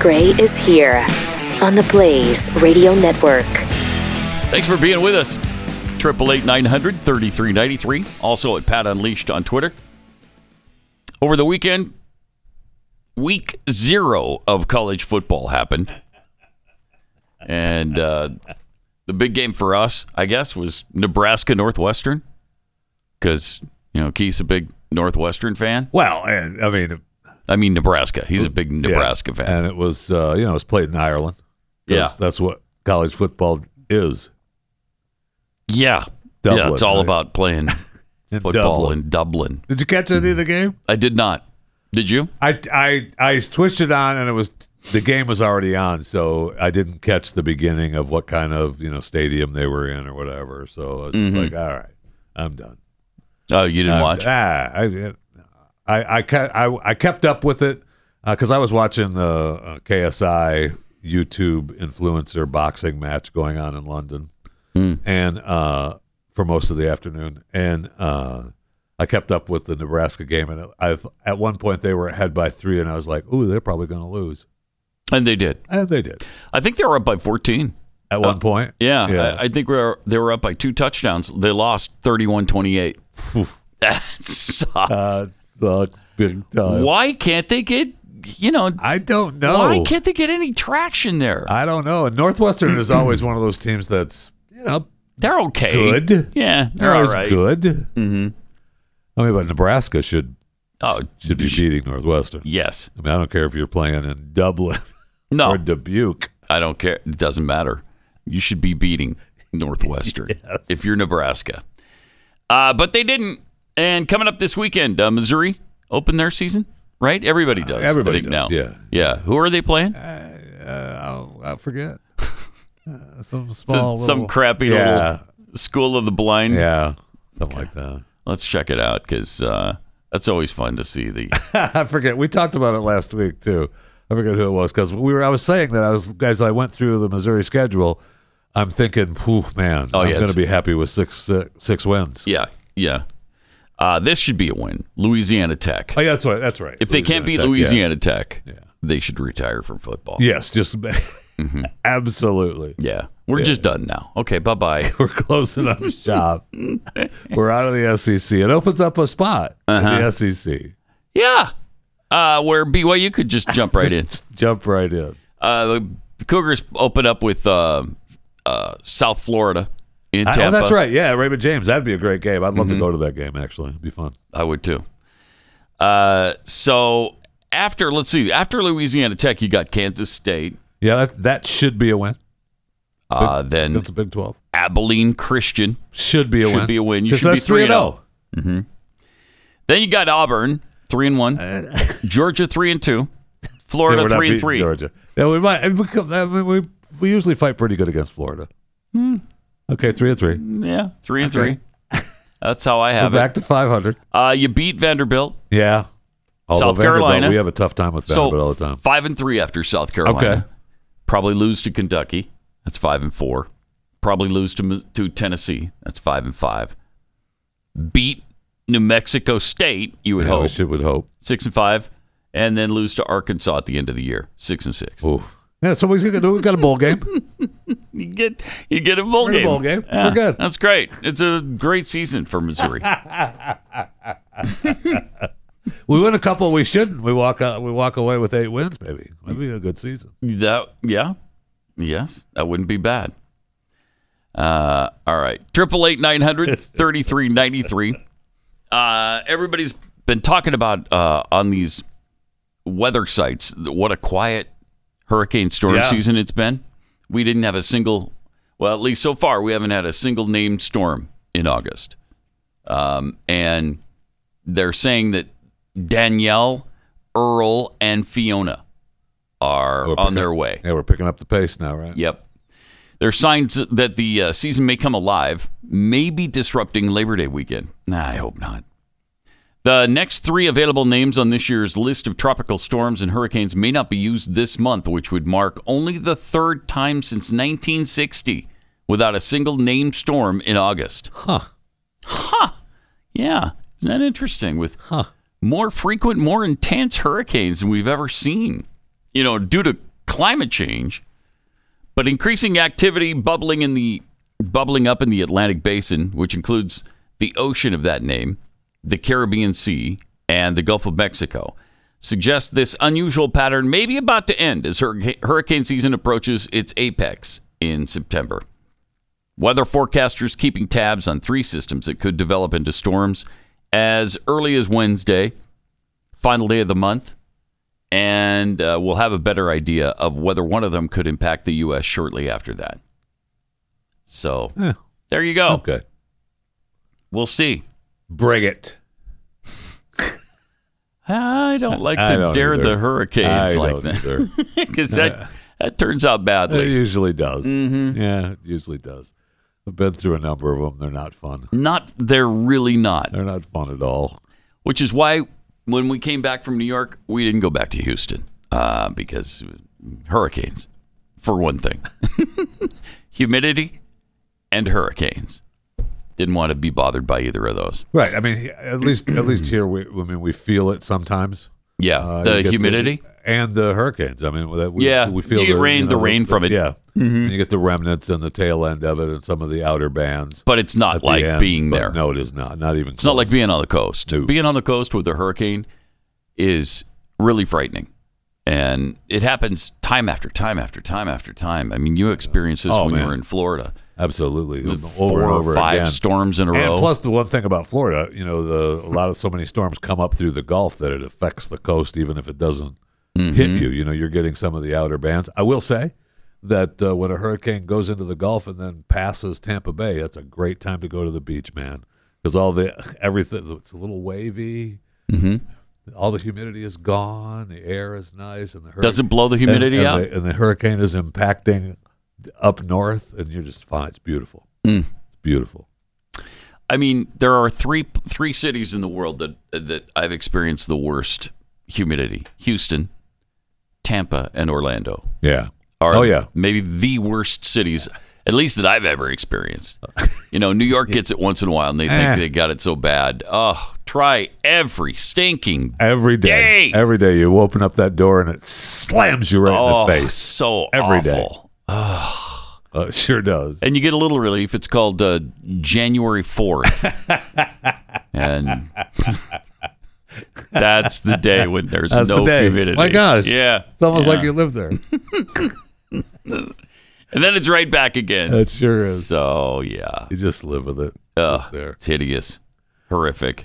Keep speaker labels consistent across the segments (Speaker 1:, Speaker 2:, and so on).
Speaker 1: Gray is here on the Blaze Radio Network.
Speaker 2: Thanks for being with us. 888 Also at Pat Unleashed on Twitter. Over the weekend, week zero of college football happened. And uh, the big game for us, I guess, was Nebraska Northwestern. Because, you know, Keith's a big Northwestern fan.
Speaker 3: Well, and I mean,
Speaker 2: I mean, Nebraska. He's a big
Speaker 3: yeah,
Speaker 2: Nebraska fan.
Speaker 3: and it was uh, you know it was played in Ireland. 'Cause
Speaker 2: Yeah.
Speaker 3: that's what college football is.
Speaker 2: Yeah. yeah,
Speaker 3: Dublin,
Speaker 2: it's all
Speaker 3: right?
Speaker 2: about playing
Speaker 3: In
Speaker 2: football
Speaker 3: Dublin.
Speaker 2: in Dublin.
Speaker 3: Did you catch any of the game?
Speaker 2: I did not. Did you?
Speaker 3: I I I switched it on, and it was the game was already on, so I didn't catch the beginning of what kind of you know stadium they were in or whatever. So I was
Speaker 2: Mm-hmm.
Speaker 3: just like, all right, I'm done.
Speaker 2: Oh, you didn't watch?
Speaker 3: Ah, I, I, I, ca- I, I kept up with it because I was watching the uh, KSI YouTube influencer boxing match going on in London,
Speaker 2: Hmm.
Speaker 3: and uh, for most of the afternoon, and uh, I kept up with the Nebraska game, and I, at one point they were ahead by three, and I was like, "Ooh, they're probably going to lose,"
Speaker 2: and they did.
Speaker 3: and they did
Speaker 2: I think they were up by 14.
Speaker 3: at one point.
Speaker 2: Uh, Yeah, I, I think we were, they were up by two touchdowns. They lost 31 28. That sucks.
Speaker 3: Uh, it sucks big time.
Speaker 2: Why can't they get, you know,
Speaker 3: I don't know.
Speaker 2: why can't they get any traction there?
Speaker 3: I don't know. And Northwestern is always one of those teams that's you know
Speaker 2: they're okay.
Speaker 3: good.
Speaker 2: Yeah, they're
Speaker 3: they're
Speaker 2: all
Speaker 3: always
Speaker 2: right.
Speaker 3: good. Mm-hmm. I mean, but Nebraska should
Speaker 2: Oh,
Speaker 3: should be beating Northwestern.
Speaker 2: yes.
Speaker 3: I mean, I don't care if you're playing in Dublin
Speaker 2: No,
Speaker 3: or Dubuque.
Speaker 2: I don't care. It doesn't matter. You should be beating Northwestern if you're Nebraska. Uh, but they didn't. And coming up this weekend, uh, Missouri open their season, right? Everybody does. I
Speaker 3: Uh, everybody
Speaker 2: think,
Speaker 3: does,
Speaker 2: now.
Speaker 3: yeah. Uh,
Speaker 2: Yeah. Who are they playing?
Speaker 3: Oh, I forget. Uh, some
Speaker 2: Some-
Speaker 3: small,
Speaker 2: some
Speaker 3: little-
Speaker 2: crappy
Speaker 3: yeah,
Speaker 2: little school of the blind.
Speaker 3: yeah, something like that.
Speaker 2: Let's check it out because uh, that's always fun to see. The
Speaker 3: I forget. We talked about it last week too. I forget who it was because we were. I was saying that I was guys. I went through the Missouri schedule. I'm thinking, phew, man,
Speaker 2: Oh,
Speaker 3: I'm
Speaker 2: yeah,
Speaker 3: going
Speaker 2: it's-
Speaker 3: to be happy with six six, six wins.
Speaker 2: yeah, yeah. Uh, this should be a win. Louisiana Tech.
Speaker 3: Oh, yeah, that's right. That's right.
Speaker 2: if they can't beat
Speaker 3: Tech, yeah.
Speaker 2: Louisiana Tech, they should retire from football.
Speaker 3: Yes, just
Speaker 2: Mm-hmm.
Speaker 3: absolutely.
Speaker 2: Yeah. We're just done now. Okay. Bye bye.
Speaker 3: We're closing up shop. We're out of the SEC. It opens up a spot in
Speaker 2: Uh-huh.
Speaker 3: the E SEC.
Speaker 2: yeah. Uh, where BYU could just jump right in.
Speaker 3: Just Jump right in.
Speaker 2: Uh, the Cougars open up with uh, uh, South Florida in
Speaker 3: I-
Speaker 2: Tampa. Mm-hmm.
Speaker 3: oh, that's right. Yeah, Raymond James. That'd be a great game. I'd love to go to that game. Actually, it'd be fun.
Speaker 2: I would too. Uh, so after let's see, after Louisiana Tech, you got Kansas State,
Speaker 3: Yeah, that, that should be a win.
Speaker 2: uh, then
Speaker 3: That's a Big Twelve.
Speaker 2: Abilene Christian,
Speaker 3: Should be a
Speaker 2: Should
Speaker 3: win.
Speaker 2: be a win. You
Speaker 3: 'Cause
Speaker 2: should be oh.
Speaker 3: that's
Speaker 2: 3-0.
Speaker 3: 3-0.
Speaker 2: then you got Auburn three and one, Georgia three and two,
Speaker 3: Uh, oh. Yeah,
Speaker 2: Florida
Speaker 3: we're not
Speaker 2: three and
Speaker 3: beating
Speaker 2: three.
Speaker 3: Georgia. Yeah, we might. and we come- I mean, we we usually fight pretty good against Florida.
Speaker 2: Hmm.
Speaker 3: Okay, three and three.
Speaker 2: Yeah, three and three. That's how I
Speaker 3: We're
Speaker 2: have it.
Speaker 3: back to five hundred.
Speaker 2: Uh, you beat Vanderbilt,
Speaker 3: Yeah. Although
Speaker 2: South
Speaker 3: Vanderbilt,
Speaker 2: Carolina.
Speaker 3: We have a tough time with
Speaker 2: so
Speaker 3: Vanderbilt all the time.
Speaker 2: five and three after South Carolina.
Speaker 3: Okay.
Speaker 2: Probably lose to Kentucky. That's five and four. Probably lose to Mis- to Tennessee. That's five and five. Beat New Mexico State. You would
Speaker 3: Yeah, we
Speaker 2: hope
Speaker 3: should would hope.
Speaker 2: six and five, and then lose to Arkansas at the end of the year, six and six.
Speaker 3: Oof. Yeah, so we got we got a bowl game.
Speaker 2: You get you get a bowl
Speaker 3: We're in a
Speaker 2: game.
Speaker 3: bowl game. We're
Speaker 2: Yeah,
Speaker 3: good.
Speaker 2: That's great. It's a great season for Missouri.
Speaker 3: We win a couple. We shouldn't. We walk out. We walk away with eight wins, maybe. Maybe a good season.
Speaker 2: That yeah, yes, that wouldn't be bad. Uh, all right, triple eight nine hundred thirty three ninety three. Uh, everybody's been talking about uh, on these weather sites. What a quiet hurricane storm
Speaker 3: Yeah.
Speaker 2: season it's been. We didn't have a single. Well, at least so far, we haven't had a single named storm in August. Um, and they're saying that Danielle, Earl, and Fiona are
Speaker 3: We're
Speaker 2: on
Speaker 3: picking-
Speaker 2: their way.
Speaker 3: Yeah, we're picking up the pace now, right?
Speaker 2: Yep. There's signs that the uh, season may come alive, maybe disrupting Labor Day weekend. Nah, I hope not. The next three available names on this year's list of tropical storms and hurricanes may not be used this month, which would mark only the third time since 1960 without a single named storm in August.
Speaker 3: Huh.
Speaker 2: Yeah, isn't that interesting? With more frequent, more intense hurricanes than we've ever seen. You know, due to climate change, but increasing activity bubbling in the bubbling up in the Atlantic basin, which includes the ocean of that name, the Caribbean Sea, and the Gulf of Mexico, suggests this unusual pattern may be about to end as hurrica- hurricane season approaches its apex in September. Weather forecasters keeping tabs on three systems that could develop into storms as early as Wednesday, final day of the month, and uh, we'll have a better idea of whether one of them could impact the U.S. shortly after that. So
Speaker 3: Eh,
Speaker 2: there you go.
Speaker 3: Okay.
Speaker 2: We'll see.
Speaker 3: Bring it.
Speaker 2: I don't like
Speaker 3: I
Speaker 2: to
Speaker 3: don't
Speaker 2: dare
Speaker 3: either.
Speaker 2: the hurricanes
Speaker 3: I
Speaker 2: like
Speaker 3: don't
Speaker 2: that
Speaker 3: either. Uh,
Speaker 2: because that, that turns out
Speaker 3: It
Speaker 2: badly.
Speaker 3: usually does.
Speaker 2: Mm-hmm.
Speaker 3: Yeah, it usually does. I've been through a number of them. They're not fun.
Speaker 2: Not they're really not,
Speaker 3: They're not fun at all.
Speaker 2: which is why when we came back from New York, we didn't go back to Houston uh, because hurricanes, for one thing, humidity and hurricanes. Didn't want to be bothered by either of those.
Speaker 3: Right. I mean, at least at least here, we, I mean, we feel it sometimes.
Speaker 2: Yeah,
Speaker 3: Uh, you
Speaker 2: the
Speaker 3: get
Speaker 2: humidity.
Speaker 3: and the hurricanes. I mean, that we,
Speaker 2: Yeah,
Speaker 3: we feel
Speaker 2: you
Speaker 3: the
Speaker 2: rain- the rain from it. Mm-hmm.
Speaker 3: Yeah, And you get the remnants and the tail end of it, and some of the outer bands.
Speaker 2: but it's not
Speaker 3: at the
Speaker 2: like
Speaker 3: end,
Speaker 2: being
Speaker 3: but
Speaker 2: there.
Speaker 3: No, it is not. Not even.
Speaker 2: It's not like being on the coast.
Speaker 3: No.
Speaker 2: Being on the coast with a hurricane is really frightening. And it happens time after time after time after time. I mean, you experienced this
Speaker 3: Oh,
Speaker 2: when you
Speaker 3: man.
Speaker 2: were in Florida.
Speaker 3: absolutely
Speaker 2: The
Speaker 3: over
Speaker 2: Four
Speaker 3: and
Speaker 2: or
Speaker 3: over
Speaker 2: five
Speaker 3: again.
Speaker 2: storms in a row.
Speaker 3: And plus, the one thing about Florida, you know, the a lot of so many storms come up through the Gulf that it affects the coast, even if it doesn't hit
Speaker 2: Mm-hmm.
Speaker 3: you. You know, you're getting some of the outer bands. I will say that uh, when a hurricane goes into the Gulf and then passes Tampa Bay, that's a great time to go to the beach, man, because all the everything it's a little wavy.
Speaker 2: Mm-hmm.
Speaker 3: All the humidity is gone. The air is nice, and the hurricane,
Speaker 2: Does it blow the humidity
Speaker 3: and,
Speaker 2: out?
Speaker 3: and The, and the hurricane is impacting up north, and you're just fine. It's beautiful.
Speaker 2: Mm.
Speaker 3: It's beautiful.
Speaker 2: I mean, there are three three cities in the world that that I've experienced the worst humidity: Houston, Tampa, and Orlando.
Speaker 3: Yeah.
Speaker 2: are
Speaker 3: oh yeah.
Speaker 2: maybe the worst cities at least that I've ever experienced. You know, New York gets it once in a while and they think
Speaker 3: Eh.
Speaker 2: they got it so bad. Oh, try every stinking
Speaker 3: Every day,
Speaker 2: Dang.
Speaker 3: every day you open up that door and it slams you right
Speaker 2: oh,
Speaker 3: in the face.
Speaker 2: so
Speaker 3: Every
Speaker 2: awful.
Speaker 3: day. Uh, it sure does.
Speaker 2: And you get a little relief. It's called uh, January 4th. and that's the day when there's
Speaker 3: That's
Speaker 2: no
Speaker 3: the day.
Speaker 2: humidity.
Speaker 3: My gosh.
Speaker 2: Yeah.
Speaker 3: It's almost like you live there.
Speaker 2: And then it's right back again.
Speaker 3: It sure is.
Speaker 2: so, yeah.
Speaker 3: You just live with it. It's just there.
Speaker 2: It's hideous, horrific.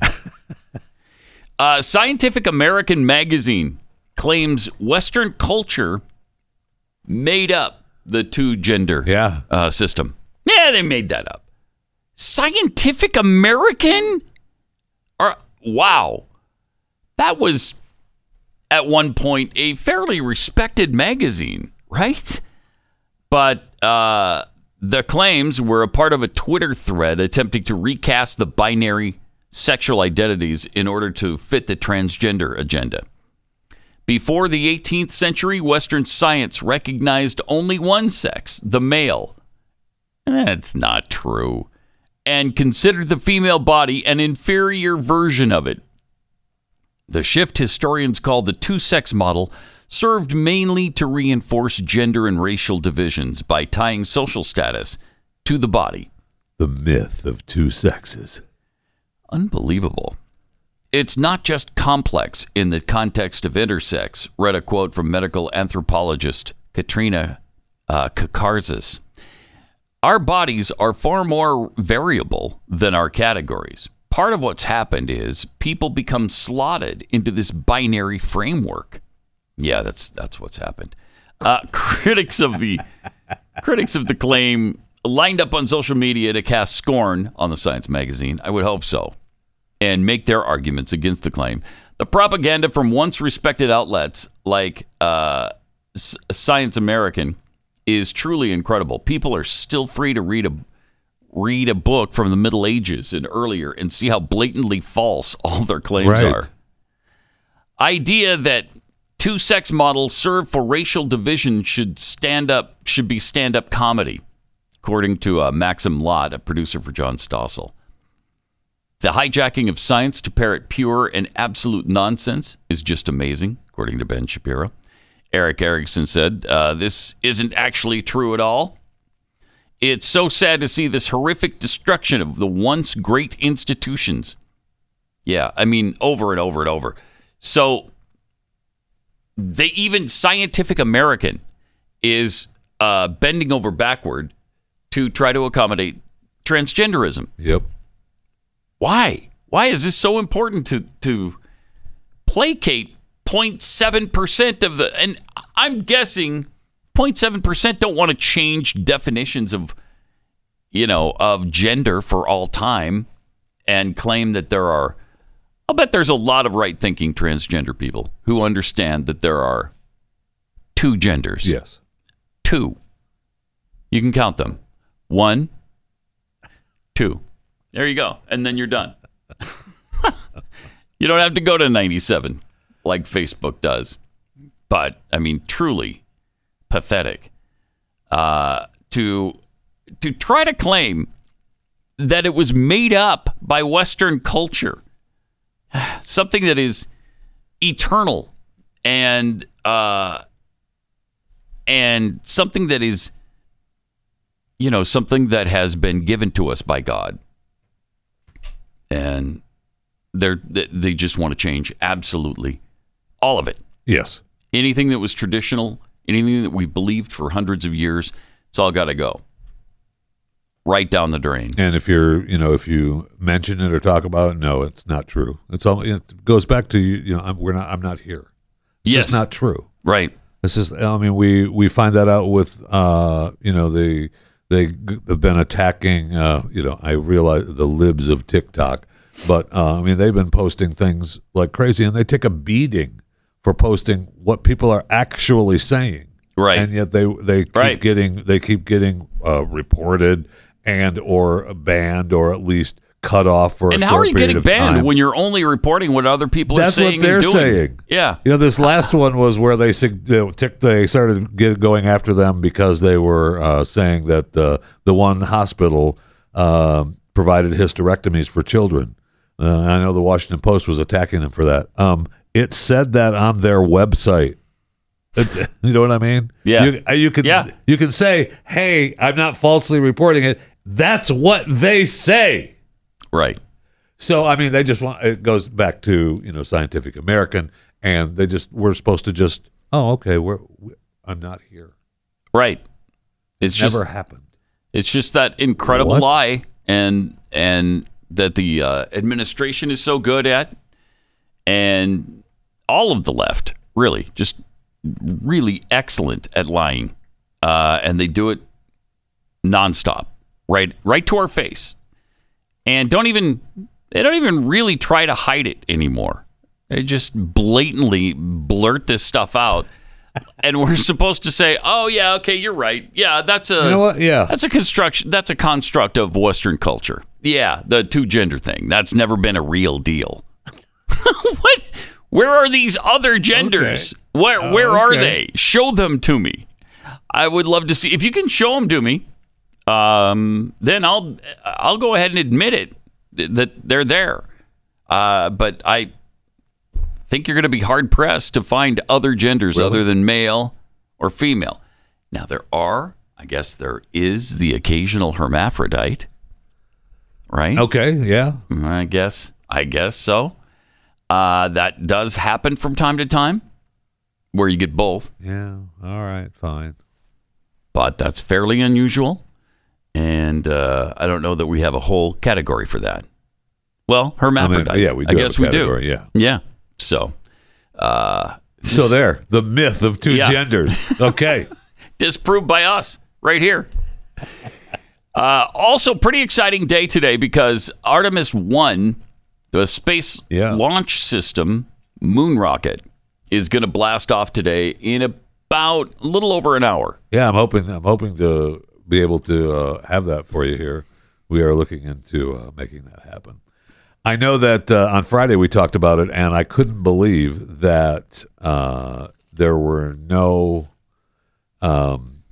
Speaker 2: uh, Scientific American magazine claims Western culture made up the two gender
Speaker 3: Yeah.
Speaker 2: uh, system. Yeah, they made that up. Scientific American? Or, wow. That was at one point a fairly respected magazine, right? But uh, the claims were a part of a Twitter thread attempting to recast the binary sexual identities in order to fit the transgender agenda. Before the 18th century, Western science recognized only one sex, the male. That's not true. And considered the female body an inferior version of it. The shift historians call the two sex model served mainly to reinforce gender and racial divisions by tying social status to the body.
Speaker 3: The myth of two sexes.
Speaker 2: Unbelievable. It's not just complex in the context of intersex, read a quote from medical anthropologist Katrina uh, Kakarzis. Our bodies are far more variable than our categories. Part of what's happened is people become slotted into this binary framework. Yeah, that's that's what's happened. Uh, critics of the critics of the claim lined up on social media to cast scorn on the Science magazine. I would hope so, and make their arguments against the claim. The propaganda from once respected outlets like uh, S- Science American is truly incredible. People are still free to read a read a book from the Middle Ages and earlier and see how blatantly false all their claims
Speaker 3: Right.
Speaker 2: are idea that two sex models serve for racial division should stand up should be stand up comedy, according to uh, Maxim Lott, a producer for John Stossel. The hijacking of science to parrot pure and absolute nonsense is just amazing, according to Ben Shapiro. Eric Erickson said. Uh, this isn't actually true at all. It's so sad to see this horrific destruction of the once great institutions. Yeah, I mean, over and over and over. So they even Scientific American is uh, bending over backward to try to accommodate transgenderism.
Speaker 3: Yep.
Speaker 2: Why? Why is this so important to to placate 0.7% of the and I'm guessing 0.7% don't want to change definitions of you know, of gender for all time and claim that there are I'll bet there's a lot of right-thinking transgender people who understand that there are two genders
Speaker 3: Yes.
Speaker 2: two. You can count them. One, two. There you go. And then you're done. you don't have to go to 97 like Facebook does. But, I mean, truly pathetic uh, to, to try to claim that it was made up by Western culture, something that is eternal and. Uh, and something that is you know something that has been given to us by god and they're they- they just want to change absolutely all of it
Speaker 3: Yes.
Speaker 2: anything that was traditional anything that we believed for hundreds of years it's all got to go right down the drain
Speaker 3: And if you're, you know, if you mention it or talk about it, no, it's not true. It's all it goes back to you. You know, I'm, we're not. I'm not here. It's
Speaker 2: yes
Speaker 3: just not true.
Speaker 2: right
Speaker 3: This is. I mean, we we find that out with, uh, you know, they they g- have been attacking. Uh, you know, I realize the libs of TikTok, but uh, I mean, they've been posting things like crazy, and they take a beating for posting what people are actually saying.
Speaker 2: Right.
Speaker 3: And yet they they keep
Speaker 2: Right.
Speaker 3: getting they keep getting uh, reported and or banned or at least cut off for
Speaker 2: and
Speaker 3: a
Speaker 2: how
Speaker 3: short
Speaker 2: are you
Speaker 3: period
Speaker 2: getting
Speaker 3: of
Speaker 2: banned
Speaker 3: time.
Speaker 2: when you're only reporting what other people
Speaker 3: That's
Speaker 2: are
Speaker 3: what
Speaker 2: saying and
Speaker 3: they're
Speaker 2: doing?
Speaker 3: saying.
Speaker 2: yeah
Speaker 3: You know, this last one was where they sig- they tick- they started get going after them because they were uh, saying that uh, the one hospital um provided hysterectomies for children. Uh, I know the Washington Post was attacking them for that. Um, it said that on their website. It's, you know what I mean?
Speaker 2: Yeah.
Speaker 3: You, uh, you can
Speaker 2: Yeah.
Speaker 3: you can say, "Hey, I'm not falsely reporting it." That's what they say.
Speaker 2: right
Speaker 3: So I mean, they just want it goes back to you know Scientific American, and they just we're supposed to just oh okay we're, we I'm not here.
Speaker 2: right it's just
Speaker 3: Never happened.
Speaker 2: It's just that incredible
Speaker 3: What?
Speaker 2: lie, and and that the uh, administration is so good at, and all of the left really just really excellent at lying, uh, and they do it nonstop, right right to our face, and don't even they don't even really try to hide it anymore. They just blatantly blurt this stuff out. And we're supposed to say, "Oh yeah, okay, you're right. Yeah, that's a
Speaker 3: You know what? Yeah,
Speaker 2: that's a construction. That's a construct of Western culture. Yeah, the two gender thing. That's never been a real deal. what? Where are these other genders? Where Where are
Speaker 3: okay.
Speaker 2: they? Show them to me. I would love to see if you can show them to me. Um, then I'll I'll go ahead and admit it th- that they're there. Uh, but I think you're going to be hard pressed to find other genders other than male or female. Now there are, I guess there is the occasional hermaphrodite, right? Mm,
Speaker 3: okay, yeah.
Speaker 2: I guess. I guess so. Uh, that does happen from time to time, where you get both,
Speaker 3: Yeah, all right, fine.
Speaker 2: but that's fairly unusual. And uh, I don't know that we have a whole category for that. Well, hermaphrodite.
Speaker 3: yeah, we
Speaker 2: I
Speaker 3: do have
Speaker 2: guess
Speaker 3: a
Speaker 2: we do.
Speaker 3: category, yeah.
Speaker 2: Yeah. So
Speaker 3: So there, the myth of two
Speaker 2: Yeah.
Speaker 3: genders. Okay,
Speaker 2: disproved by us right here. Uh, also, pretty exciting day today because Artemis 1, the space
Speaker 3: Yeah.
Speaker 2: launch system moon rocket, is going to blast off today in about a little over an hour.
Speaker 3: yeah. I'm hoping I'm hoping to be able to uh, have that for you here. We are looking into uh, making that happen. I know that uh, on Friday we talked about it, and I couldn't believe that uh, there were no um,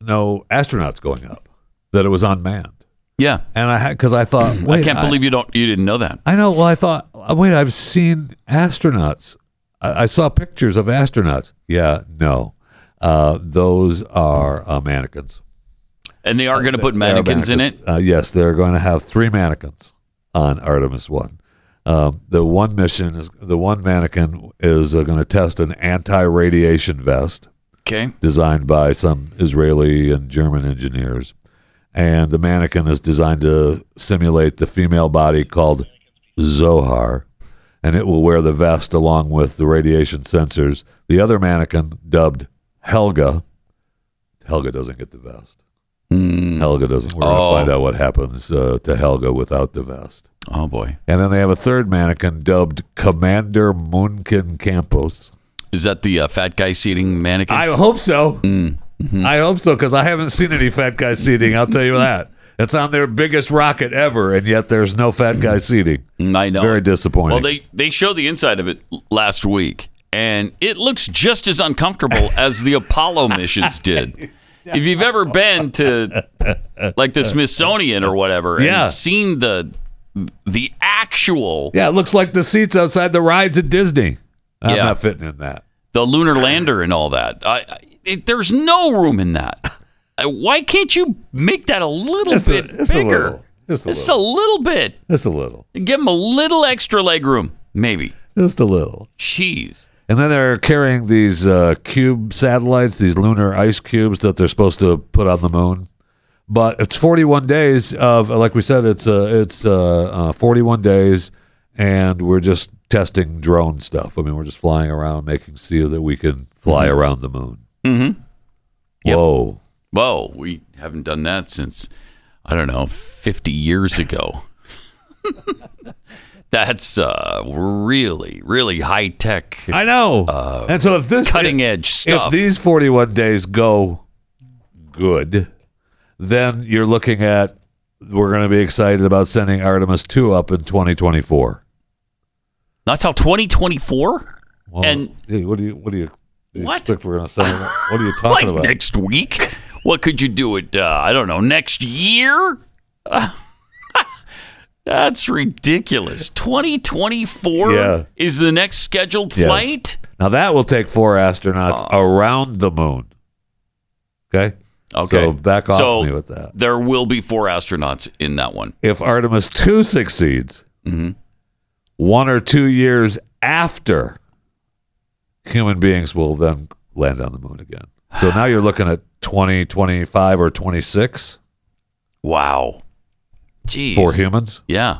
Speaker 3: no astronauts going up. That it was unmanned,
Speaker 2: Yeah.
Speaker 3: and I had because I thought, wait,
Speaker 2: I can't believe you don't you didn't know that.
Speaker 3: uh, I know. Well, I thought, wait, I've seen astronauts. I, I saw pictures of astronauts. Yeah, no, uh, those are uh, mannequins.
Speaker 2: And they are going to put
Speaker 3: They're
Speaker 2: mannequins in it.
Speaker 3: Uh, yes, they're going to have three mannequins on Artemis One. Um, the one mission is the one mannequin is uh, going to test an anti-radiation vest
Speaker 2: Okay.
Speaker 3: designed by some Israeli and German engineers, and the mannequin is designed to simulate the female body called Zohar, and it will wear the vest along with the radiation sensors. The other mannequin, dubbed Helga, Helga doesn't get the vest. Helga doesn't. We're
Speaker 2: Oh.
Speaker 3: going to find out what happens uh, to Helga without the vest.
Speaker 2: Oh boy.
Speaker 3: And then they have a third mannequin dubbed Commander Moonkin Campos.
Speaker 2: Is that the uh, fat guy seating mannequin?
Speaker 3: I hope so.
Speaker 2: Mm-hmm.
Speaker 3: I hope so because I haven't seen any fat guy seating. I'll tell you that. It's on their biggest rocket ever, and yet there's no fat guy seating.
Speaker 2: Mm, I know.
Speaker 3: Very disappointing.
Speaker 2: Well, they they showed the inside of it l- last week, and it looks just as uncomfortable as the Apollo missions did. If you've ever been to like the Smithsonian or whatever,
Speaker 3: Yeah.
Speaker 2: and seen the the actual
Speaker 3: yeah, it looks like the seats outside the rides at Disney. I'm
Speaker 2: Yeah.
Speaker 3: not fitting in that.
Speaker 2: the lunar lander and all that, I, I, it, there's no room in that. Uh, Why can't you make that a little
Speaker 3: Just a-
Speaker 2: bit
Speaker 3: just a
Speaker 2: bigger?
Speaker 3: little. Just a
Speaker 2: Just
Speaker 3: little.
Speaker 2: a little bit.
Speaker 3: Just a little.
Speaker 2: Give them a little extra leg room, maybe.
Speaker 3: Just a little.
Speaker 2: Jeez.
Speaker 3: And then they're carrying these uh, cube satellites, these lunar ice cubes that they're supposed to put on the moon. But it's 41 days of, like we said, it's uh, it's uh, uh, 41 days, and we're just testing drone stuff. I mean, we're just flying around, making see that we can fly around the moon. Mm-hmm.
Speaker 2: Yep.
Speaker 3: Whoa!
Speaker 2: Whoa, we haven't done that since I don't know, 50 years ago. That's uh, really, really high tech,
Speaker 3: I know. and so if this
Speaker 2: cutting edge
Speaker 3: if
Speaker 2: stuff.
Speaker 3: these 41 days go good, then you're looking at we're going to be excited about sending Artemis 2 up in 2024.
Speaker 2: Not till 2024,
Speaker 3: Well,
Speaker 2: And-
Speaker 3: hey, what do you what do you, do you
Speaker 2: What?
Speaker 3: expect we're going to send? it? What are you
Speaker 2: like
Speaker 3: talking about?
Speaker 2: next week. What could you do it? Uh, I don't know, next year. That's ridiculous. 2024
Speaker 3: Yeah.
Speaker 2: is the next scheduled
Speaker 3: Yes.
Speaker 2: flight.
Speaker 3: Now that will take four astronauts around the moon. Okay.
Speaker 2: Okay,
Speaker 3: So back off
Speaker 2: So
Speaker 3: me with that.
Speaker 2: There will be four astronauts in that one.
Speaker 3: If Artemis 2 succeeds,
Speaker 2: Mm-hmm.
Speaker 3: one or two years after, human beings will then land on the moon again. So now you're looking at 20, 25, or 26
Speaker 2: Wow. Jeez.
Speaker 3: for humans.
Speaker 2: Yeah.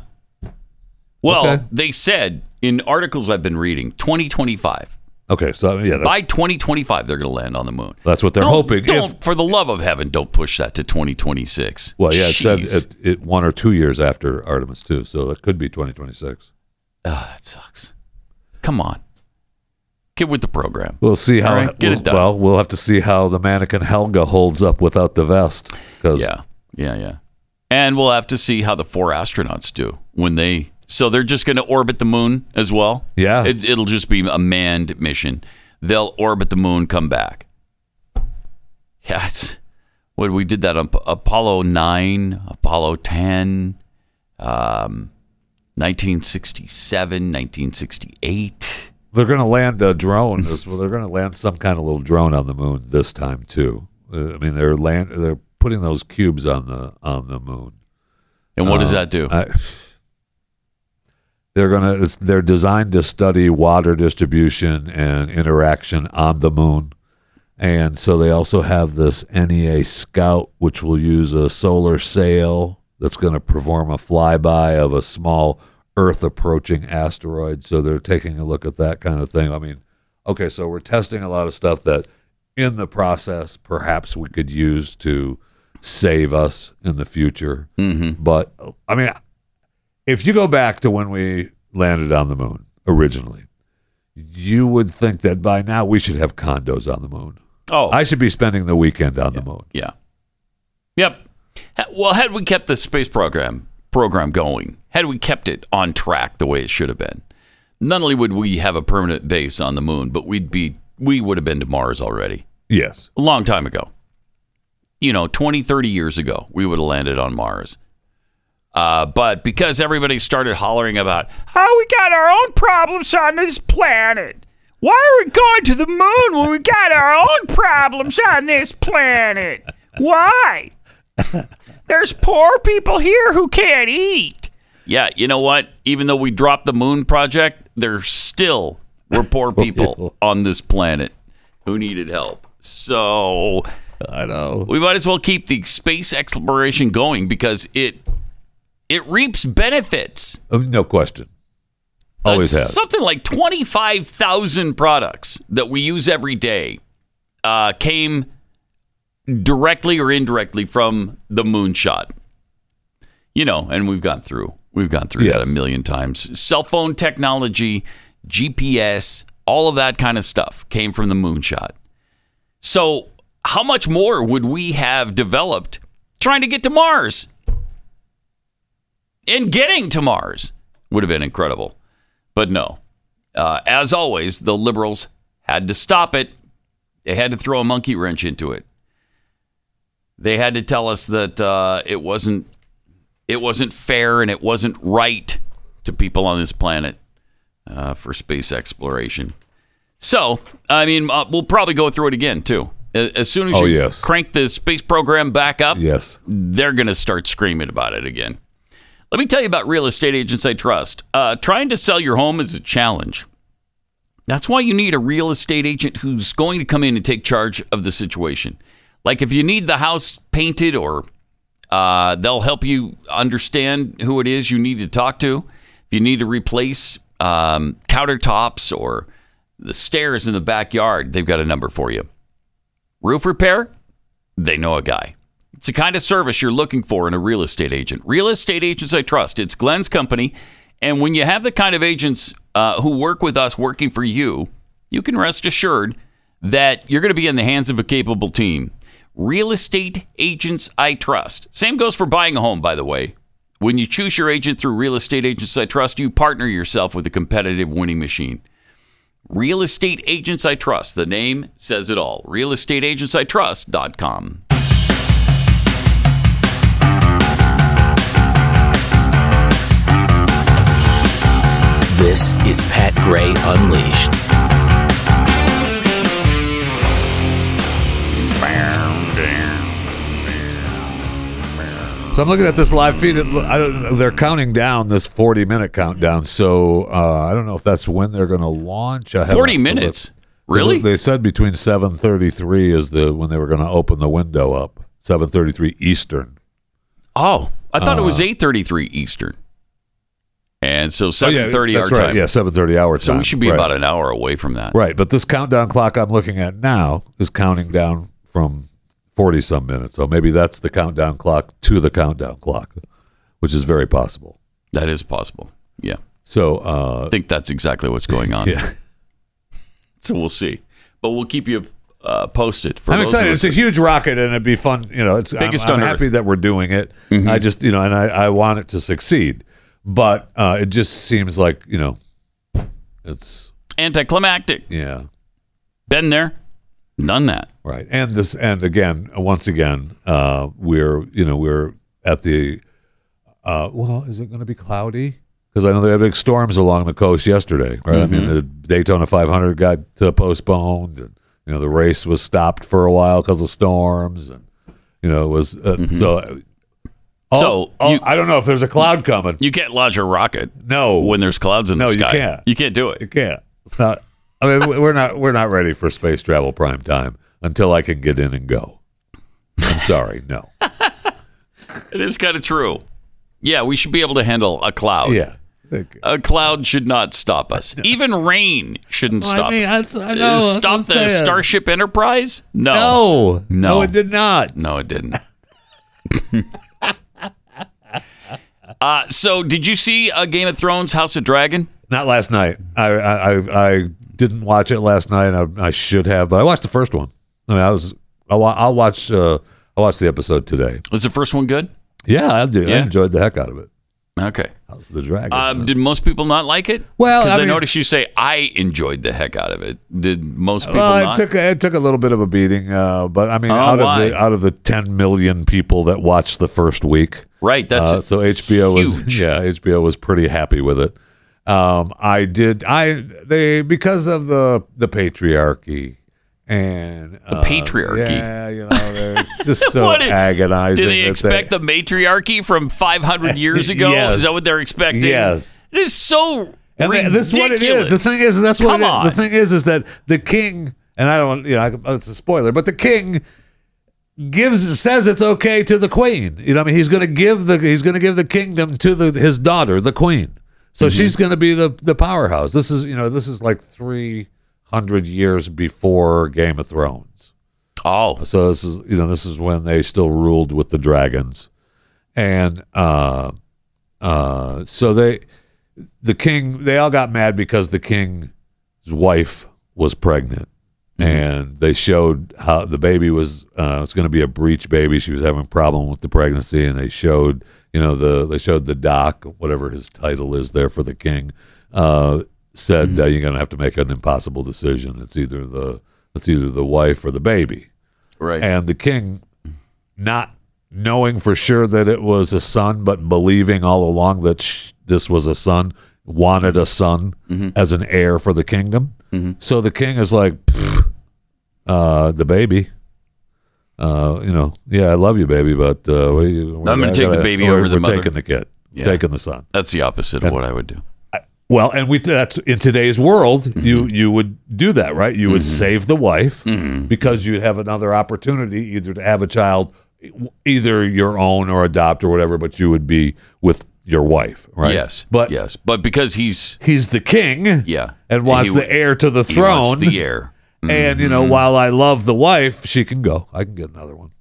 Speaker 2: Well,
Speaker 3: Okay.
Speaker 2: they said in articles I've been reading, 2025.
Speaker 3: Okay. So, yeah, that-
Speaker 2: By 2025, they're going to land on the moon.
Speaker 3: that's what they're
Speaker 2: Don't-
Speaker 3: hoping.
Speaker 2: Don't,
Speaker 3: if,
Speaker 2: for the love of heaven, don't push that to 2026.
Speaker 3: well, yeah, it said
Speaker 2: Jeez.
Speaker 3: it, it one or two years after Artemis 2. So that could be 2026.
Speaker 2: Ugh, that Ah, sucks. Come on. Get with the program.
Speaker 3: We'll see how
Speaker 2: All right, get
Speaker 3: we'll,
Speaker 2: it done.
Speaker 3: Well, we'll have to see how the mannequin Helga holds up without the vest. 'cause
Speaker 2: Yeah. Yeah. Yeah. And we'll have to see how the four astronauts do when they. So they're just going to orbit the moon as well?
Speaker 3: Yeah.
Speaker 2: It, it'll just be a manned mission. They'll orbit the moon, come back. Yeah. It's, when we did that on P- Apollo 9, Apollo 10, um, 1967, 1968.
Speaker 3: They're going to land a drone. as well. They're going to land some kind of little drone on the moon this time too. Uh, I mean, they're land. They're putting those cubes on the on the moon.
Speaker 2: And what does
Speaker 3: Uh,
Speaker 2: that do?
Speaker 3: I, they're gonna. It's, they're designed to study water distribution and interaction on the moon, and so they also have this NEA Scout, which will use a solar sail that's going to perform a flyby of a small Earth approaching asteroid. So they're taking a look at that kind of thing. I mean, okay, so we're testing a lot of stuff that, in the process, perhaps we could use to save us in the future. But I mean, if you go back to when we landed on the moon originally, you would think that by now we should have condos on the moon.
Speaker 2: oh,
Speaker 3: I should be spending the weekend on the moon.
Speaker 2: Yeah. Yep. Ha- Well, had we kept the space program program going, had we kept it on track the way it should have been, not only would we have a permanent base on the moon, but we'd be we would have been to Mars already
Speaker 3: Yes.
Speaker 2: a long time ago. You know, 20, 30 years ago, we would have landed on Mars. Uh, but because everybody started hollering about how we got our own problems on this planet,
Speaker 4: Why are we going to the moon when we got our own problems on this planet? Why? There's poor people here who can't eat.
Speaker 2: Yeah, you know what? Even though we dropped the moon project, there still were poor people on this planet who needed help. So
Speaker 3: I know.
Speaker 2: we might as well keep the space exploration going because it it reaps benefits.
Speaker 3: Um, No question. Always
Speaker 2: It's
Speaker 3: has.
Speaker 2: Something like 25,000 products that we use every day uh, came directly or indirectly from the moonshot. You know, and we've gone through we've gone through that
Speaker 3: Yes.
Speaker 2: a million times. Cell phone technology, GPS, all of that kind of stuff came from the moonshot. So, how much more would we have developed trying to get to Mars? And getting to Mars would have been incredible. But no, uh, as always, the liberals had to stop it. They had to throw a monkey wrench into it. They had to tell us that uh, it wasn't it wasn't fair and it wasn't right to people on this planet uh, for space exploration. So, I mean, uh, we'll probably go through it again too. A- As soon as
Speaker 3: Oh,
Speaker 2: you
Speaker 3: yes.
Speaker 2: crank the space program back up,
Speaker 3: Yes.
Speaker 2: they're going to start screaming about it again. Let me tell you about real estate agents I trust. Uh, trying to sell your home is a challenge. That's why you need a real estate agent who's going to come in and take charge of the situation. Like if you need the house painted, or uh, they'll help you understand who it is you need to talk to. If you need to replace um, countertops or the stairs in the backyard, they've got a number for you. Roof repair, they know a guy. It's the kind of service you're looking for in a real estate agent. Real estate agents I trust. It's Glenn's company. And when you have the kind of agents uh, who work with us working for you, you can rest assured that you're going to be in the hands of a capable team. Real estate agents I trust. Same goes for buying a home, by the way. When you choose your agent through Real Estate Agents I Trust, you partner yourself with a competitive winning machine. Real Estate Agents I Trust. The name says it all. RealEstateAgentsITrust.com.
Speaker 5: This is Pat Gray Unleashed.
Speaker 3: So I'm looking at this live feed. It, I don't. They're counting down this 40 minute countdown. So uh, I don't know if that's when they're going to launch. I haven't-
Speaker 2: 40 minutes? Really?
Speaker 3: They said between 7:33 is the when they were going to open the window up. 7:33 Eastern.
Speaker 2: Oh, I thought it was 8:33 Eastern. And so 7:30
Speaker 3: Uh. Oh, yeah,
Speaker 2: our
Speaker 3: that's right.
Speaker 2: time.
Speaker 3: Yeah, 7:30 hour time.
Speaker 2: so we should be
Speaker 3: right.
Speaker 2: about an hour away from that.
Speaker 3: Right, but this countdown clock I'm looking at now is counting down from 40 some minutes. So maybe that's the countdown clock to the countdown clock, which is very possible.
Speaker 2: That is possible. Yeah.
Speaker 3: So, uh,
Speaker 2: I think that's exactly what's going on.
Speaker 3: yeah.
Speaker 2: So we'll see. But we'll keep you uh, posted for
Speaker 3: I'm
Speaker 2: those
Speaker 3: excited.
Speaker 2: Of
Speaker 3: It's
Speaker 2: us-
Speaker 3: a huge rocket, and it'd be fun. You know, it's
Speaker 2: Biggest
Speaker 3: I'm, I'm
Speaker 2: on
Speaker 3: happy
Speaker 2: Earth. Mm-hmm.
Speaker 3: that we're doing it. I just, you know, and I, I want it to succeed, but uh, it just seems like you know, it's
Speaker 2: Anticlimactic.
Speaker 3: yeah,
Speaker 2: Been there, done that.
Speaker 3: Right. And this and again, once again, uh we're, you know, we're at the uh well, is it going to be cloudy? Cuz I know they had big storms along the coast yesterday, right? I
Speaker 2: Mm-hmm.
Speaker 3: mean, the Daytona 500 got uh, postponed and you know, the race was stopped for a while cuz of storms and you know, it was uh, so
Speaker 2: Mm-hmm. So,
Speaker 3: oh,
Speaker 2: you-
Speaker 3: I don't know if there's a cloud coming.
Speaker 2: You can't lodge a rocket
Speaker 3: no.
Speaker 2: when there's clouds in
Speaker 3: No,
Speaker 2: the
Speaker 3: you
Speaker 2: sky.
Speaker 3: can't.
Speaker 2: You can't do it.
Speaker 3: It can't. It's not. I mean, we- we're not. We're not ready for space travel prime time until I can get in and go. I'm sorry. No.
Speaker 2: It is kind of true. Yeah, we should be able to handle a cloud.
Speaker 3: Yeah. Thank you.
Speaker 2: A cloud should not stop us. Even rain shouldn't stop.
Speaker 3: that's, I
Speaker 2: Uh, stop the Starship Enterprise? No.
Speaker 3: No.
Speaker 2: No.
Speaker 3: it did not.
Speaker 2: No, it didn't. uh, so, did you see uh, Game of Thrones, House of Dragon?
Speaker 3: Not last night. I I I, I didn't watch it last night. I, I should have, but I watched the first one. I mean, I was. I wa- I'll watch. Uh, I watched the episode today.
Speaker 2: Was the first one good?
Speaker 3: Yeah, I do. I
Speaker 2: Yeah?
Speaker 3: enjoyed the heck out of it.
Speaker 2: Okay.
Speaker 3: House of the Dragon.
Speaker 2: Um, did most people not like it?
Speaker 3: Well,
Speaker 2: because
Speaker 3: I
Speaker 2: I,
Speaker 3: mean-
Speaker 2: noticed you say I enjoyed the heck out of it. Did most people
Speaker 3: Well,
Speaker 2: not?
Speaker 3: it took it took a little bit of a beating, uh, but I mean,
Speaker 2: Oh,
Speaker 3: out
Speaker 2: why?
Speaker 3: of the out of the 10 million people that watched the first week,
Speaker 2: right. That's
Speaker 3: uh, so HBO was
Speaker 2: huge.
Speaker 3: yeah, HBO was pretty happy with it. Um, I did. I they because of the the patriarchy and the
Speaker 2: patriarchy.
Speaker 3: Yeah, you know, it's just so
Speaker 2: What did-
Speaker 3: agonizing.
Speaker 2: Do they
Speaker 3: that they-
Speaker 2: expect the matriarchy from 500 years ago?
Speaker 3: Yes.
Speaker 2: Is that what they're expecting?
Speaker 3: Yes.
Speaker 2: It is so
Speaker 3: And th-
Speaker 2: ridiculous.
Speaker 3: this is what it is. The thing is, that's what
Speaker 2: Come
Speaker 3: it is.
Speaker 2: on.
Speaker 3: the thing is, is that the king, and I don't, you know, I- it's a spoiler, but the king gives says it's okay to the queen. You know, I mean, he's going to give the he's going to give the kingdom to the his daughter, the queen. So
Speaker 2: Mm-hmm.
Speaker 3: she's going to be the the powerhouse. This is you know, this is like three hundred years before Game of Thrones.
Speaker 2: Oh,
Speaker 3: So this is you know this is when they still ruled with the dragons, and uh, uh, so they the king they all got mad because the king's wife was pregnant, and they showed how the baby was uh, it's going to be a breech baby. She was having a problem with the pregnancy, and they showed you know the they showed the doc whatever his title is there for the king. Uh, said uh, you're going to have to make an impossible decision. It's either the it's either the wife or the baby
Speaker 2: right.
Speaker 3: and the king not knowing for sure that it was a son but believing all along that sh- this was a son wanted a son
Speaker 2: Mm-hmm.
Speaker 3: as an heir for the kingdom so the king is like "Pfft, uh the baby uh you know yeah i love you baby but uh we, we're,
Speaker 2: I'm gonna take the baby over
Speaker 3: we're,
Speaker 2: the
Speaker 3: we're
Speaker 2: mother."
Speaker 3: taking the kid taking the son
Speaker 2: That's the opposite of what I would do.
Speaker 3: well, and we that's in today's world, you
Speaker 2: Mm-hmm.
Speaker 3: you would do that, right? You would save the wife because you'd have another opportunity either to have a child e, either your own or adopt or whatever, but you would be with your wife, right?
Speaker 2: Yes.
Speaker 3: But
Speaker 2: yes. But because he's
Speaker 3: he's the king
Speaker 2: yeah.
Speaker 3: and wants
Speaker 2: He-
Speaker 3: the heir to the
Speaker 2: he wants
Speaker 3: throne.
Speaker 2: the heir.
Speaker 3: And you know,
Speaker 2: Mm-hmm.
Speaker 3: while I love the wife, she can go. I can get another one.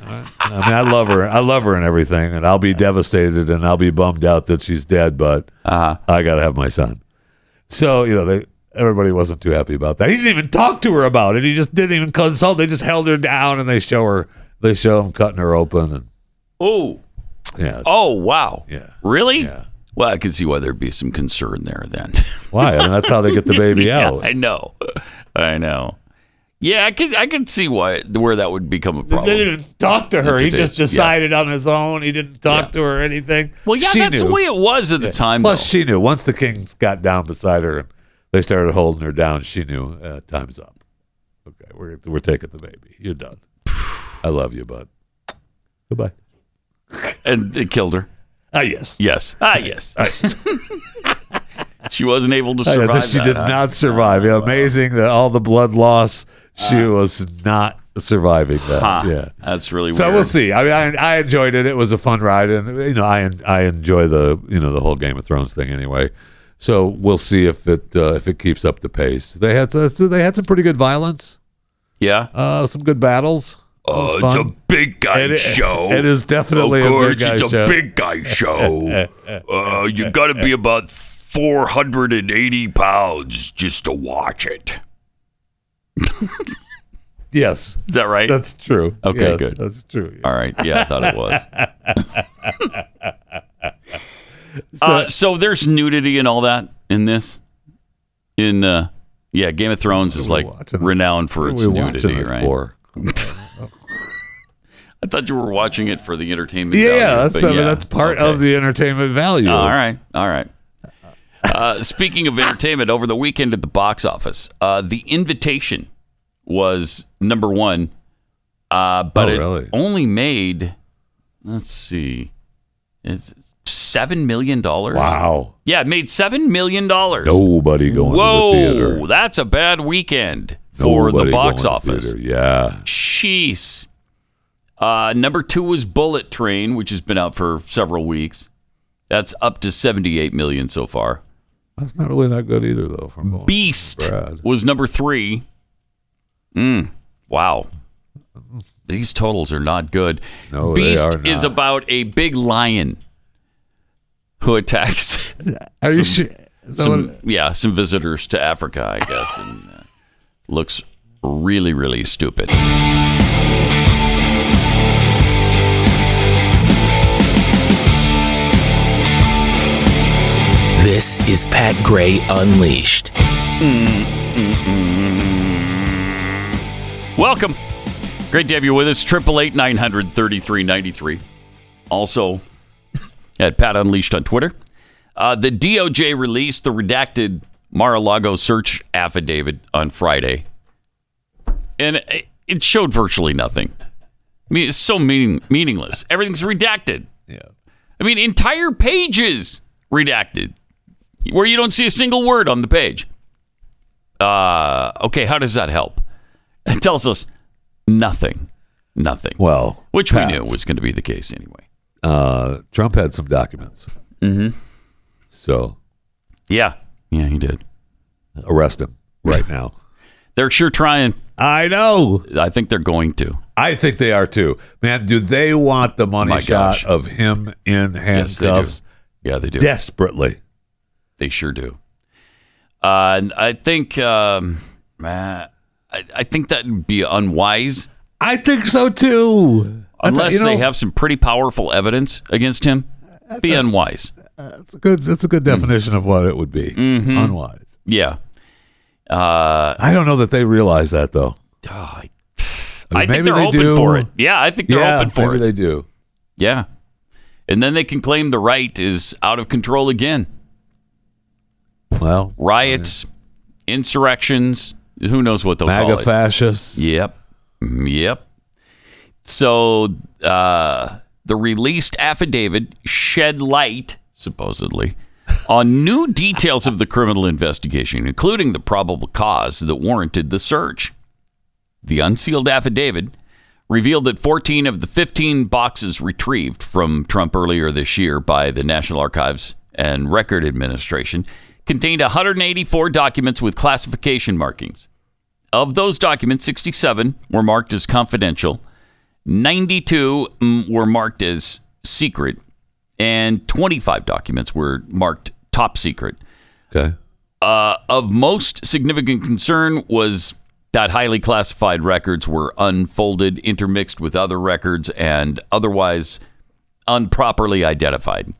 Speaker 3: All right? I mean, I love her. I love her and everything, and I'll be devastated and I'll be bummed out that she's dead. But
Speaker 2: Uh-huh.
Speaker 3: I gotta have my son. So you know, they everybody wasn't too happy about that. He didn't even talk to her about it. He just didn't even consult. They just held her down and they show her. They show him cutting her open and
Speaker 2: Oh.
Speaker 3: yeah. it's-
Speaker 2: Oh, wow.
Speaker 3: Yeah.
Speaker 2: Really?
Speaker 3: Yeah.
Speaker 2: Well, I could see why there'd be some concern there then.
Speaker 3: Why? I mean, that's how they get the baby
Speaker 2: Oh. yeah,
Speaker 3: out.
Speaker 2: I know. I know. Yeah, I could I could see why where that would become a
Speaker 3: They
Speaker 2: problem.
Speaker 3: didn't talk to her. He
Speaker 2: It
Speaker 3: just
Speaker 2: is, yeah.
Speaker 3: decided on his own. He didn't talk to her or anything.
Speaker 2: Well, yeah,
Speaker 3: She
Speaker 2: that's
Speaker 3: knew.
Speaker 2: the way it was at the time.
Speaker 3: Plus,
Speaker 2: though.
Speaker 3: she knew once the kings got down beside her and they started holding her down, she knew uh, time's up. Okay, we're we're taking the baby. You're done. I love you, bud. Goodbye.
Speaker 2: and it killed her.
Speaker 3: Ah, yes.
Speaker 2: Yes. Ah, yes. she wasn't able to
Speaker 3: Ah,
Speaker 2: survive.
Speaker 3: yes. She
Speaker 2: that,
Speaker 3: did
Speaker 2: huh?
Speaker 3: not survive. Yeah, amazing that all the blood loss. She was not surviving that.
Speaker 2: Huh.
Speaker 3: Yeah.
Speaker 2: Ah, That's really
Speaker 3: So
Speaker 2: weird.
Speaker 3: we'll see. I mean, I, I enjoyed it. It was a fun ride, and you know, I I enjoy the you know the whole Game of Thrones thing anyway. So we'll see if it uh, if it keeps up the pace. They had so they had some pretty good violence,
Speaker 2: Yeah.
Speaker 3: uh, some good battles. It was
Speaker 2: Uh, it's a
Speaker 3: fun.
Speaker 2: big guy
Speaker 3: It i-
Speaker 2: show.
Speaker 3: it is definitely
Speaker 2: of
Speaker 3: a big
Speaker 2: course,
Speaker 3: guy
Speaker 2: it's
Speaker 3: show.
Speaker 2: a big guy show. uh, you got to be about four hundred and eighty pounds just to watch it.
Speaker 3: yes,
Speaker 2: Is that right?
Speaker 3: that's true.
Speaker 2: Okay,
Speaker 3: Yes,
Speaker 2: good.
Speaker 3: That's true.
Speaker 2: All right. Yeah, I thought it was. uh, so there's nudity and all that in this. In uh, yeah, Game of Thrones is
Speaker 3: What are
Speaker 2: like
Speaker 3: we watching it-
Speaker 2: renowned for
Speaker 3: What are
Speaker 2: its
Speaker 3: we watching
Speaker 2: nudity,
Speaker 3: it
Speaker 2: right?
Speaker 3: for?
Speaker 2: I thought you were watching it for the entertainment. value,
Speaker 3: Yeah, that's
Speaker 2: but
Speaker 3: I mean, that's part
Speaker 2: okay.
Speaker 3: of the entertainment value.
Speaker 2: All right, all right. Uh, speaking of entertainment, over the weekend at the box office, uh, The Invitation was number one, uh, but
Speaker 3: Oh,
Speaker 2: it
Speaker 3: really?
Speaker 2: only made let's see, it's seven million dollars.
Speaker 3: Wow.
Speaker 2: Yeah, it made seven million dollars.
Speaker 3: Nobody going
Speaker 2: Whoa,
Speaker 3: to the theater.
Speaker 2: that's a bad weekend for
Speaker 3: Nobody
Speaker 2: the box
Speaker 3: going to the
Speaker 2: office.
Speaker 3: theater. Yeah.
Speaker 2: Jeez. Uh, number two was Bullet Train, which has been out for several weeks. That's up to 78 million so far.
Speaker 3: That's not really that good either, though. From going-
Speaker 2: Beast
Speaker 3: Brad.
Speaker 2: was number three. Mm, wow. These totals are not good.
Speaker 3: No, they
Speaker 2: Beast
Speaker 3: are
Speaker 2: is
Speaker 3: not.
Speaker 2: about a big lion who attacks
Speaker 3: Are you sure? Is that
Speaker 2: some,
Speaker 3: what-
Speaker 2: yeah, some visitors to Africa, I guess, and uh, looks really, really stupid.
Speaker 5: This is Pat Gray Unleashed.
Speaker 2: Welcome. Great to have you with us. Triple eight nine hundred thirty three ninety three. Also at Pat Unleashed on Twitter. Uh, the DOJ released the redacted Mar-a-Lago search affidavit on Friday, and it- it showed virtually nothing. I mean, it's so meaning, meaningless. Everything's redacted.
Speaker 3: Yeah.
Speaker 2: I mean, entire pages redacted, where you don't see a single word on the page. Uh, okay, how does that help? It tells us nothing, nothing,
Speaker 3: Well,
Speaker 2: which we
Speaker 3: Pat,
Speaker 2: knew was going to be the case anyway.
Speaker 3: Uh, Trump had some documents. Mm-hmm. So
Speaker 2: Yeah, yeah, he did.
Speaker 3: arrest him right now.
Speaker 2: They're sure trying.
Speaker 3: I know.
Speaker 2: I think they're going to.
Speaker 3: I think they are too. Man, do they want the money
Speaker 2: My
Speaker 3: shot
Speaker 2: gosh.
Speaker 3: of him in
Speaker 2: Yes, they do.
Speaker 3: handcuffs?
Speaker 2: Yeah, they do.
Speaker 3: Desperately.
Speaker 2: They sure do. Uh, and I think, um, uh, I, I think that would be unwise
Speaker 3: I think so too. That's a-
Speaker 2: unless
Speaker 3: you know,
Speaker 2: they have some pretty powerful evidence against him. Be unwise.
Speaker 3: That's a good. That's a good definition of what it would be. Unwise.
Speaker 2: Yeah. Mm-hmm. Uh,
Speaker 3: I don't know that they realize that though. mean,
Speaker 2: I, I think
Speaker 3: maybe
Speaker 2: they're
Speaker 3: they
Speaker 2: open
Speaker 3: do.
Speaker 2: for it. Yeah, I think they're
Speaker 3: yeah,
Speaker 2: open for
Speaker 3: maybe
Speaker 2: it.
Speaker 3: they do.
Speaker 2: yeah. And then they can claim the right is out of control again.
Speaker 3: Well,
Speaker 2: Riots, insurrections, who knows what they'll call
Speaker 3: MAGA
Speaker 2: it.
Speaker 3: fascists.
Speaker 2: Yep. Yep. So uh, the released affidavit shed light, supposedly, on new details of the criminal investigation, including the probable cause that warranted the search. The unsealed affidavit revealed that 14 of the 15 boxes retrieved from Trump earlier this year by the National Archives and Record Administration contained 184 documents with classification markings. Of those documents, 67 were marked as confidential, 92 mm, were marked as secret, and 25 documents were marked top secret.
Speaker 3: Okay.
Speaker 2: Uh, of most significant concern was that highly classified records were unfolded, intermixed with other records, and otherwise unproperly identified.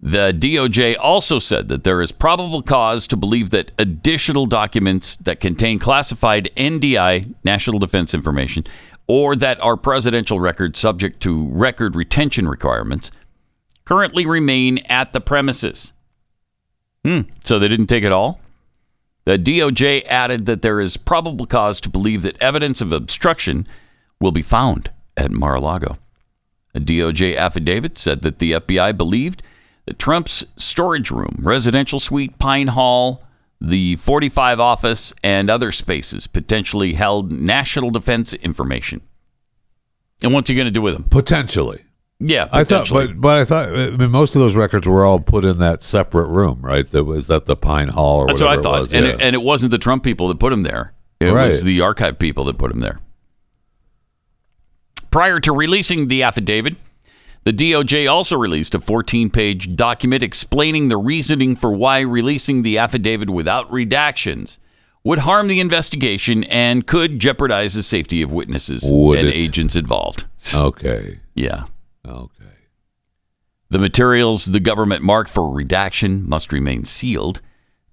Speaker 2: The DOJ also said that there is probable cause to believe that additional documents that contain classified NDI, national defense information, or that are presidential records subject to record retention requirements currently remain at the premises. Hmm. So they didn't take it all? The DOJ added that there is probable cause to believe that evidence of obstruction will be found at Mar a Lago. A DOJ affidavit said that the FBI believed that Trump's storage room, residential suite, Pine Hall, the 45 office, and other spaces potentially held national defense information. And what's he going to do with them?
Speaker 3: Potentially.
Speaker 2: Yeah,
Speaker 3: I thought,
Speaker 2: potentially.
Speaker 3: but but I thought I mean, most of those records were all put in that separate room, right? That was at the Pine Hall or
Speaker 2: That's what
Speaker 3: whatever
Speaker 2: I thought.
Speaker 3: it was.
Speaker 2: and,
Speaker 3: yeah.
Speaker 2: it, and it wasn't the Trump people that put him there. It was
Speaker 3: Right.
Speaker 2: the archive people that put him there. Prior to releasing the affidavit, the DOJ also released a 14 page document explaining the reasoning for why releasing the affidavit without redactions would harm the investigation and could jeopardize the safety of witnesses
Speaker 3: Would
Speaker 2: and
Speaker 3: it?
Speaker 2: agents involved.
Speaker 3: okay,
Speaker 2: Yeah.
Speaker 3: okay.
Speaker 2: The materials the government marked for redaction must remain sealed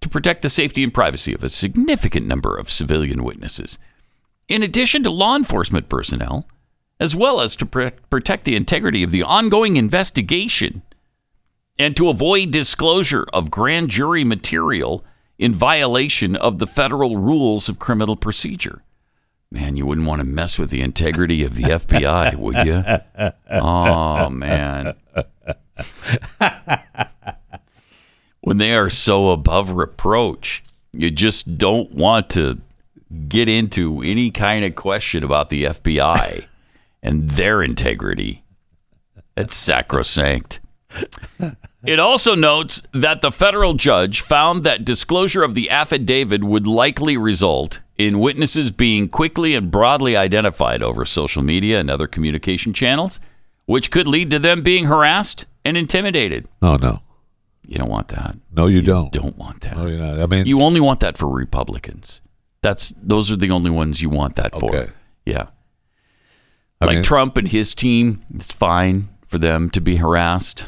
Speaker 2: to protect the safety and privacy of a significant number of civilian witnesses, in addition to law enforcement personnel, as well as to pr- protect the integrity of the ongoing investigation and to avoid disclosure of grand jury material in violation of the federal rules of criminal procedure. Man, you wouldn't want to mess with the integrity of the FBI, would you? Oh, man when they are so above reproach. You just don't want to get into any kind of question about the FBI and their integrity. It's sacrosanct. It also notes that the federal judge found that disclosure of the affidavit would likely result in witnesses being quickly and broadly identified over social media and other communication channels, which could lead to them being harassed and intimidated.
Speaker 3: Oh no,
Speaker 2: You don't want that.
Speaker 3: no, you, don't.
Speaker 2: Don't want that.
Speaker 3: No, you're not. I mean,
Speaker 2: You only want that for Republicans. That's those are the only ones you want that for.
Speaker 3: Okay.
Speaker 2: Yeah.
Speaker 3: I
Speaker 2: like
Speaker 3: mean-
Speaker 2: Trump and his team, it's fine for them to be harassed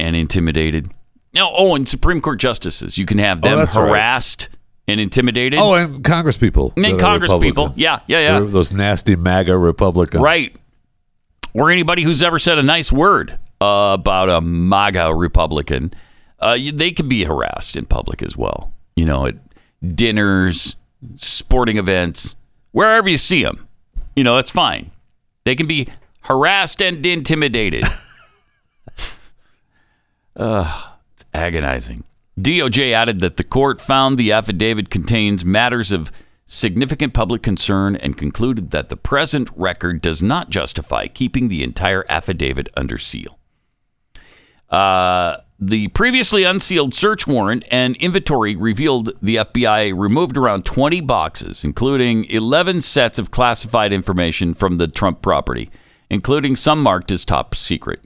Speaker 2: and intimidated. Now, oh, and Supreme Court justices, you can have
Speaker 3: Oh,
Speaker 2: them
Speaker 3: that's right.
Speaker 2: harassed and intimidated.
Speaker 3: oh, and Congress people.
Speaker 2: and then Congress people. Yeah, yeah, yeah.
Speaker 3: Those nasty MAGA Republicans.
Speaker 2: Right. Or anybody who's ever said a nice word uh, about a MAGA Republican uh, you- they can be harassed in public as well. You know, at dinners, sporting events, wherever you see them. You know, that's fine. They can be harassed and intimidated. Uh, Ugh, it's agonizing. DOJ added that the court found the affidavit contains matters of significant public concern and concluded that the present record does not justify keeping the entire affidavit under seal. Uh, the previously unsealed search warrant and inventory revealed the FBI removed around 20 boxes, including 11 sets of classified information from the Trump property, including some marked as top secret.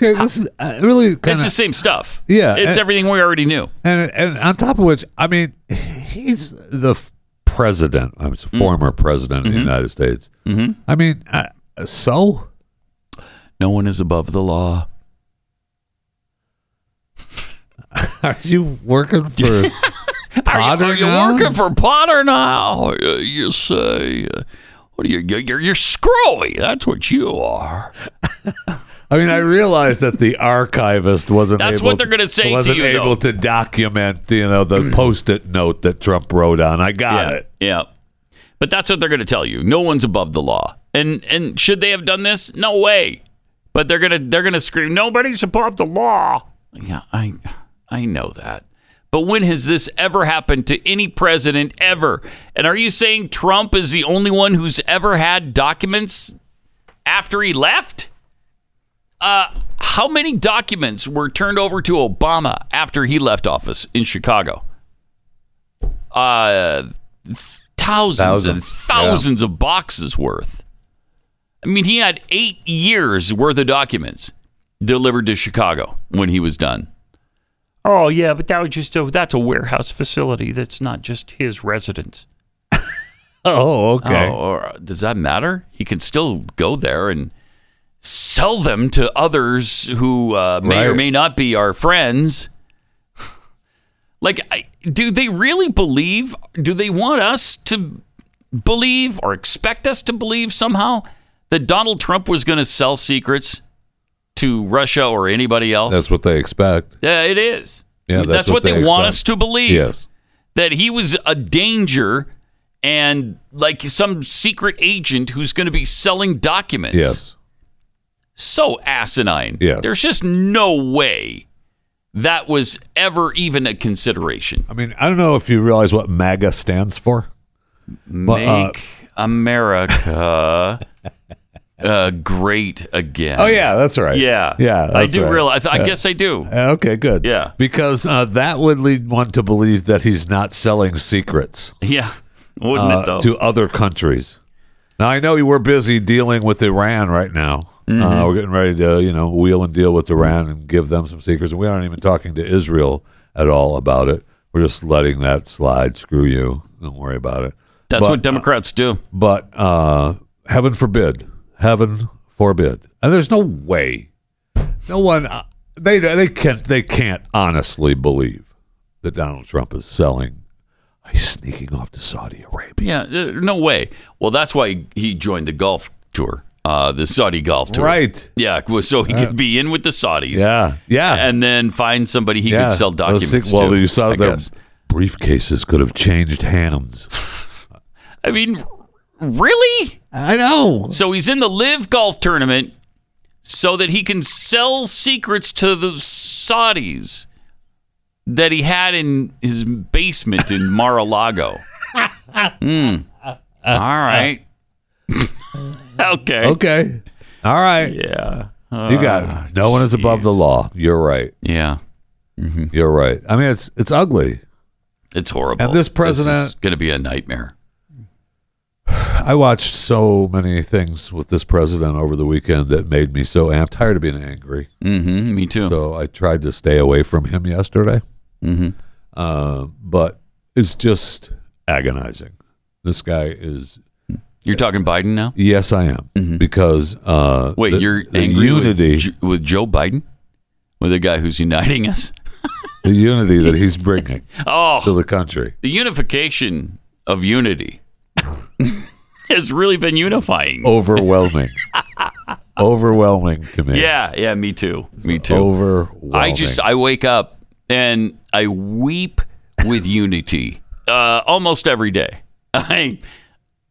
Speaker 3: Okay, this is uh, really kind
Speaker 2: It's
Speaker 3: of
Speaker 2: the same stuff.
Speaker 3: Yeah,
Speaker 2: It's
Speaker 3: and-
Speaker 2: everything we already knew.
Speaker 3: And and on top of which, I mean, he's the f- president. I mean, it's a
Speaker 2: Mm.
Speaker 3: former president of the United States. Mm-hmm. I mean, uh, so
Speaker 2: No one is above the law.
Speaker 3: are you working for
Speaker 2: Are
Speaker 3: Potter
Speaker 2: you, are you
Speaker 3: now?
Speaker 2: working for Potter now? Uh, You say, uh, what are you? You're, you're- you're screwy. That's what you are.
Speaker 3: I mean, I realized that the archivist wasn't.
Speaker 2: That's
Speaker 3: able
Speaker 2: what they're gonna say to
Speaker 3: Wasn't
Speaker 2: you, Mm.
Speaker 3: able to document, you know, the post-it note that Trump wrote on. I got
Speaker 2: yeah.
Speaker 3: it.
Speaker 2: Yeah. But that's what they're going to tell you. No one's above the law. And and should they have done this? No way. But they're going to they're going to scream nobody's above the law. Yeah, I I know that. But when has this ever happened to any president ever? And are you saying Trump is the only one who's ever had documents after he left? Uh how many documents were turned over to Obama after he left office in Chicago? uh, thousands, and
Speaker 3: Thousands,
Speaker 2: thousands of boxes worth. I mean, he had eight years worth of documents delivered to Chicago when he was done.
Speaker 4: Oh yeah, but that was just a, that's a warehouse facility. That's not just his residence.
Speaker 3: Oh, okay.
Speaker 2: Oh, or does that matter? He can still go there and sell them to others who uh, may or
Speaker 3: Right.
Speaker 2: may not be our friends. like, I, do they really believe? Do they want us to believe or expect us to believe somehow that Donald Trump was going to sell secrets to Russia or anybody else?
Speaker 3: That's what they expect.
Speaker 2: yeah, it is.
Speaker 3: Yeah,
Speaker 2: that's,
Speaker 3: that's
Speaker 2: what,
Speaker 3: what
Speaker 2: they,
Speaker 3: they
Speaker 2: want
Speaker 3: expect.
Speaker 2: us to believe
Speaker 3: Yes.
Speaker 2: that he was a danger and like some secret agent who's going to be selling documents.
Speaker 3: Yes.
Speaker 2: So asinine.
Speaker 3: Yes.
Speaker 2: There's just no way that was ever even a consideration.
Speaker 3: I mean, I don't know if you realize what MAGA stands for. But, uh,
Speaker 2: Make America uh, great again.
Speaker 3: Oh yeah, that's right.
Speaker 2: Uh, Yeah.
Speaker 3: yeah.
Speaker 2: I
Speaker 3: that's
Speaker 2: do
Speaker 3: right.
Speaker 2: realize. I guess I do.
Speaker 3: Uh, Okay, good.
Speaker 2: Yeah.
Speaker 3: Because uh, that would lead one to believe that he's not selling secrets
Speaker 2: yeah. Wouldn't
Speaker 3: uh,
Speaker 2: it though?
Speaker 3: to other countries. Now, I know you were busy dealing with Iran right now. Uh, we're getting ready to, you know, wheel and deal with Iran and give them some secrets. And we aren't even talking to Israel at all about it. We're just letting that slide. Screw you. Don't worry about it.
Speaker 2: That's
Speaker 3: but- uh,
Speaker 2: what Democrats do.
Speaker 3: But uh, heaven forbid, heaven forbid, and there's no way, no one uh, they they can't they can't honestly believe that Donald Trump is selling. He's sneaking off to Saudi Arabia.
Speaker 2: Yeah, uh, no way. Well, that's why he joined the golf tour, uh, the Saudi golf tour.
Speaker 3: Right.
Speaker 2: Yeah, well, so he could be in with the Saudis.
Speaker 3: Yeah. Yeah.
Speaker 2: And then find somebody he
Speaker 3: yeah.
Speaker 2: could sell
Speaker 3: Those
Speaker 2: documents
Speaker 3: sec- Well,
Speaker 2: to.
Speaker 3: you saw
Speaker 2: I
Speaker 3: the
Speaker 2: guess.
Speaker 3: briefcases could have changed hands.
Speaker 2: I mean, really?
Speaker 3: I know.
Speaker 2: So he's in the live golf tournament so that he can sell secrets to the Saudis that he had in his basement in Mar-a-Lago. Hmm. All right. okay.
Speaker 3: Okay. All right.
Speaker 2: Yeah. Uh,
Speaker 3: you got it. Ah, no one is above the law. You're right.
Speaker 2: Yeah. Mm-hmm.
Speaker 3: You're right. I mean, it's it's ugly.
Speaker 2: It's horrible.
Speaker 3: And this president-
Speaker 2: is going to be a nightmare.
Speaker 3: I watched so many things with this president over the weekend that made me so amped. Tired of being angry,
Speaker 2: Mm-hmm. Me too.
Speaker 3: so I tried to stay away from him yesterday. Mm-hmm. Uh, but it's just agonizing. This guy is.
Speaker 2: You're talking Biden now.
Speaker 3: Yes, I am because uh,
Speaker 2: Mm-hmm. Wait,
Speaker 3: the-
Speaker 2: you're
Speaker 3: the
Speaker 2: angry
Speaker 3: unity,
Speaker 2: with, J- with Joe Biden, with the guy who's uniting us.
Speaker 3: the unity that he's bringing
Speaker 2: Oh,
Speaker 3: to the country.
Speaker 2: the unification of unity has really been unifying.
Speaker 3: Overwhelming. overwhelming to me.
Speaker 2: Yeah, yeah, me too. Me too.
Speaker 3: Overwhelming.
Speaker 2: I just I wake up and I weep with unity uh, almost every day. I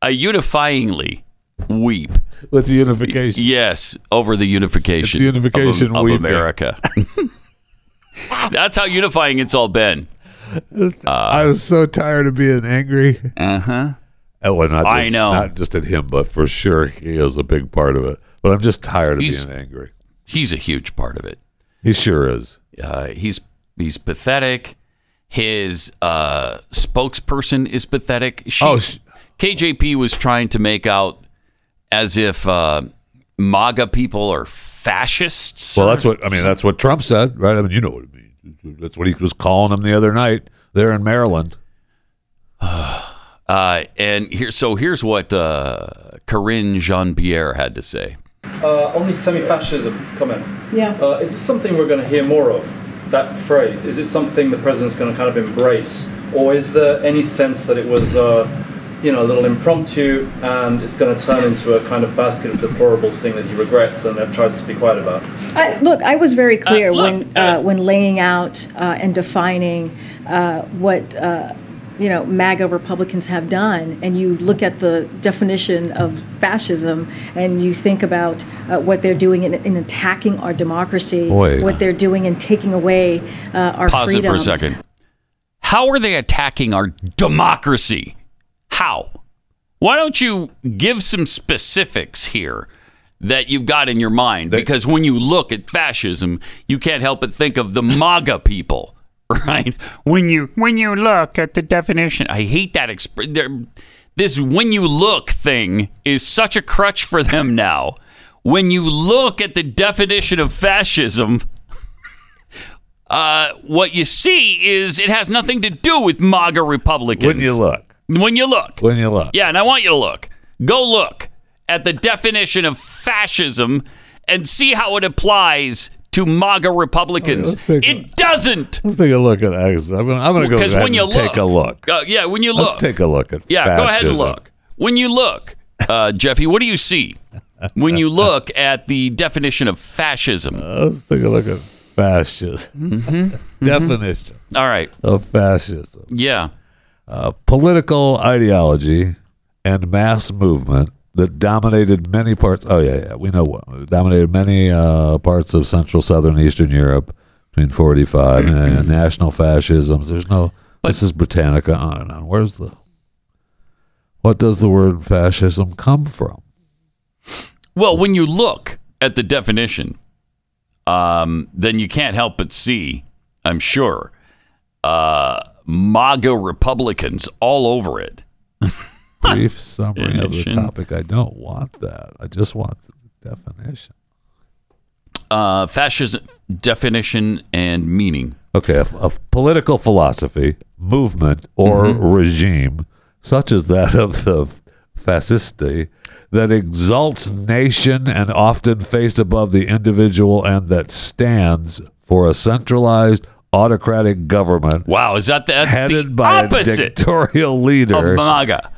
Speaker 2: I unifyingly weep.
Speaker 3: with the unification.
Speaker 2: Yes, over the
Speaker 3: It's
Speaker 2: unification.
Speaker 3: the unification
Speaker 2: of, of
Speaker 3: weeping.
Speaker 2: America. That's how unifying it's all been.
Speaker 3: I was so tired of being angry.
Speaker 2: Uh huh.
Speaker 3: Oh, well, not just,
Speaker 2: I know.
Speaker 3: Not just at him, but for sure he is a big part of it. But I'm just tired of
Speaker 2: He's-
Speaker 3: being angry.
Speaker 2: He's a huge part of it.
Speaker 3: He sure is.
Speaker 2: Uh, he's he's pathetic. His uh, spokesperson is pathetic. She,
Speaker 3: Oh, sh-
Speaker 2: KJP was trying to make out as if uh, MAGA people are fascists.
Speaker 3: Well, that's what I mean. That's what Trump said, right? I mean, you know what I mean. That's what he was calling them the other night there in Maryland.
Speaker 2: Uh, and here, so here's what uh, Corinne Jean Pierre had to say.
Speaker 6: Uh, on this semi-fascism comment,
Speaker 7: Yeah.
Speaker 6: uh, is this something we're going to hear more of? That phrase is it something the president's going to kind of embrace, or is there any sense that it was, uh, you know, a little impromptu and it's going to turn into a kind of basket of deplorables thing that he regrets and then tries to be quiet about?
Speaker 7: I, look, I was very clear
Speaker 2: Uh, look,
Speaker 7: when
Speaker 2: uh,
Speaker 7: uh, when laying out uh, and defining uh, what uh, you know MAGA Republicans have done, and you look at the definition of fascism, and you think about uh, what they're doing in, in attacking our democracy,
Speaker 3: Boy.
Speaker 7: what they're doing in taking away uh, our
Speaker 2: Pause it for a
Speaker 7: freedoms.
Speaker 2: second. How are they attacking our democracy? How? Why don't you give some specifics here that you've got in your mind? because when you look at fascism, you can't help but think of the MAGA people, right? When you
Speaker 4: When you look at the definition,
Speaker 2: I hate that exp- there- This when you look thing is such a crutch for them now. When you look at the definition of fascism, uh, what you see is it has nothing to do with MAGA Republicans.
Speaker 3: When you look,
Speaker 2: When you look.
Speaker 3: when you look,
Speaker 2: Yeah, and I want you to look. Go look at the definition of fascism and see how it applies to MAGA Republicans.
Speaker 3: let's take a-
Speaker 2: it doesn't.
Speaker 3: let's take a look at. I'm gonna, I'm gonna go
Speaker 2: Because
Speaker 3: ahead
Speaker 2: when you
Speaker 3: and take a look.
Speaker 2: Uh, yeah, when you look.
Speaker 3: Let's take a look at.
Speaker 2: Yeah, go ahead and
Speaker 3: fascism.
Speaker 2: look. When you look, uh, Jeffy, what do you see when you look at the definition of fascism?
Speaker 3: Let's take a look at fascism.
Speaker 2: Mm-hmm.
Speaker 3: Definition
Speaker 2: All right.
Speaker 3: of fascism.
Speaker 2: Yeah.
Speaker 3: a political ideology and mass movement that dominated many parts. Oh yeah, yeah, we know what dominated many uh, parts of Central, Southern, Eastern Europe between forty-five and national fascisms. There's no. this is Britannica on and on. Where's the? What does the word fascism come from?
Speaker 2: Well, when you look at the definition, um, then you can't help but see, I'm sure, uh, MAGA Republicans all over it.
Speaker 3: Brief summary of the
Speaker 2: Definition.
Speaker 3: topic. I don't want that. I just want the definition.
Speaker 2: Uh, fascism definition and meaning.
Speaker 3: Okay, a, a political philosophy, movement, or
Speaker 2: Mm-hmm.
Speaker 3: regime, such as that of the fascisti, that exalts nation and often faced above the individual, and that stands for a centralized autocratic government
Speaker 2: Wow, is that the, that's the
Speaker 3: headed by a
Speaker 2: opposite?
Speaker 3: dictatorial leader.
Speaker 2: of MAGA.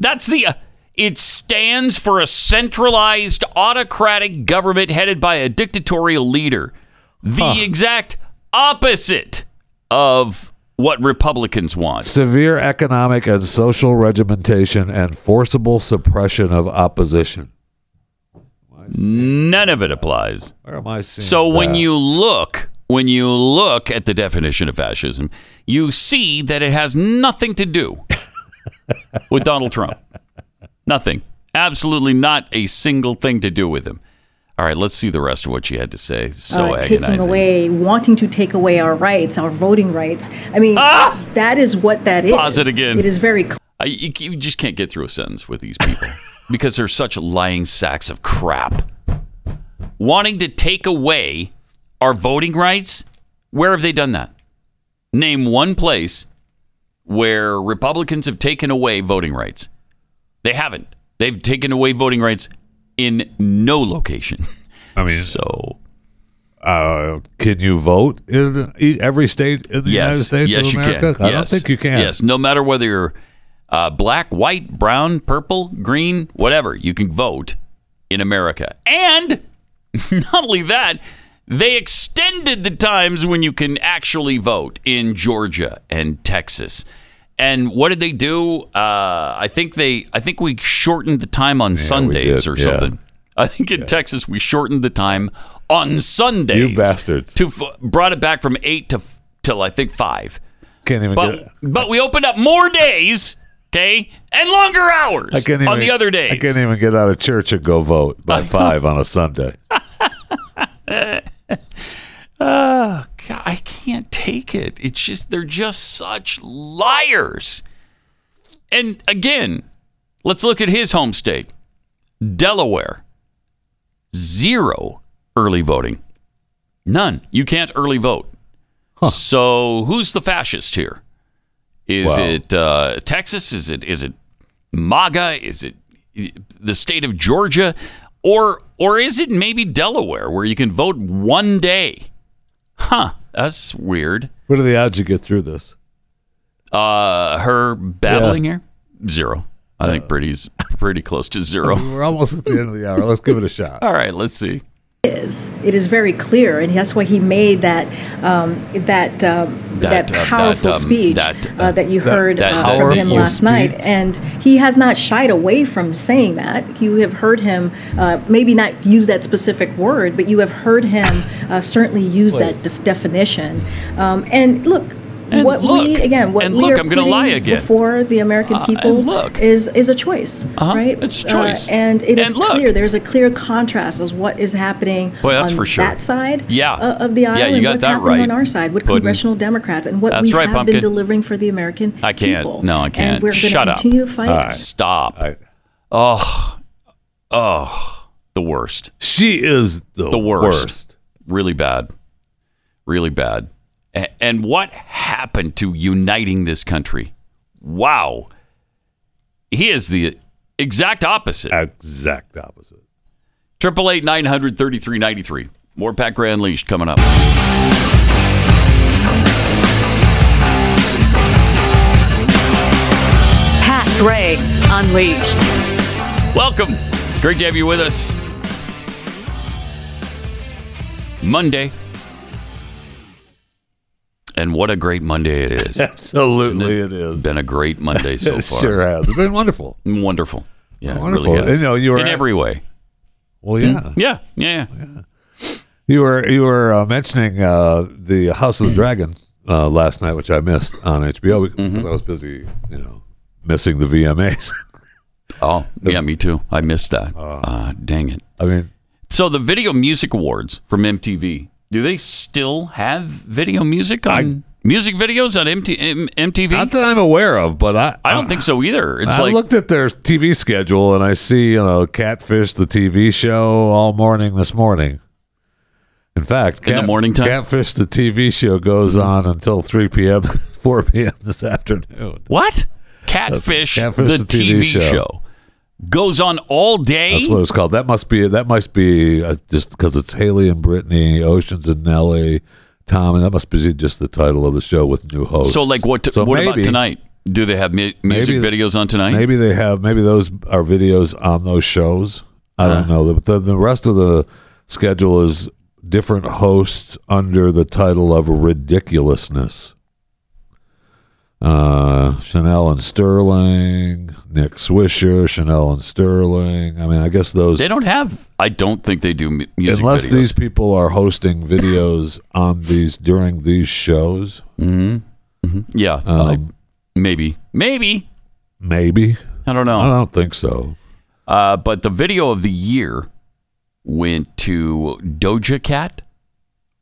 Speaker 2: That's the. Uh, it stands for a centralized autocratic government headed by a dictatorial leader. The exact opposite of what Republicans want.
Speaker 3: Severe economic and social regimentation and forcible suppression of opposition.
Speaker 2: None of it applies.
Speaker 3: Where am I seeing?
Speaker 2: So when
Speaker 3: that?
Speaker 2: you look, when you look at the definition of fascism, you see that it has nothing to do with Donald Trump. Nothing. Absolutely not a single thing to do with him. All right, let's see the rest of what she had to say. So
Speaker 7: uh, taking
Speaker 2: agonizing.
Speaker 7: away, wanting to take away our rights, our voting rights. I mean, that is what that is.
Speaker 2: Ah! Pause it again.
Speaker 7: It is very clear.
Speaker 2: I, you, you just can't get through a sentence with these people because they're such lying sacks of crap. Wanting to take away our voting rights? Where have they done that? Name one place where Republicans have taken away voting rights. They haven't. They've taken away voting rights in no location.
Speaker 3: I mean,
Speaker 2: So,
Speaker 3: uh, can you vote in e- every state in the United
Speaker 2: yes,
Speaker 3: States
Speaker 2: yes,
Speaker 3: of
Speaker 2: you
Speaker 3: America?
Speaker 2: can.
Speaker 3: I don't
Speaker 2: Yes.
Speaker 3: think you can.
Speaker 2: Yes, no matter whether you're uh, black, white, brown, purple, green, whatever, you can vote. in America. And not only that, they extended the times when you can actually vote in Georgia and Texas. And what did they do? Uh, I think they, I think we shortened the time on Sundays
Speaker 3: did,
Speaker 2: or
Speaker 3: yeah.
Speaker 2: something. I think in Texas we shortened the time on Sundays.
Speaker 3: You bastards.
Speaker 2: To f- brought it back from eight to f- till I think five.
Speaker 3: Can't even get.
Speaker 2: But but we opened up more days, okay, and longer hours
Speaker 3: I can't even,
Speaker 2: on the other days.
Speaker 3: I can't even get out of church and go vote by five on a Sunday.
Speaker 2: Uh, God, I can't take it. It's just they're just such liars. And again, let's look at his home state, Delaware. Zero early voting. None. You can't early vote. So who's the fascist here? Is
Speaker 3: Wow.
Speaker 2: it uh, Texas? Is it is it MAGA? Is it the state of Georgia? Or or is it maybe Delaware where you can vote one day? Huh, that's weird.
Speaker 3: What are the odds you get through this?
Speaker 2: Uh, her battling here? Zero. I think pretty's pretty close to zero.
Speaker 3: We're almost at the end of the hour. Let's give it a shot.
Speaker 2: All right, let's see.
Speaker 7: is. It is very clear, and that's why he made that um, that, um,
Speaker 2: That,
Speaker 7: that
Speaker 2: uh,
Speaker 7: powerful
Speaker 2: that, um,
Speaker 7: speech
Speaker 2: that,
Speaker 7: that,
Speaker 2: uh,
Speaker 7: uh, that you
Speaker 3: that-
Speaker 7: heard
Speaker 2: that
Speaker 7: uh, from him
Speaker 2: powerful
Speaker 7: last night.
Speaker 3: speech.
Speaker 7: And he has not shied away from saying that. You have heard him uh, maybe not use that specific word, but you have heard him uh, certainly use that def- definition. Um, and look.
Speaker 2: And
Speaker 7: what we
Speaker 2: look.
Speaker 7: again, what
Speaker 2: And
Speaker 7: we
Speaker 2: look,
Speaker 7: are
Speaker 2: I'm gonna
Speaker 7: putting
Speaker 2: lie again.
Speaker 7: before the American
Speaker 2: Uh, and
Speaker 7: people
Speaker 2: look.
Speaker 7: is is a choice,
Speaker 2: Uh-huh.
Speaker 7: right?
Speaker 2: It's a choice.
Speaker 7: uh, and it is
Speaker 2: And look.
Speaker 7: clear there's a clear contrast as what is happening
Speaker 2: Boy, that's
Speaker 7: on
Speaker 2: for sure.
Speaker 7: that side
Speaker 2: Yeah.
Speaker 7: uh, of the
Speaker 2: Yeah,
Speaker 7: aisle
Speaker 2: you
Speaker 7: and
Speaker 2: got
Speaker 7: what's
Speaker 2: that
Speaker 7: happening
Speaker 2: right,
Speaker 7: on our side with
Speaker 2: Puddin'.
Speaker 7: congressional Democrats and what
Speaker 2: That's
Speaker 7: we
Speaker 2: right,
Speaker 7: have
Speaker 2: Pumpkin.
Speaker 7: been delivering for the American people.
Speaker 2: I can't. No, I can't.
Speaker 7: And we're
Speaker 2: Shut
Speaker 7: to
Speaker 2: up.
Speaker 7: continue to fight.
Speaker 2: Stop.
Speaker 3: I-
Speaker 2: Oh, oh, the worst.
Speaker 3: She is the,
Speaker 2: The worst.
Speaker 3: worst.
Speaker 2: Really bad. Really bad. A- And what happened to uniting this country? Wow. He is the exact opposite.
Speaker 3: Exact opposite.
Speaker 2: Triple eight nine hundred thirty three ninety three. More Pat Gray Unleashed coming up.
Speaker 8: Pat Gray Unleashed.
Speaker 2: Welcome. Great to have you with us. Monday. And what a great Monday it is.
Speaker 3: Absolutely, it is.
Speaker 2: Been a great Monday so
Speaker 3: It
Speaker 2: far.
Speaker 3: sure has. It's been wonderful.
Speaker 2: Wonderful. Yeah, it
Speaker 3: Wonderful.
Speaker 2: really has.
Speaker 3: You know, you were
Speaker 2: in
Speaker 3: at-
Speaker 2: every way.
Speaker 3: Well, yeah.
Speaker 2: Yeah, yeah, yeah.
Speaker 3: You were you were uh, mentioning uh, the House
Speaker 2: Mm-hmm.
Speaker 3: of the Dragon uh, last night, which I missed on HBO because
Speaker 2: Mm-hmm.
Speaker 3: I was busy, you know, missing the VMAs.
Speaker 2: Oh, yeah, me too. I missed that.
Speaker 3: Oh.
Speaker 2: Uh, dang it.
Speaker 3: I mean,
Speaker 2: So the Video Music Awards from MTV. Do they still have video music on music videos on MT, M- MTV?
Speaker 3: not that I'm aware of, but I
Speaker 2: I don't think so either. It's
Speaker 3: I
Speaker 2: like
Speaker 3: looked at their TV schedule and I see, you know, Catfish, the TV show, all morning this morning. In fact,
Speaker 2: In the morning time? Mm-hmm.
Speaker 3: Catfish, the TV show, goes on until 3 p.m., 4 p.m. this afternoon.
Speaker 2: what? Catfish,
Speaker 3: Catfish,
Speaker 2: the, TV, show. goes on all day.
Speaker 3: That's what it's called. That must be. That must be uh, just because it's Haley and Brittany, Oceans and Nelly, Tom, and that must be just the title of the show with new hosts.
Speaker 2: so like what?
Speaker 3: So
Speaker 2: what about
Speaker 3: maybe-
Speaker 2: tonight? Do they have mu- music
Speaker 3: Maybe-
Speaker 2: videos on tonight?
Speaker 3: Maybe they have. Maybe those are videos on those shows. I
Speaker 2: Uh-huh.
Speaker 3: don't know. But the, the rest of the schedule is different hosts under the title of ridiculousness. Uh, Chanel and Sterling, Nick Swisher, Chanel and Sterling. I mean, I guess those.
Speaker 2: They don't have. I don't think they do mu- music
Speaker 3: Unless
Speaker 2: videos.
Speaker 3: these people are hosting videos on these during these shows, um,
Speaker 2: yeah,
Speaker 3: Oh.
Speaker 2: uh, maybe, maybe.
Speaker 3: maybe.
Speaker 2: I don't know.
Speaker 3: I don't think so.
Speaker 2: Uh, but the video of the year went to Doja Cat,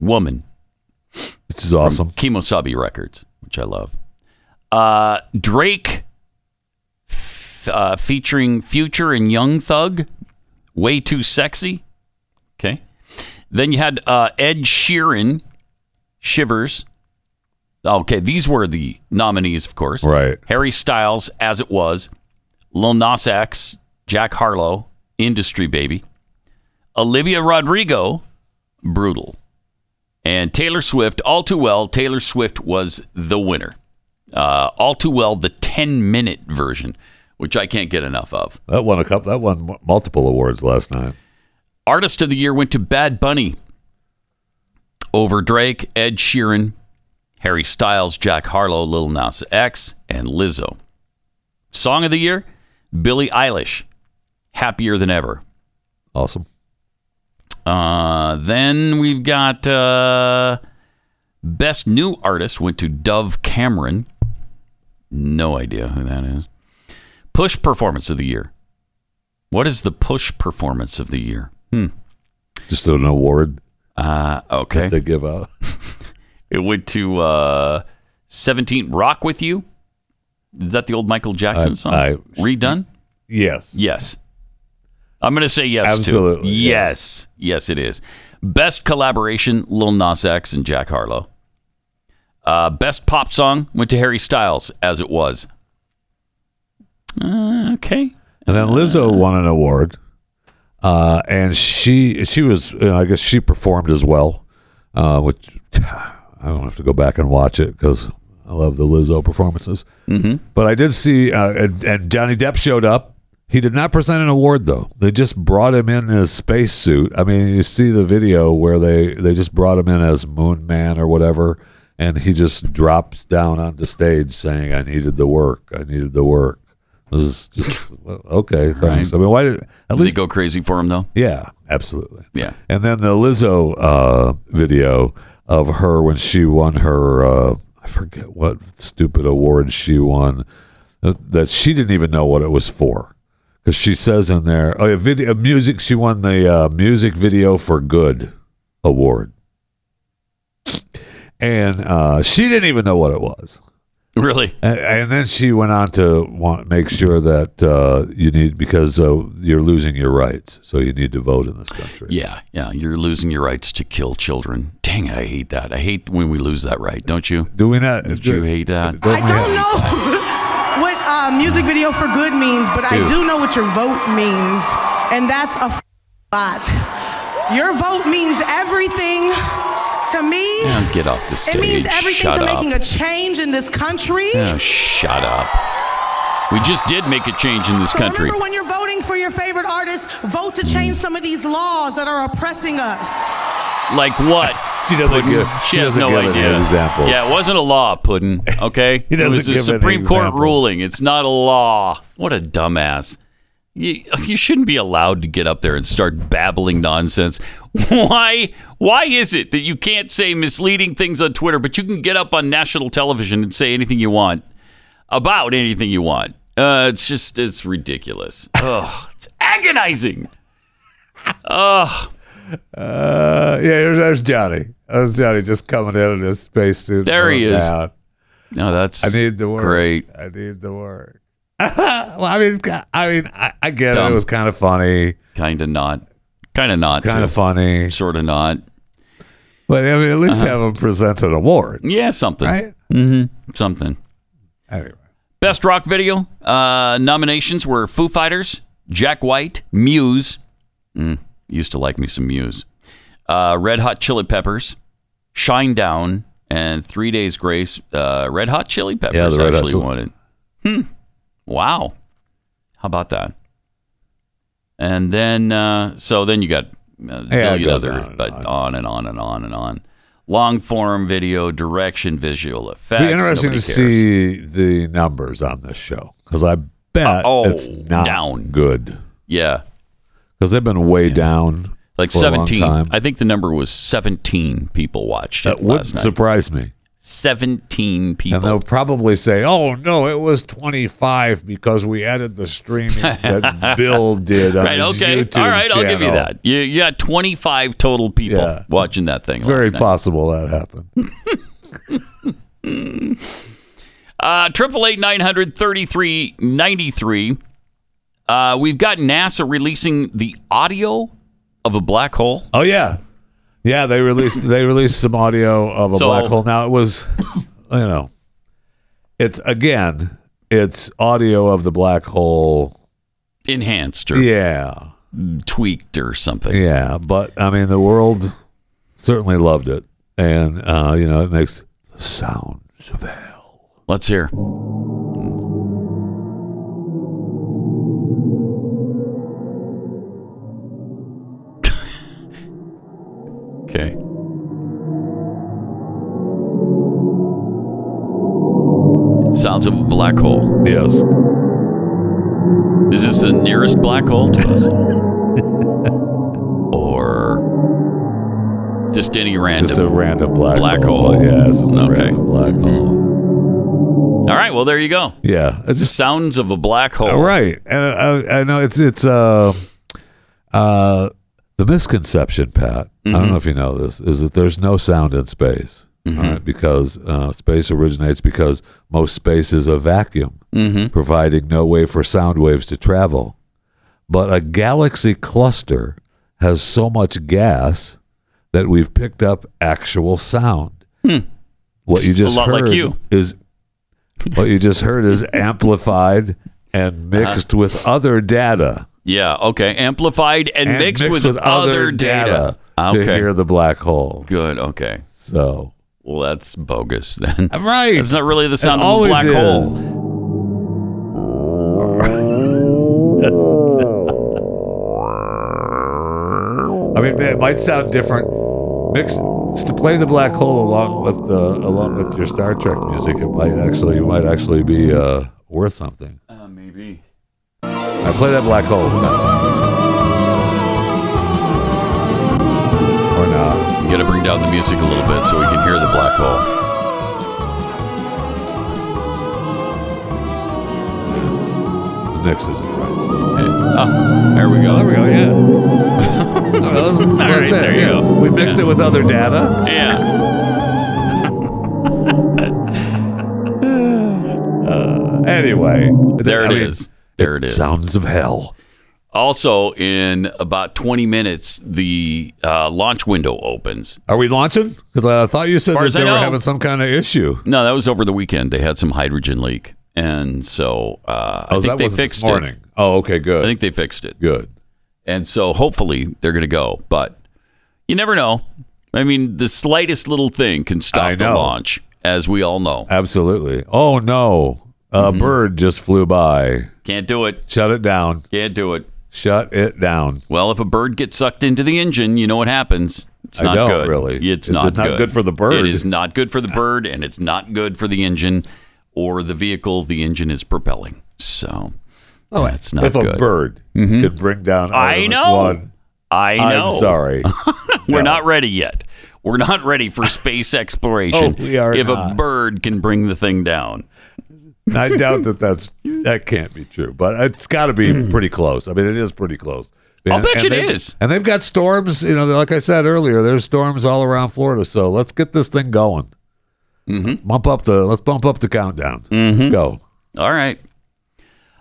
Speaker 2: woman.
Speaker 3: This is awesome.
Speaker 2: Kemosabe Records, which I love. Uh, Drake f- uh, featuring Future and Young Thug, Way Too Sexy. Okay. Then you had uh, Ed Sheeran, Shivers. Okay, these were the nominees, of course.
Speaker 3: Right.
Speaker 2: Harry Styles, As It Was, Lil Nas X, Jack Harlow, Industry Baby, Olivia Rodrigo, Brutal and Taylor Swift, All Too Well, Taylor Swift was the winner. Uh, All Too Well, the 10 minute version, which I can't get enough of.
Speaker 3: That won a couple. That won mu- multiple awards last night.
Speaker 2: Artist of the Year went to Bad Bunny over Drake, Ed Sheeran, Harry Styles, Jack Harlow, Lil Nas X, and Lizzo. Song of the Year, Billie Eilish, Happier Than Ever.
Speaker 3: Awesome.
Speaker 2: Uh, then we've got uh, Best New Artist went to Dove Cameron. No idea who that is. Push Performance of the Year. What is the Push Performance of the Year? Hmm.
Speaker 3: Just an award
Speaker 2: Uh, okay.
Speaker 3: that they give out.
Speaker 2: It went to uh, 17 Rock with You. Is that the old Michael Jackson
Speaker 3: I-
Speaker 2: song?
Speaker 3: I-
Speaker 2: Redone?
Speaker 3: Yes.
Speaker 2: Yes. I'm going to say yes to.
Speaker 3: Absolutely, yeah.
Speaker 2: Yes. Yes, it is. Best collaboration Lil Nas X and Jack Harlow. Uh, best pop song went to Harry Styles, as it was. Uh, okay.
Speaker 3: And then Lizzo won an award, uh, and she she was you know, I guess she performed as well, uh, which I don't have to go back and watch it because I love the Lizzo performances. Mm-hmm. But I did see, uh, and, and Johnny Depp showed up. He did not present an award though. They just brought him in his spacesuit. I mean, you see the video where they they just brought him in as Moon Man or whatever, and he just drops down onto stage saying, "I needed the work. I needed the work." This is just well, okay. Thanks. I mean, why did at
Speaker 2: Did they
Speaker 3: least?
Speaker 2: go crazy for him, though?
Speaker 3: yeah, absolutely.
Speaker 2: Yeah.
Speaker 3: And then the Lizzo uh, video of her when she won her uh, I forget what stupid award she won uh, that she didn't even know what it was for because she says in there oh, a video music she won the uh, music video for good award and uh, she didn't even know what it was
Speaker 2: Really?
Speaker 3: and, and then she went on to want make sure that uh, you need because uh, you're losing your rights, so you need to vote in this country.
Speaker 2: Yeah, yeah. You're losing your rights to kill children. Dang it, I hate that. I hate when we lose that right, don't you?
Speaker 3: Do we not?
Speaker 2: Don't you hate that?
Speaker 3: don't we have-
Speaker 9: know what uh, music video for good means, but I do know what your vote means, and that's a f- lot. Your vote means everything to me.
Speaker 2: Now get off the stage.
Speaker 9: It means everything
Speaker 2: Shut
Speaker 9: to
Speaker 2: up.
Speaker 9: making a change in this country.
Speaker 2: Oh, shut up. We just did make a change in this
Speaker 9: So
Speaker 2: country. Mm.
Speaker 9: Remember when you're voting for your favorite artist, vote to change some of these laws that are oppressing us.
Speaker 2: Like what?
Speaker 3: She doesn't
Speaker 2: Puddin'?
Speaker 3: give- she
Speaker 2: She, has
Speaker 3: doesn't
Speaker 2: no
Speaker 3: give any
Speaker 2: idea.
Speaker 3: examples.
Speaker 2: Yeah, it wasn't a law, Puddin. Okay,
Speaker 3: He
Speaker 2: it was
Speaker 3: doesn't
Speaker 2: a
Speaker 3: give any
Speaker 2: Supreme Court
Speaker 3: example.
Speaker 2: ruling. It's not a law. What a dumbass! You, you shouldn't be allowed to get up there and start babbling nonsense. Why? Why is it that you can't say misleading things on Twitter, but you can get up on national television and say anything you want about anything you want? Uh, it's just it's ridiculous. Ugh, it's agonizing.
Speaker 3: Uh, yeah, there's, there's Johnny. There's Johnny just coming in in his spacesuit.
Speaker 2: There he
Speaker 3: going
Speaker 2: is.
Speaker 3: down.
Speaker 2: No, that's
Speaker 3: I need the work.
Speaker 2: great.
Speaker 3: I need the work. well, I mean, it's ki- I mean, I, I get it.
Speaker 2: Dumb.
Speaker 3: It was kind of funny.
Speaker 2: Kind of not. Kind of not.
Speaker 3: Kind of funny.
Speaker 2: Sort of not.
Speaker 3: But I mean, at
Speaker 2: Uh-huh.
Speaker 3: least have him present an award,
Speaker 2: Yeah, something.
Speaker 3: right?
Speaker 2: Something.
Speaker 3: Anyway.
Speaker 2: Best rock video uh, nominations were Foo Fighters, Jack White, Muse. Mm, used to like me some Muse. Uh, Red Hot Chili Peppers, Shine Down, and Three Days Grace. Uh, Red Hot Chili Peppers
Speaker 3: the Red Hot
Speaker 2: actually
Speaker 3: Chili-
Speaker 2: won it. Hmm. Wow. How about that? And then, uh, so then you got a
Speaker 3: Yeah, it
Speaker 2: zillion
Speaker 3: goes on
Speaker 2: others,
Speaker 3: and
Speaker 2: but
Speaker 3: on.
Speaker 2: on and on and on and on. Long form video, direction, visual effects.
Speaker 3: be interesting
Speaker 2: Nobody
Speaker 3: to
Speaker 2: cares.
Speaker 3: see the numbers on this show because I bet
Speaker 2: Uh, oh,
Speaker 3: it's not
Speaker 2: down.
Speaker 3: good
Speaker 2: Yeah.
Speaker 3: because they've been way down
Speaker 2: like
Speaker 3: for A
Speaker 2: 17
Speaker 3: long time.
Speaker 2: i think the number was 17 people watched
Speaker 3: that
Speaker 2: it last
Speaker 3: wouldn't
Speaker 2: night.
Speaker 3: surprise me.
Speaker 2: 17 people
Speaker 3: And they'll probably say, "Oh no, it was 25 because we added the streaming that Bill did on
Speaker 2: right
Speaker 3: his
Speaker 2: okay
Speaker 3: YouTube
Speaker 2: all right i'll give you
Speaker 3: channel."
Speaker 2: that you, you got 25 total people
Speaker 3: Yeah.
Speaker 2: watching that thing
Speaker 3: Very
Speaker 2: last night.
Speaker 3: possible that happened.
Speaker 2: Uh, triple eight nine hundred thirty three ninety three. Uh, we've got NASA releasing the audio of a black hole.
Speaker 3: Oh yeah, yeah. They released they released some audio of a
Speaker 2: So-
Speaker 3: black hole. Now it was, you know, it's again, it's audio of the black hole.
Speaker 2: Enhanced or
Speaker 3: Yeah,
Speaker 2: tweaked or something.
Speaker 3: yeah. But I mean, the world certainly loved it, and uh, you know, it makes the sounds of hell.
Speaker 2: Let's hear. Sounds of a black hole.
Speaker 3: Yes.
Speaker 2: Is this the nearest black hole to us? or just any random?
Speaker 3: Just a random black,
Speaker 2: Black hole.
Speaker 3: Yeah, it's just a
Speaker 2: Okay. Mm-hmm.
Speaker 3: random black hole.
Speaker 2: All right, well, there you go.
Speaker 3: Yeah, it's just
Speaker 2: Sounds of a black hole.
Speaker 3: All Uh, right, and I, I know it's it's uh, uh, the misconception, Pat. I don't know if you know this is that there's no sound in space, all right, because uh, space originates because most space is a vacuum, providing no way for sound waves to travel. But a galaxy cluster has so much gas that we've picked up actual sound. What you
Speaker 2: Hmm. It's a
Speaker 3: just
Speaker 2: lot like
Speaker 3: heard
Speaker 2: you.
Speaker 3: is what you just heard is amplified and
Speaker 2: Uh-huh.
Speaker 3: mixed with other data.
Speaker 2: Yeah, okay. Amplified and,
Speaker 3: And
Speaker 2: mixed, with, other data.
Speaker 3: to
Speaker 2: Okay.
Speaker 3: hear the black hole.
Speaker 2: Good, okay.
Speaker 3: So
Speaker 2: Well, that's bogus then.
Speaker 3: right,
Speaker 2: It's not really the sound of a black hole.
Speaker 3: I mean, it might sound different. Mix it's to play the black hole along with the along with your Star Trek music. It might actually might actually be uh, worth something.
Speaker 2: Uh, maybe.
Speaker 3: I play that black hole sound. Or not.
Speaker 2: You gotta bring down the music a little bit so we can hear the black hole.
Speaker 3: The mix isn't right.
Speaker 2: Hey, oh, there we go.
Speaker 3: There we go. Yeah. That's- that's
Speaker 2: right, there you go.
Speaker 3: We mixed it with other data.
Speaker 2: Yeah.
Speaker 3: Anyway,
Speaker 2: There
Speaker 3: I
Speaker 2: it
Speaker 3: mean,
Speaker 2: is. There it is.
Speaker 3: Sounds of hell.
Speaker 2: Also, in about 20 minutes, the uh, launch window opens.
Speaker 3: Are we launching? Because I thought you said
Speaker 2: Far
Speaker 3: that
Speaker 2: as I
Speaker 3: they were
Speaker 2: know.
Speaker 3: having some kind of issue.
Speaker 2: No, that was over the weekend. They had some hydrogen leak. And so uh, I
Speaker 3: Oh,
Speaker 2: think
Speaker 3: that
Speaker 2: they
Speaker 3: wasn't
Speaker 2: fixed
Speaker 3: this morning.
Speaker 2: it.
Speaker 3: Oh, okay, good.
Speaker 2: I think they fixed it.
Speaker 3: good.
Speaker 2: And so hopefully they're going to go. But you never know. I mean, the slightest little thing can
Speaker 3: I
Speaker 2: stop the
Speaker 3: know.
Speaker 2: launch, as we all know.
Speaker 3: Absolutely. Oh no, a
Speaker 2: Mm-hmm.
Speaker 3: bird just flew by.
Speaker 2: Can't do it.
Speaker 3: Shut it down.
Speaker 2: Can't do it.
Speaker 3: Shut it down.
Speaker 2: Well, if a bird gets sucked into the engine, you know what happens. It's
Speaker 3: I
Speaker 2: not
Speaker 3: don't,
Speaker 2: good.
Speaker 3: really.
Speaker 2: It's
Speaker 3: It-
Speaker 2: not,
Speaker 3: it's not good for the bird.
Speaker 2: It is not good for the bird, and it's not good for the engine or the vehicle the engine is propelling. So oh, that's not
Speaker 3: if a
Speaker 2: good. Mm-hmm.
Speaker 3: bird could bring down
Speaker 2: I
Speaker 3: Artemis
Speaker 2: know.
Speaker 3: One,
Speaker 2: I know.
Speaker 3: I'm sorry.
Speaker 2: We're not ready yet. We're not ready for space exploration.
Speaker 3: Oh, we are
Speaker 2: if a
Speaker 3: not.
Speaker 2: bird can bring the thing down.
Speaker 3: I doubt that that's that can't be true, but it's got to be pretty close. I mean, it is pretty close.
Speaker 2: Hmm. I'll bet you it
Speaker 3: they've-
Speaker 2: is.
Speaker 3: And they've got storms. You know, like I said earlier, there's storms all around Florida. So let's get this thing going. Mm-hmm. Bump up the let's bump up the countdown. Let's go.
Speaker 2: All right.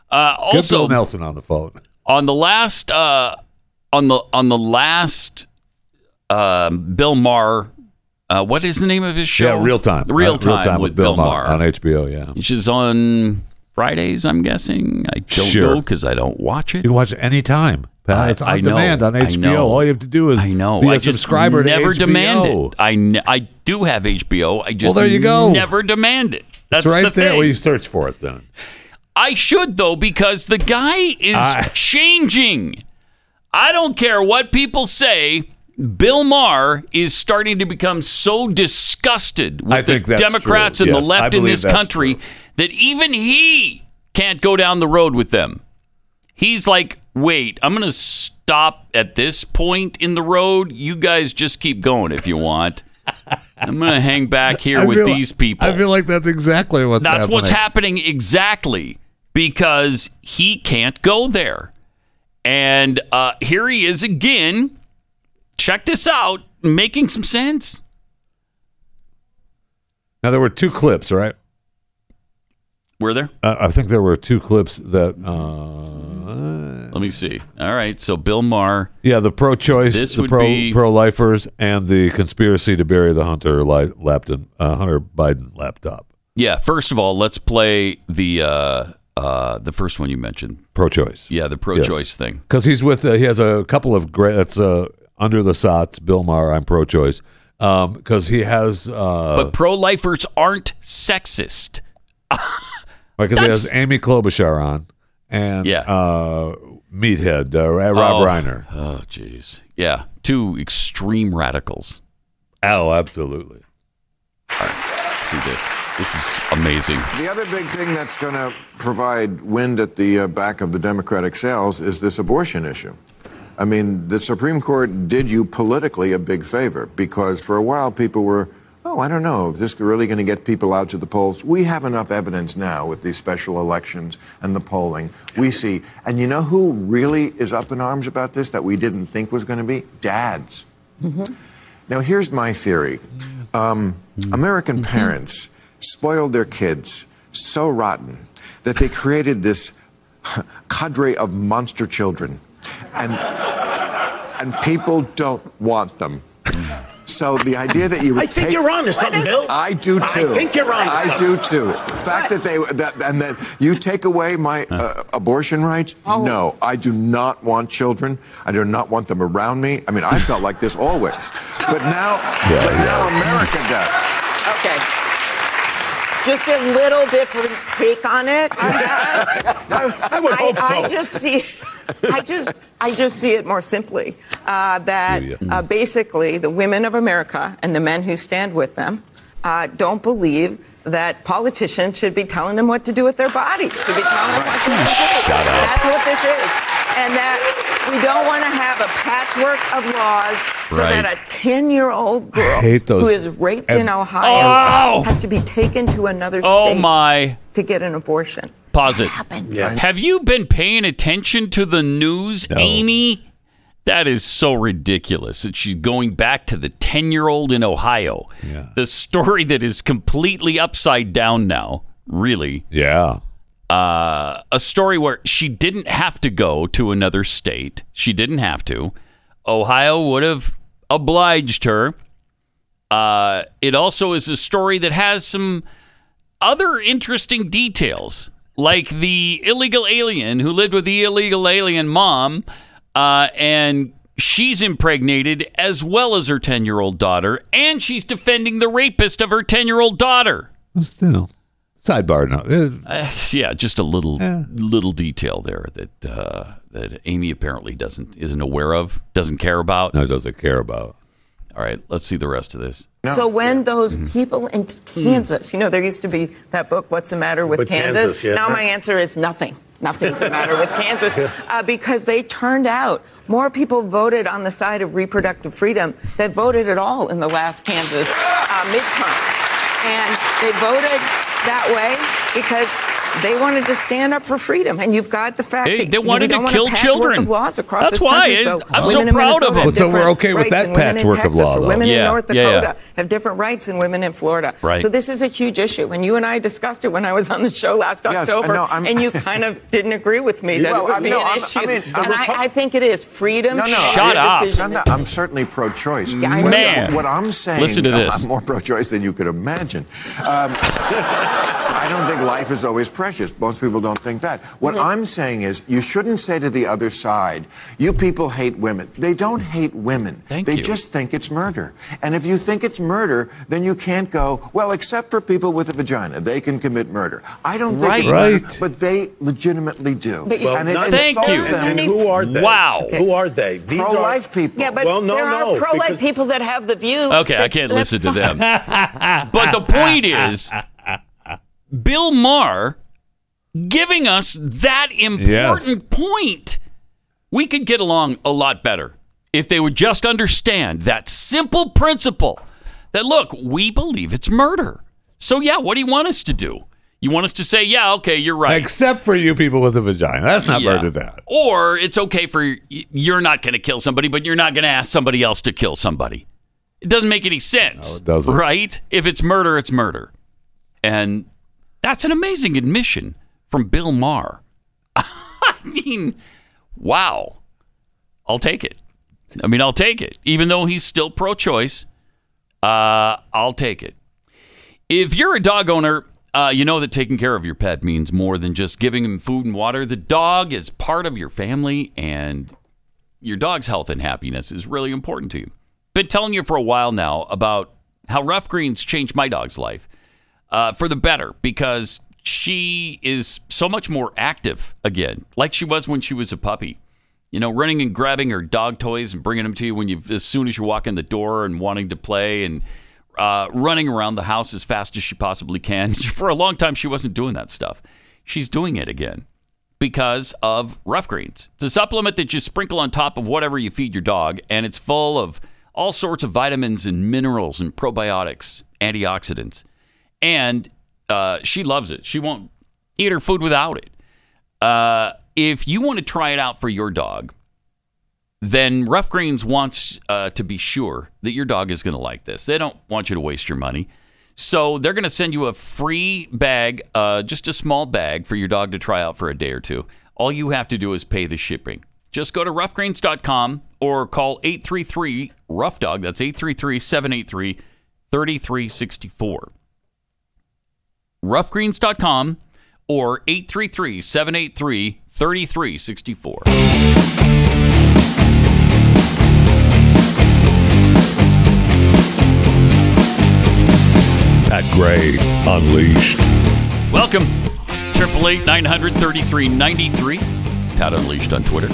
Speaker 2: Uh,
Speaker 3: Get
Speaker 2: Mm-hmm. also,
Speaker 3: Bill Nelson on the phone.
Speaker 2: on the last uh, on the on the last um, Bill Maher, uh, what is the name of his show?
Speaker 3: Yeah, real time.
Speaker 2: Real
Speaker 3: Uh,
Speaker 2: time, with, Bill Maher,
Speaker 3: on HBO. Yeah, you
Speaker 2: which is on Fridays. I'm guessing. I don't
Speaker 3: Sure.
Speaker 2: know because I don't watch it.
Speaker 3: can watch it any time.
Speaker 2: I-
Speaker 3: it's on
Speaker 2: I know,
Speaker 3: demand on
Speaker 2: I
Speaker 3: HBO.
Speaker 2: know.
Speaker 3: All you have to do is
Speaker 2: I know.
Speaker 3: be a
Speaker 2: I just
Speaker 3: subscriber
Speaker 2: never
Speaker 3: to HBO.
Speaker 2: demand it. I, ne- I do have HBO. I just
Speaker 3: there you go.
Speaker 2: never demand it. That's
Speaker 3: it's right
Speaker 2: the
Speaker 3: there.
Speaker 2: thing.
Speaker 3: Well, you search for it then.
Speaker 2: I should though because the guy is
Speaker 3: I-
Speaker 2: changing. I don't care what people say. Bill Maher is starting to become so disgusted with
Speaker 3: I think
Speaker 2: the
Speaker 3: that's
Speaker 2: Democrats
Speaker 3: true.
Speaker 2: and
Speaker 3: Yes,
Speaker 2: the
Speaker 3: I
Speaker 2: left in
Speaker 3: believe
Speaker 2: this
Speaker 3: that's
Speaker 2: country
Speaker 3: true.
Speaker 2: that even he can't go down the road with them. He's like, wait, I'm going to stop at this point in the road. You guys just keep going if you want. I'm going to hang back here with
Speaker 3: feel-
Speaker 2: these people.
Speaker 3: I feel like that's exactly what's
Speaker 2: That's
Speaker 3: happening.
Speaker 2: what's happening exactly because he can't go there. And uh, here he is again. Check this out, making some sense.
Speaker 3: Now there were two clips, right?
Speaker 2: Were there?
Speaker 3: Uh, I think there were two clips that. Uh,
Speaker 2: Let me see. All right. So Bill Maher.
Speaker 3: yeah, the pro-choice,
Speaker 2: This
Speaker 3: the
Speaker 2: would
Speaker 3: pro
Speaker 2: be-
Speaker 3: pro-lifers, and the conspiracy to bury the Hunter li- Lapton, uh, Hunter Biden laptop.
Speaker 2: Yeah. First of all, let's play the uh, uh, the first one you mentioned.
Speaker 3: Pro-choice.
Speaker 2: Yeah, the pro-choice thing.
Speaker 3: because he's with uh, he has a couple of great that's uh, under the sots bill maher i'm pro-choice because he has uh
Speaker 2: But pro-lifers aren't sexist.
Speaker 3: because he has
Speaker 2: that's-
Speaker 3: amy klobuchar on and
Speaker 2: Yeah.
Speaker 3: uh meathead uh, Ra- rob
Speaker 2: Oh.
Speaker 3: reiner
Speaker 2: Oh, jeez. Yeah, two extreme radicals.
Speaker 3: oh absolutely
Speaker 2: Let's see this. This is amazing.
Speaker 10: The other big thing that's going to provide wind at the uh, back of the Democratic sails is this abortion issue. I mean, the Supreme Court did you politically a big favor because for a while people were, oh, I don't know, is this really going to get people out to the polls? We have enough evidence now with these special elections and the polling. We see. And you know who really is up in arms about this that we didn't think was going to be? Dads. Now, here's my theory um, American parents spoiled their kids so rotten that they created this cadre of monster children. And, and people don't want them. So the idea that you would
Speaker 11: I think
Speaker 10: take-
Speaker 11: you're onto something, Bill.
Speaker 10: I do
Speaker 11: I
Speaker 10: too.
Speaker 11: think you're onto
Speaker 10: I
Speaker 11: something.
Speaker 10: do too. The fact that they that and that you take away my uh, abortion rights.
Speaker 12: Oh.
Speaker 10: No, I do not want children. I do not want them around me. I mean, I felt like this always, but now, but now America does.
Speaker 12: Okay. Just a little different take on it. I, I,
Speaker 11: I would hope
Speaker 12: I,
Speaker 11: so.
Speaker 12: just see, I just, I just see it more simply uh, that
Speaker 11: Yeah.
Speaker 12: uh, basically the women of America and the men who stand with them uh, don't believe that politicians should be telling them what to do with their bodies. Should be telling them what to do. with their bodies.
Speaker 11: Shut up.
Speaker 12: That's what this is, and that we don't want to have a patchwork of laws so
Speaker 3: Right.
Speaker 12: that a ten-year-old girl
Speaker 3: I hate those-
Speaker 12: who is raped in
Speaker 3: and-
Speaker 12: Ohio
Speaker 2: Oh!
Speaker 12: has to be taken to another
Speaker 2: Oh,
Speaker 12: state
Speaker 2: my.
Speaker 12: to get an abortion.
Speaker 2: Pause it. Have you been paying attention to the news, Amy? That is so ridiculous that she's going back to the 10 year old in Ohio. The story that is completely upside down now, really.
Speaker 3: Yeah.
Speaker 2: Uh, a story where she didn't have to go to another state. She didn't have to. Ohio would have obliged her. Uh, it also is a story that has some other interesting details, like the illegal alien who lived with the illegal alien mom, uh, and she's impregnated as well as her 10 year old daughter, and she's defending the rapist of her 10 year old daughter.
Speaker 3: You know, sidebar now.
Speaker 2: Uh, yeah, just a little little detail there that uh, that Amy apparently doesn't isn't aware of, doesn't care about.
Speaker 3: No, doesn't care about.
Speaker 2: All right, let's see the rest of this.
Speaker 12: So when those
Speaker 2: Mm-hmm.
Speaker 12: people in Kansas, you know, there used to be that book, What's the Matter with,
Speaker 2: Mm. With
Speaker 12: Kansas?
Speaker 2: Kansas, yeah.
Speaker 12: Now my answer is nothing. Nothing's the matter with Kansas uh, because they turned out more people voted on the side of reproductive freedom that voted at all in the last Kansas uh, midterm. And they voted that way because they wanted to stand up for freedom. And you've got the fact
Speaker 2: They-
Speaker 12: that
Speaker 2: they
Speaker 12: you know,
Speaker 2: wanted
Speaker 12: we don't
Speaker 2: to
Speaker 12: want
Speaker 2: kill
Speaker 12: a patchwork
Speaker 2: children.
Speaker 12: Of laws across
Speaker 2: That's
Speaker 12: this
Speaker 2: why
Speaker 12: country,
Speaker 2: I-
Speaker 12: so
Speaker 2: I'm so
Speaker 12: women in
Speaker 2: proud of
Speaker 12: Minnesota
Speaker 2: them.
Speaker 12: have
Speaker 2: Well, so we're
Speaker 12: different
Speaker 2: okay with
Speaker 12: rights
Speaker 2: that
Speaker 12: and women in
Speaker 2: patchwork of
Speaker 12: Texas
Speaker 2: law,
Speaker 12: or
Speaker 2: though.
Speaker 12: Women
Speaker 2: Yeah,
Speaker 12: in North
Speaker 2: yeah, yeah.
Speaker 12: Dakota have different rights than women in Florida.
Speaker 2: Right.
Speaker 12: So this is a huge issue. And you and I discussed it when I was on the show last
Speaker 10: Yes,
Speaker 12: October,
Speaker 10: no, I'm-
Speaker 12: and you kind of didn't agree with me that
Speaker 10: Well,
Speaker 12: it would
Speaker 10: I'm-
Speaker 12: be
Speaker 10: no,
Speaker 12: an
Speaker 10: I'm- I
Speaker 12: issue.
Speaker 10: mean, I'm
Speaker 12: and I, I think it is freedom.
Speaker 10: No, no,
Speaker 12: should
Speaker 10: I-
Speaker 12: be a decision
Speaker 10: I'm, not- I'm certainly pro-choice.
Speaker 12: I
Speaker 10: What-
Speaker 12: Man.
Speaker 10: what I'm saying,
Speaker 2: Listen to this.
Speaker 10: I'm more pro-choice than you could imagine. Um, I don't think life is always precious. Most people don't think that. What
Speaker 12: Mm-hmm.
Speaker 10: I'm saying is, you shouldn't say to the other side, "You people hate women." They don't hate women.
Speaker 2: Thank
Speaker 10: they
Speaker 2: you.
Speaker 10: just think it's murder. And if you think it's murder, then you can't go well, except for people with a vagina, they can commit murder. I don't think it's
Speaker 2: Right.
Speaker 10: murder, but they legitimately do.
Speaker 12: But you-
Speaker 10: and it
Speaker 12: Well, not-
Speaker 10: insults
Speaker 12: Thank you.
Speaker 10: them.
Speaker 11: And who are they?
Speaker 2: Wow.
Speaker 11: Who are they? These are-
Speaker 10: Pro-life people.
Speaker 12: Yeah, but
Speaker 11: Well, no,
Speaker 12: there
Speaker 11: no,
Speaker 12: are pro-life
Speaker 11: because-
Speaker 12: people that have the view.
Speaker 2: Okay, I
Speaker 12: that-
Speaker 2: can't
Speaker 12: that's
Speaker 2: listen to
Speaker 12: fine.
Speaker 2: them. But the point is, Bill Maher giving us that important point. We could get along a lot better if they would just understand that simple principle that, look, we believe it's murder. So, yeah, what do you want us to do? You want us to say, yeah, okay, you're right.
Speaker 3: Except for you people with a vagina. That's not
Speaker 2: Yeah.
Speaker 3: murder that.
Speaker 2: Or it's okay for y- you're not going to kill somebody, but you're not going to ask somebody else to kill somebody. It doesn't make any sense.
Speaker 3: No, it doesn't.
Speaker 2: Right? If it's murder, it's murder. And that's an amazing admission from Bill Maher. I mean, wow. I'll take it. I mean, I'll take it. Even though he's still pro choice, uh, I'll take it. If you're a dog owner, uh, you know that taking care of your pet means more than just giving him food and water. The dog is part of your family, and your dog's health and happiness is really important to you. Been telling you for a while now about how rough greens changed my dog's life uh, for the better because she is so much more active again, like she was when she was a puppy. You know, running and grabbing her dog toys and bringing them to you when you as soon as you walk in the door and wanting to play and uh, running around the house as fast as she possibly can. For a long time, she wasn't doing that stuff. She's doing it again because of rough greens. It's a supplement that you sprinkle on top of whatever you feed your dog, and it's full of all sorts of vitamins and minerals and probiotics, antioxidants. And uh, she loves it. She won't eat her food without it. Uh, if you want to try it out for your dog, then Rough Greens wants uh, to be sure that your dog is going to like this. They don't want you to waste your money. So they're going to send you a free bag, uh, just a small bag for your dog to try out for a day or two. All you have to do is pay the shipping. Just go to roughgreens.com or call 833 Rough Dog. That's 833 783 3364. Roughgreens.com or 833 783 3364.
Speaker 3: Pat Gray Unleashed.
Speaker 2: Welcome. Triple eight nine hundred thirty three ninety three. Pat Unleashed on Twitter.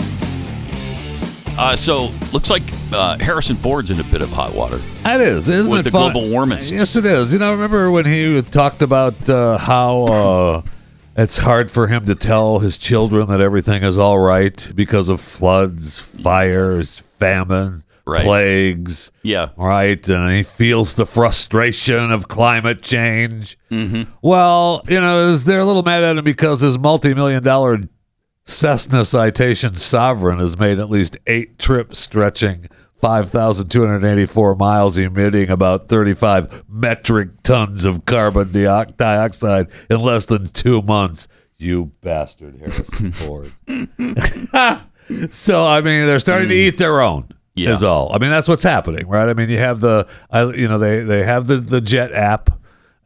Speaker 2: Uh, so looks like uh, Harrison Ford's in a bit of hot water.
Speaker 3: That is, isn't
Speaker 2: With
Speaker 3: it?
Speaker 2: the
Speaker 3: fun?
Speaker 2: global warmest.
Speaker 3: Yes, it is. You know, remember when he talked about uh, how uh, it's hard for him to tell his children that everything is all right because of floods, fires, famine, plagues.
Speaker 2: Yeah.
Speaker 3: Right. And he feels the frustration of climate change. Mm-hmm. Well, you know, is they're a little mad at him because his multi million dollar Cessna Citation Sovereign has made at least eight trips stretching 5,284 miles, emitting about 35 metric tons of carbon dioc- dioxide in less than two months. You bastard, Harrison Ford. so, I mean, they're starting to eat their own. Is all. I mean, that's what's happening, right? I mean, you have the, I, you know, they they have the the jet app.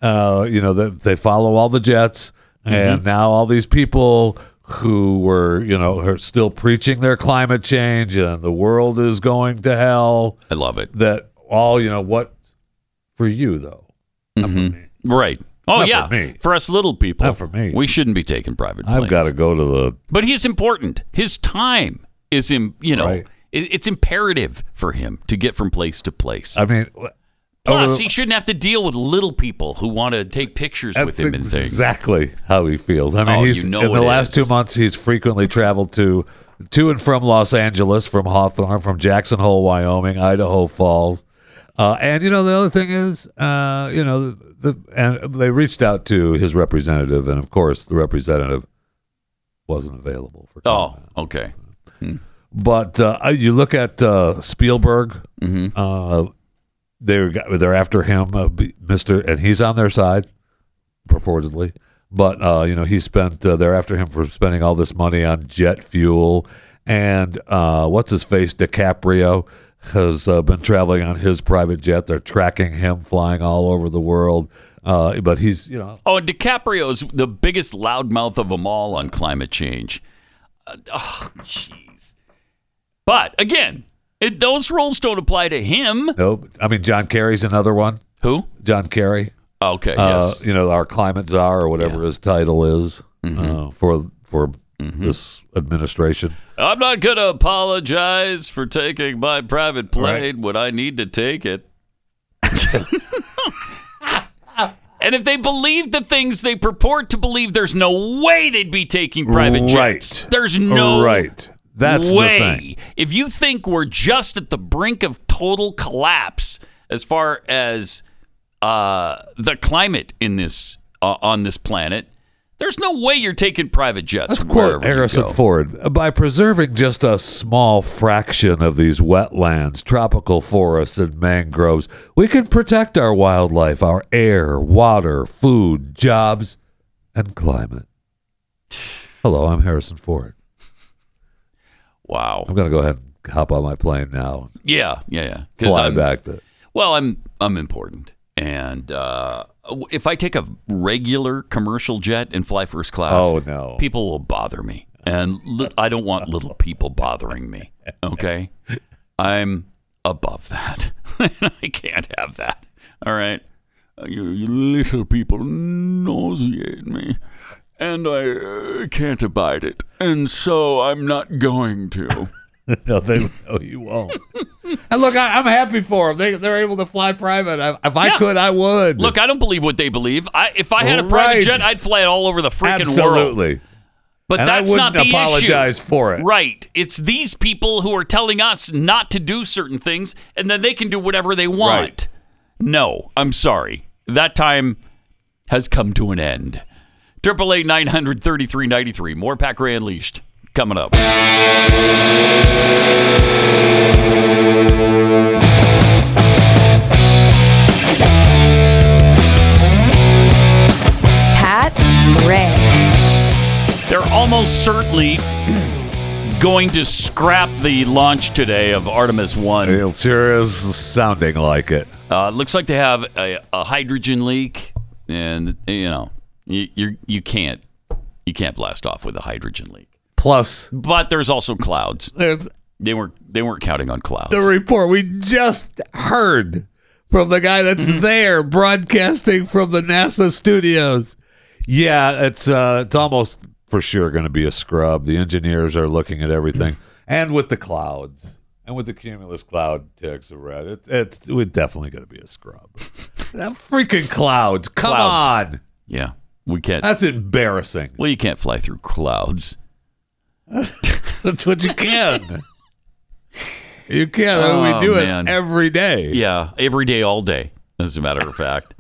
Speaker 3: Uh, you know, that they follow all the jets, and
Speaker 2: Mhm.
Speaker 3: now all these people who were, you know, are still preaching their climate change and the world is going to hell.
Speaker 2: I love it.
Speaker 3: That all, you know, what for you though?
Speaker 2: Mm-hmm. Right. Oh
Speaker 3: Not
Speaker 2: yeah.
Speaker 3: for me.
Speaker 2: us little people.
Speaker 3: Not for me.
Speaker 2: We shouldn't be taking private planes.
Speaker 3: I've got to go to the
Speaker 2: But he's important. His time is im- you know, it, it's imperative for him to get from place to place.
Speaker 3: I mean, wh-
Speaker 2: Plus,
Speaker 3: over-
Speaker 2: he shouldn't have to deal with little people who want to take pictures
Speaker 3: that's
Speaker 2: with him and things.
Speaker 3: exactly how he feels. I mean,
Speaker 2: Oh,
Speaker 3: he's
Speaker 2: you know
Speaker 3: in the
Speaker 2: it
Speaker 3: last
Speaker 2: is.
Speaker 3: two months he's frequently traveled to to and from Los Angeles, from Hawthorne, from Jackson Hole, Wyoming, Idaho Falls, uh, and you know the other thing is, uh, you know, the, the and they reached out to his representative, and of course the representative wasn't available for.
Speaker 2: Oh, okay. Hmm.
Speaker 3: But uh, you look at uh, Spielberg. Uh, they're they're after him, uh, B- Mister, and he's on their side purportedly. But uh, you know, he spent uh, they're after him for spending all this money on jet fuel, and uh, what's his face DiCaprio has uh, been traveling on his private jet. They're tracking him, flying all over the world. Uh, but he's you know
Speaker 2: Oh, and DiCaprio's the biggest loudmouth of them all on climate change. Uh, oh, jeez. But again, it, those rules don't apply to him.
Speaker 3: Nope. I mean, John Kerry's another one.
Speaker 2: Who?
Speaker 3: John Kerry.
Speaker 2: Okay.
Speaker 3: Uh,
Speaker 2: yes.
Speaker 3: You know, our climate czar or whatever his title is
Speaker 2: Mm-hmm.
Speaker 3: uh, for for this administration.
Speaker 2: I'm not going to apologize for taking my private plane when I need to take it. and if they believe the things they purport to believe, there's no way they'd be taking private jets.
Speaker 3: Right.
Speaker 2: There's no
Speaker 3: Right. That's the
Speaker 2: way.
Speaker 3: thing.
Speaker 2: If you think we're just at the brink of total collapse as far as uh, the climate in this uh, on this planet, there's no way you're taking private jets.
Speaker 3: Let's quote
Speaker 2: wherever you
Speaker 3: Harrison
Speaker 2: go.
Speaker 3: Ford. By preserving just a small fraction of these wetlands, tropical forests, and mangroves, we can protect our wildlife, our air, water, food, jobs, and climate. Hello, I'm Harrison Ford.
Speaker 2: Wow.
Speaker 3: I'm going to go ahead and hop on my plane now.
Speaker 2: Yeah, yeah, yeah. 'Cause
Speaker 3: Fly
Speaker 2: I'm-
Speaker 3: back to.
Speaker 2: Well, I'm I'm important, and uh, if I take a regular commercial jet and fly first class,
Speaker 3: Oh, no.
Speaker 2: people will bother me, and li- I don't want little people bothering me. Okay, I'm above that. I can't have that. All right, Uh, you, you little people nauseate me, and I uh, can't abide it, and so I'm not going to.
Speaker 3: no, they, no, you won't.
Speaker 13: And look, I, I'm happy for them. They, they're able to fly private. I, if I
Speaker 2: Yeah.
Speaker 13: could, I would.
Speaker 2: Look, I don't believe what they believe. I, if I had a private
Speaker 13: Right.
Speaker 2: jet, I'd fly it all over the freaking world.
Speaker 3: Absolutely.
Speaker 2: But
Speaker 3: And I
Speaker 2: that's not
Speaker 3: wouldn't
Speaker 2: the
Speaker 3: apologize
Speaker 2: issue.
Speaker 3: for it.
Speaker 2: Right. It's these people who are telling us not to do certain things, and then they can do whatever they want. No, I'm sorry. That time has come to an end. Triple eight nine hundred thirty three ninety three. More Pack Ray Unleashed coming up.
Speaker 8: Pat Gray.
Speaker 2: They're almost certainly going to scrap the launch today of Artemis 1.
Speaker 3: It sure is sounding like it.
Speaker 2: Uh, it looks like they have a, a hydrogen leak, and you know you you're, you can't you can't blast off with a hydrogen leak.
Speaker 3: Plus,
Speaker 2: But there's also clouds.
Speaker 13: There's-
Speaker 2: they weren't they weren't counting on clouds.
Speaker 13: the report we just heard from the guy that's
Speaker 3: Mm-hmm.
Speaker 13: there broadcasting from the NASA studios.
Speaker 3: Yeah, it's uh, it's almost for sure going to be a scrub. The engineers are looking at everything, and with the clouds and with the cumulus cloud ticks of red, it, it's it's definitely going to be a scrub. that freaking clouds! Come
Speaker 2: Clouds.
Speaker 3: on,
Speaker 2: Yeah, we can't.
Speaker 3: that's embarrassing.
Speaker 2: well, you can't fly through clouds.
Speaker 13: That's what you can. you can. I mean,
Speaker 2: Oh,
Speaker 13: we do
Speaker 2: man.
Speaker 13: it every day.
Speaker 2: Yeah, every day, all day, as a matter of fact.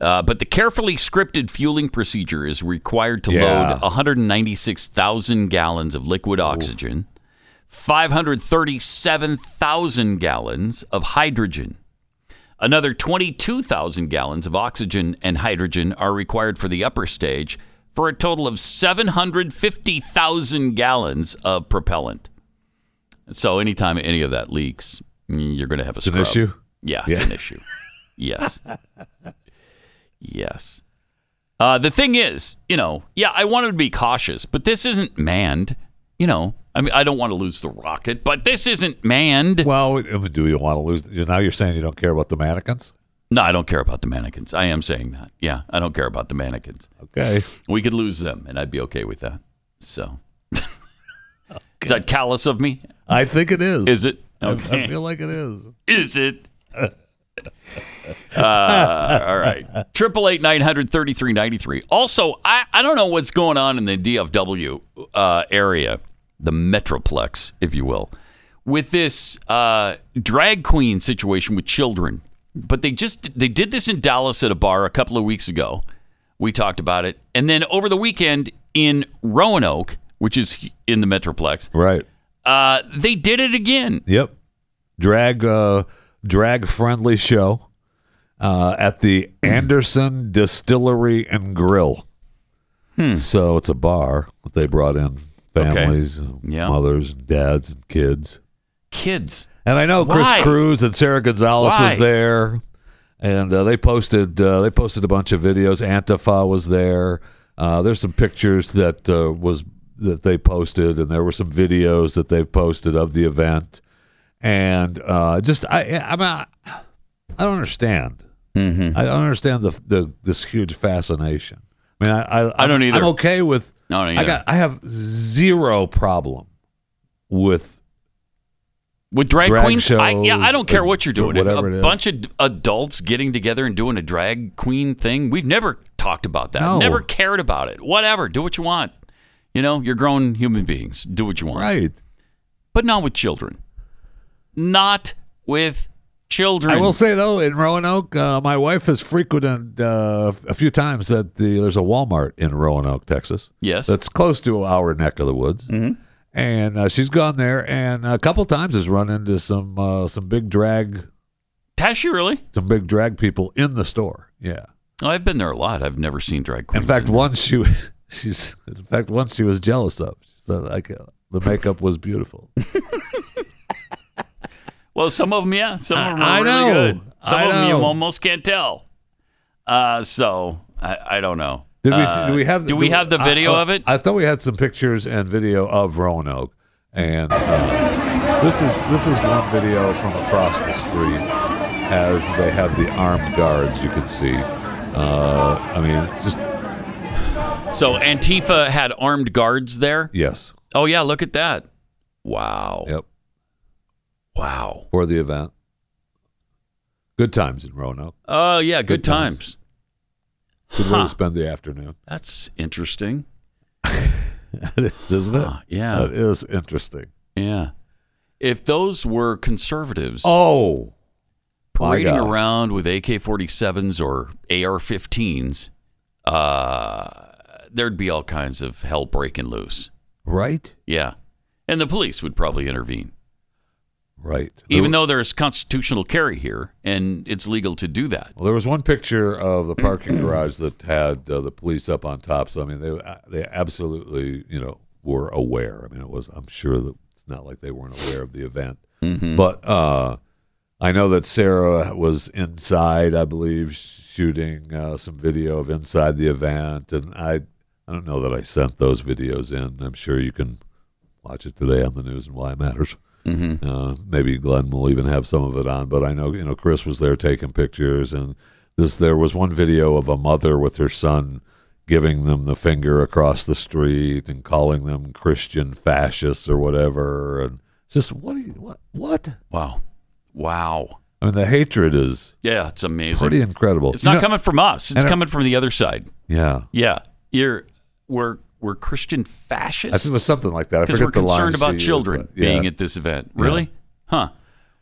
Speaker 2: Uh, but the carefully scripted fueling procedure is required to
Speaker 13: Yeah.
Speaker 2: load 196,000 gallons of liquid oxygen, 537,000 gallons of hydrogen. Another 22,000 gallons of oxygen and hydrogen are required for the upper stage for a total of 750,000 gallons of propellant. So anytime any of that leaks, mm, you're going to have a
Speaker 3: an
Speaker 2: scrub.
Speaker 3: issue?
Speaker 2: Yeah, it's
Speaker 3: Yeah.
Speaker 2: an issue. Yes. yes. Uh, the thing is, you know, yeah, I wanted to be cautious, but this isn't manned. You know, I mean, I don't want to lose the rocket, but this isn't manned.
Speaker 3: Well, I mean, do you want to lose? Now you're saying you don't care about the mannequins?
Speaker 2: No, I don't care about the mannequins. I am saying that. Yeah, I don't care about the mannequins.
Speaker 3: Okay.
Speaker 2: We could lose them, and I'd be okay with that. So, is that callous of me?
Speaker 13: I think it is.
Speaker 2: Is
Speaker 13: I-
Speaker 2: it? Okay.
Speaker 13: I feel like it is.
Speaker 2: Is it? Uh, all right. Triple eight nine hundred thirty three ninety three. Also, I, I don't know what's going on in the DFW uh, area, the metroplex, if you will, with this uh, drag queen situation with children. But they just they did this in Dallas at a bar a couple of weeks ago. We talked about it, and then over the weekend in Roanoke, which is in the metroplex,
Speaker 3: Right.
Speaker 2: uh, they did it again.
Speaker 3: Yep. Drag uh drag friendly show uh at the Anderson Distillery and Grill. So it's a bar that they brought in families, and
Speaker 2: Yeah.
Speaker 3: mothers and dads and kids.
Speaker 2: Kids.
Speaker 3: And I know Chris
Speaker 2: Why?
Speaker 3: Cruz and Sarah Gonzalez
Speaker 2: Why?
Speaker 3: was there, and uh, they posted uh, they posted a bunch of videos. Antifa was there. Uh, there's some pictures that uh, was that they posted, and there were some videos that they've posted of the event. And uh, just I I'm I, I don't understand.
Speaker 2: Mm-hmm.
Speaker 3: I don't understand the, the this huge fascination. I mean, I I,
Speaker 2: I don't either.
Speaker 3: I'm okay with.
Speaker 2: I don't
Speaker 3: I
Speaker 2: either.
Speaker 3: got I have zero problem with
Speaker 2: With drag,
Speaker 3: drag
Speaker 2: queens, I, yeah, I
Speaker 3: shows
Speaker 2: don't care
Speaker 3: or
Speaker 2: what you're doing. If
Speaker 3: whatever it
Speaker 2: a
Speaker 3: is.
Speaker 2: bunch of d- adults getting together and doing a drag queen thing, we've never talked about that.
Speaker 3: No.
Speaker 2: Never cared about it. Whatever, do what you want. You know, you're grown human beings. Do what you want.
Speaker 3: right.
Speaker 2: But not with children. Not with children.
Speaker 13: I will
Speaker 3: say though, in Roanoke, uh, my wife has frequented uh, a few times that the, there's a Walmart in Roanoke, Texas.
Speaker 2: Yes.
Speaker 3: that's close to our neck of the woods, and uh, she's gone there and a couple times has run into some uh, some big drag
Speaker 2: Has she really?
Speaker 3: some big drag people in the store. Yeah.
Speaker 2: Oh, I've been there a lot. I've never seen drag
Speaker 3: In
Speaker 2: queens.
Speaker 3: fact, once she was she's in fact once she was jealous of. She said like uh, the makeup was beautiful.
Speaker 2: Well, some of them, yeah. Some of them are
Speaker 13: I- I
Speaker 2: really
Speaker 13: know.
Speaker 2: good. Some
Speaker 13: I
Speaker 2: of them you
Speaker 13: know.
Speaker 2: almost can't tell. Uh, so I, I don't know.
Speaker 3: Did we,
Speaker 2: Uh,
Speaker 3: do we have
Speaker 2: do we have the
Speaker 3: I-
Speaker 2: video
Speaker 3: I-
Speaker 2: of it?
Speaker 3: I thought we had some pictures and video of Roanoke, and uh, this is this is one video from across the street as they have the armed guards. You can see. Uh, I mean, it's just
Speaker 2: So Antifa had armed guards there.
Speaker 3: yes,
Speaker 2: Oh yeah, look at that. Wow.
Speaker 3: Yep.
Speaker 2: Wow.
Speaker 3: For the event. Good times in Roanoke.
Speaker 2: Oh yeah, good, times.
Speaker 3: Good way
Speaker 2: Huh.
Speaker 3: to spend the afternoon.
Speaker 2: That's interesting.
Speaker 3: It is, isn't it?
Speaker 2: yeah.
Speaker 3: It is interesting.
Speaker 2: Yeah. If those were conservatives,
Speaker 3: Oh. my
Speaker 2: parading
Speaker 3: gosh.
Speaker 2: around with AK-47s or AR-15s, uh, there'd be all kinds of hell breaking loose.
Speaker 3: Right?
Speaker 2: Yeah, and the police would probably intervene.
Speaker 3: Right.
Speaker 2: Even though there's constitutional carry here, and it's legal to do that.
Speaker 3: Well, there was one picture of the parking garage that had uh, the police up on top. So I mean, they uh, they absolutely you know were aware. I mean, it was I'm sure that it's not like they weren't aware of the event.
Speaker 14: Mhm.
Speaker 3: But uh, I know that Sarah was inside, I believe, shooting uh, some video of inside the event, and I I don't know that I sent those videos in. I'm sure you can watch it today on the news and why it matters.
Speaker 2: Mhm.
Speaker 3: Uh, maybe Glenn will even have some of it on, but I know you know Chris was there taking pictures, and this there was one video of a mother with her son giving them the finger across the street and calling them Christian fascists or whatever, and it's just what do you what what?
Speaker 2: Wow, wow.
Speaker 3: I mean the hatred is
Speaker 2: Yeah, it's amazing.
Speaker 3: pretty incredible.
Speaker 2: It's
Speaker 3: You
Speaker 2: not
Speaker 3: know-
Speaker 2: coming from us. It's
Speaker 3: and I-
Speaker 2: coming from the other side.
Speaker 3: yeah.
Speaker 2: Yeah, you're we're we're Christian fascists.
Speaker 3: I think it was something like that. I
Speaker 2: Because
Speaker 3: forget
Speaker 2: we're
Speaker 3: the line
Speaker 2: concerned
Speaker 3: she
Speaker 2: about
Speaker 3: used,
Speaker 2: children
Speaker 3: but- yeah.
Speaker 2: being at this event. Really? Huh.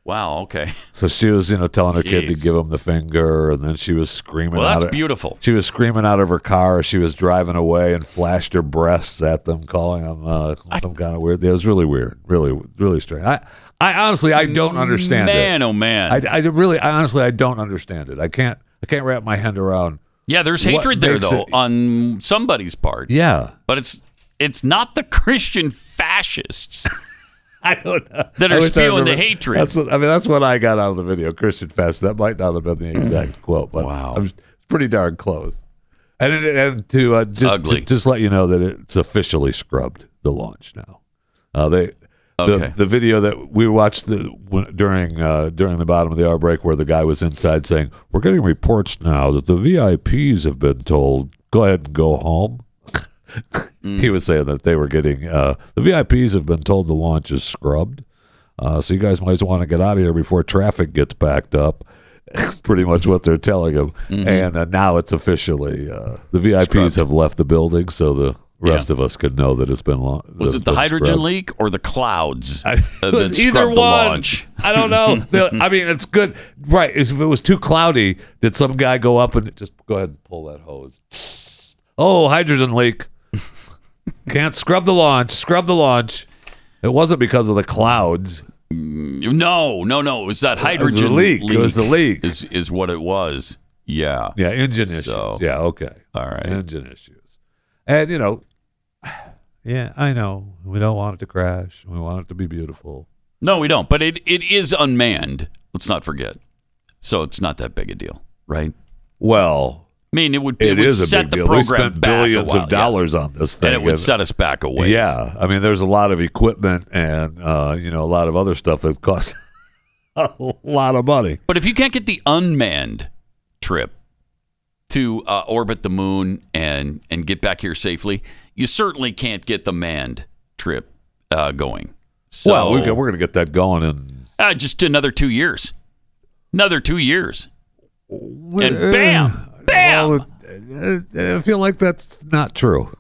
Speaker 2: Wow. Okay.
Speaker 3: So she was, you know, telling her kid to
Speaker 2: Jeez.
Speaker 3: give him the finger, and then she was screaming.
Speaker 2: Well,
Speaker 3: out
Speaker 2: that's
Speaker 3: of-
Speaker 2: beautiful.
Speaker 3: She was screaming out of her car as she was driving away, and flashed her breasts at them, calling them uh, some kind of weird. It was really weird, really, really strange. I, I honestly, I don't understand it.
Speaker 2: Man, oh, man.
Speaker 3: I, I really, I honestly, I don't understand it. I can't, I can't wrap my head around.
Speaker 2: Yeah, there's
Speaker 3: what
Speaker 2: hatred there
Speaker 3: makes
Speaker 2: though
Speaker 3: it-
Speaker 2: on somebody's part.
Speaker 3: Yeah.
Speaker 2: But it's it's not the Christian fascists.
Speaker 3: I don't know.
Speaker 2: That
Speaker 3: I
Speaker 2: are
Speaker 3: wish I
Speaker 2: spewing the
Speaker 3: remember-
Speaker 2: hatred.
Speaker 3: That's what I mean. That's what I got out of the video. Christian Fest. That might not have been the exact quote, but wow, it's pretty darn close. And it, and to uh, ju-
Speaker 2: ugly.
Speaker 3: ju- just let you know that it's officially scrubbed the launch now. Uh, they
Speaker 2: Okay.
Speaker 3: the, the video that we watched the, when, during uh, during the bottom of the hour break where the guy was inside saying, "We're getting reports now that the VIPs have been told go ahead and go home."
Speaker 2: Mm.
Speaker 3: He was saying that they were getting uh, the VIPs have been told the launch is scrubbed, uh, so you guys might want to get out of here before traffic gets backed up. It's pretty much what they're telling him,
Speaker 2: Mhm.
Speaker 3: and uh, now it's officially uh, the VIPs have left the building, so the rest of us can know that it's been long.
Speaker 2: Was
Speaker 3: that it's
Speaker 2: it the
Speaker 3: been
Speaker 2: hydrogen
Speaker 3: scrubbed.
Speaker 2: leak or the clouds?
Speaker 3: It was
Speaker 2: that
Speaker 3: either
Speaker 2: scrubbed
Speaker 3: one.
Speaker 2: the launch?
Speaker 3: I don't know. The- I mean, it's good, right? If it was too cloudy, did some guy go up and just go ahead and pull that hose? Oh, hydrogen leak. Can't scrub the launch. Scrub the launch. It wasn't because of the clouds.
Speaker 2: No, no, no. It was that
Speaker 3: It was
Speaker 2: hydrogen
Speaker 3: the leak. It was the leak.
Speaker 2: Is is what it was. Yeah.
Speaker 3: Yeah, engine issues.
Speaker 2: So-
Speaker 3: Yeah, okay.
Speaker 2: All right.
Speaker 3: Engine issues. And you know, yeah, I know. We don't want it to crash. We want it to be beautiful.
Speaker 2: No, we don't. But it, it is unmanned. Let's not forget. So it's not that big a deal, right?
Speaker 3: Well,
Speaker 2: I mean, it would.
Speaker 3: it
Speaker 2: would
Speaker 3: is a
Speaker 2: set
Speaker 3: big
Speaker 2: the
Speaker 3: deal. We
Speaker 2: Program
Speaker 3: spent
Speaker 2: back a
Speaker 3: billions
Speaker 2: while,
Speaker 3: of dollars on this
Speaker 2: yeah.
Speaker 3: thing.
Speaker 2: and it would
Speaker 3: and-
Speaker 2: set us back a ways.
Speaker 3: Yeah, I mean, there's a lot of equipment and uh, you know a lot of other stuff that costs a lot of money.
Speaker 2: But if you can't get the unmanned trip to uh, orbit the moon and and get back here safely, you certainly can't get the manned trip uh, going. So,
Speaker 3: well, we can, we're going to get that going in.
Speaker 2: uh, just another two years, another two years, and bam,
Speaker 3: uh,
Speaker 2: bam.
Speaker 3: I feel like that's not true.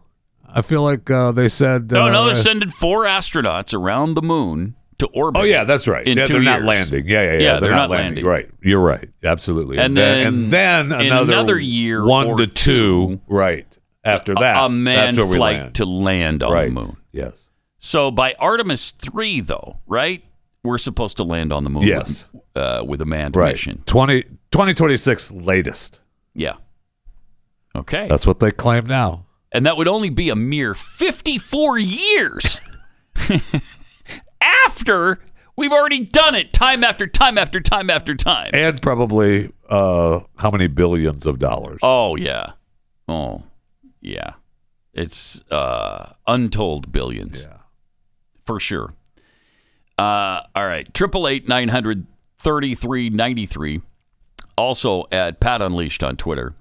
Speaker 3: I feel like uh, they said
Speaker 2: no,
Speaker 3: uh,
Speaker 2: no, they're sending four astronauts around the moon to orbit.
Speaker 3: Oh yeah, that's right.
Speaker 2: In
Speaker 3: yeah,
Speaker 2: two
Speaker 3: they're not
Speaker 2: years.
Speaker 3: landing. Yeah, yeah, yeah.
Speaker 2: Yeah, they're not landing.
Speaker 3: Right. You're right. Absolutely. and
Speaker 2: And then
Speaker 3: then
Speaker 2: in
Speaker 3: another,
Speaker 2: another year
Speaker 3: one
Speaker 2: or
Speaker 3: to two. Right. After that,
Speaker 2: a manned
Speaker 3: that's where we
Speaker 2: flight
Speaker 3: land.
Speaker 2: to land on
Speaker 3: Right.
Speaker 2: the moon.
Speaker 3: Yes.
Speaker 2: So by Artemis three, though, right? We're supposed to land on the moon.
Speaker 3: Yes.
Speaker 2: With, uh, with a manned
Speaker 3: Right.
Speaker 2: mission.
Speaker 3: 20, 2026 latest.
Speaker 2: Yeah. Okay.
Speaker 3: That's what they claim now.
Speaker 2: and that would only be a mere fifty-four years after we've already done it, time after time after time after time.
Speaker 3: And probably uh, how many billions of dollars?
Speaker 2: Oh yeah. Oh yeah. It's uh untold billions. Yeah. For sure. Uh all right. Triple eight nine hundred thirty three ninety three. Also at Pat Unleashed on Twitter.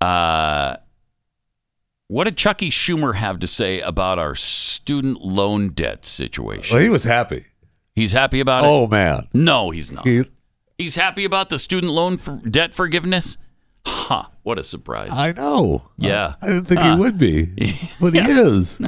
Speaker 2: Uh What did Chucky Schumer have to say about our student loan debt situation?
Speaker 3: Well, he was happy.
Speaker 2: He's happy about it.
Speaker 3: Oh man,
Speaker 2: no, he's not.
Speaker 3: He-
Speaker 2: He's happy about the student loan for debt forgiveness. Ha! What a surprise.
Speaker 13: I know.
Speaker 2: Yeah.
Speaker 13: I didn't think
Speaker 2: Huh.
Speaker 13: he would be, but he is.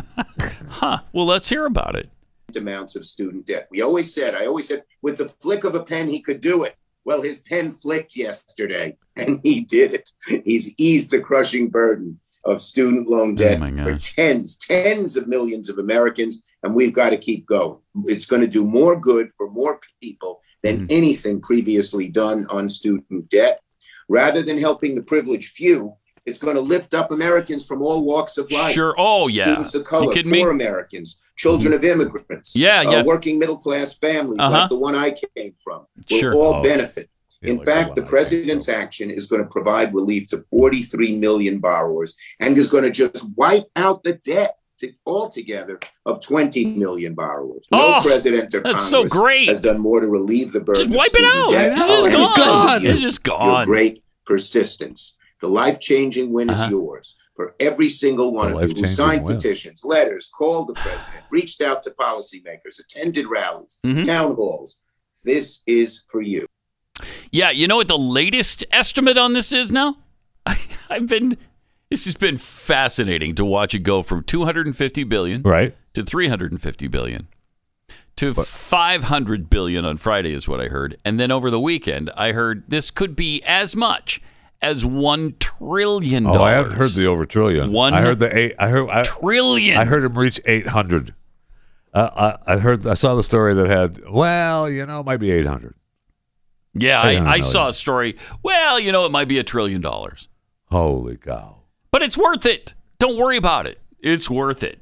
Speaker 2: Huh. Well, let's hear about it.
Speaker 14: amounts of student debt. We always said, I always said, with the flick of a pen, he could do it. Well, his pen flicked yesterday, and he did it. He's eased the crushing burden of student loan debt for tens, tens of millions of Americans, and we've got to keep going. It's going to do more good for more people than anything previously done on student debt. Rather than helping the privileged few, it's going to lift up Americans from all walks of life.
Speaker 2: Sure. Oh, yeah.
Speaker 14: Students of
Speaker 2: You
Speaker 14: color,
Speaker 2: kidding me?
Speaker 14: poor Americans, children of immigrants,
Speaker 2: Yeah,
Speaker 14: uh,
Speaker 2: yeah.
Speaker 14: working middle class families
Speaker 2: Uh-huh.
Speaker 14: like the one I came from will
Speaker 2: Sure.
Speaker 14: all
Speaker 2: Oh.
Speaker 14: benefit. In fact, the president's action is going to provide relief to 43 million borrowers and is going to just wipe out the debt to, altogether of 20 million borrowers. No
Speaker 2: Oh,
Speaker 14: president or
Speaker 2: that's
Speaker 14: Congress
Speaker 2: so great.
Speaker 14: has done more to relieve the burden.
Speaker 2: Just wipe it out. It's just gone. It's just gone.
Speaker 14: Your great persistence. The life changing win
Speaker 2: Uh-huh.
Speaker 14: is yours. For every single one
Speaker 2: The
Speaker 14: of you who
Speaker 2: life-changing
Speaker 14: signed
Speaker 2: win.
Speaker 14: petitions, letters, called the president, reached out to policymakers, attended rallies,
Speaker 2: Mhm.
Speaker 14: town halls, this is for you.
Speaker 2: Yeah, you know what the latest estimate on this is now? I, I've been this has been fascinating to watch it go from 250 billion
Speaker 3: Right.
Speaker 2: to 350 billion to 500 billion on Friday is what I heard. And then over the weekend I heard this could be as much as 1 trillion
Speaker 3: Oh, I haven't
Speaker 2: dollars.
Speaker 3: heard the over trillion.
Speaker 2: One
Speaker 3: I heard the eight. I heard I,
Speaker 2: trillion.
Speaker 3: I heard him reach eight hundred. Uh, I, I heard. I saw the story that had. Well, you know, it might be eight hundred.
Speaker 2: yeah,
Speaker 3: I don't
Speaker 2: I, I
Speaker 3: know.
Speaker 2: saw a story. Well, you know it might be a trillion dollars.
Speaker 3: Holy cow!
Speaker 2: But it's worth it. Don't worry about it. It's worth it.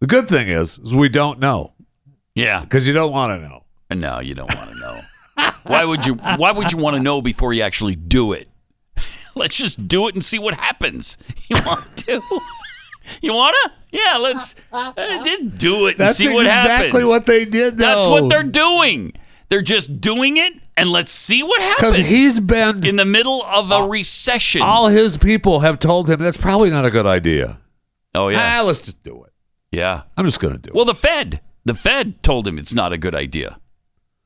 Speaker 3: The good thing is, is we don't know
Speaker 2: Yeah.
Speaker 3: because you don't want to know.
Speaker 2: No, you don't want to know. why would you why would you want to know before you actually do it? Let's just do it and see what happens. You want to? You want to? Yeah, let's uh, just do it and
Speaker 13: That's
Speaker 2: see what happens.
Speaker 13: exactly what they did. Though.
Speaker 2: That's what they're doing. They're just doing it and let's see what happens.
Speaker 13: because he's been
Speaker 2: in the middle of
Speaker 13: Oh.
Speaker 2: a recession.
Speaker 3: All his people have told him that's probably not a good idea.
Speaker 2: oh yeah.
Speaker 3: Ah, let's just do it.
Speaker 2: Yeah.
Speaker 3: I'm just going to do it.
Speaker 2: Well, the Fed, the Fed told him it's not a good idea.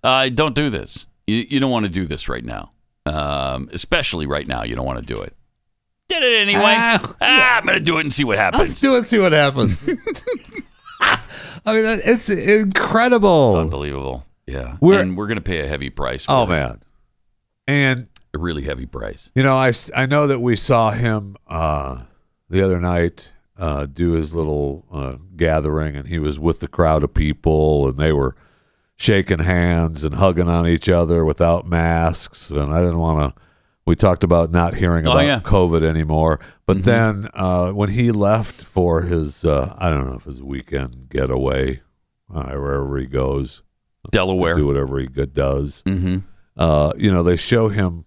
Speaker 2: Uh, don't do this. You, you don't want to do this right now, um, especially right now. You don't want to do it. Did it anyway.
Speaker 13: Ah.
Speaker 2: Ah, I'm going to do it and see what
Speaker 13: Let's
Speaker 2: happens.
Speaker 13: do it. See what happens. I mean, that- it's
Speaker 2: It's
Speaker 13: incredible.
Speaker 2: unbelievable. Yeah,
Speaker 3: We're-
Speaker 2: and we're going to pay a heavy price. For
Speaker 3: Oh
Speaker 2: it.
Speaker 3: man, and
Speaker 2: a really heavy price.
Speaker 3: You know, I, s- I know that we saw him uh, the other night uh, do his little uh, gathering, and he was with the crowd of people, and they were shaking hands and hugging on each other without masks. And I didn't want to. We talked about not hearing
Speaker 2: Oh,
Speaker 3: about
Speaker 2: yeah. Mm-hmm.
Speaker 3: COVID anymore, but then uh, when he left for his, uh, I don't know if his weekend getaway, uh, wherever he goes,
Speaker 2: Delaware
Speaker 3: do whatever he good does.
Speaker 2: Mhm.
Speaker 3: Uh, you know, they show him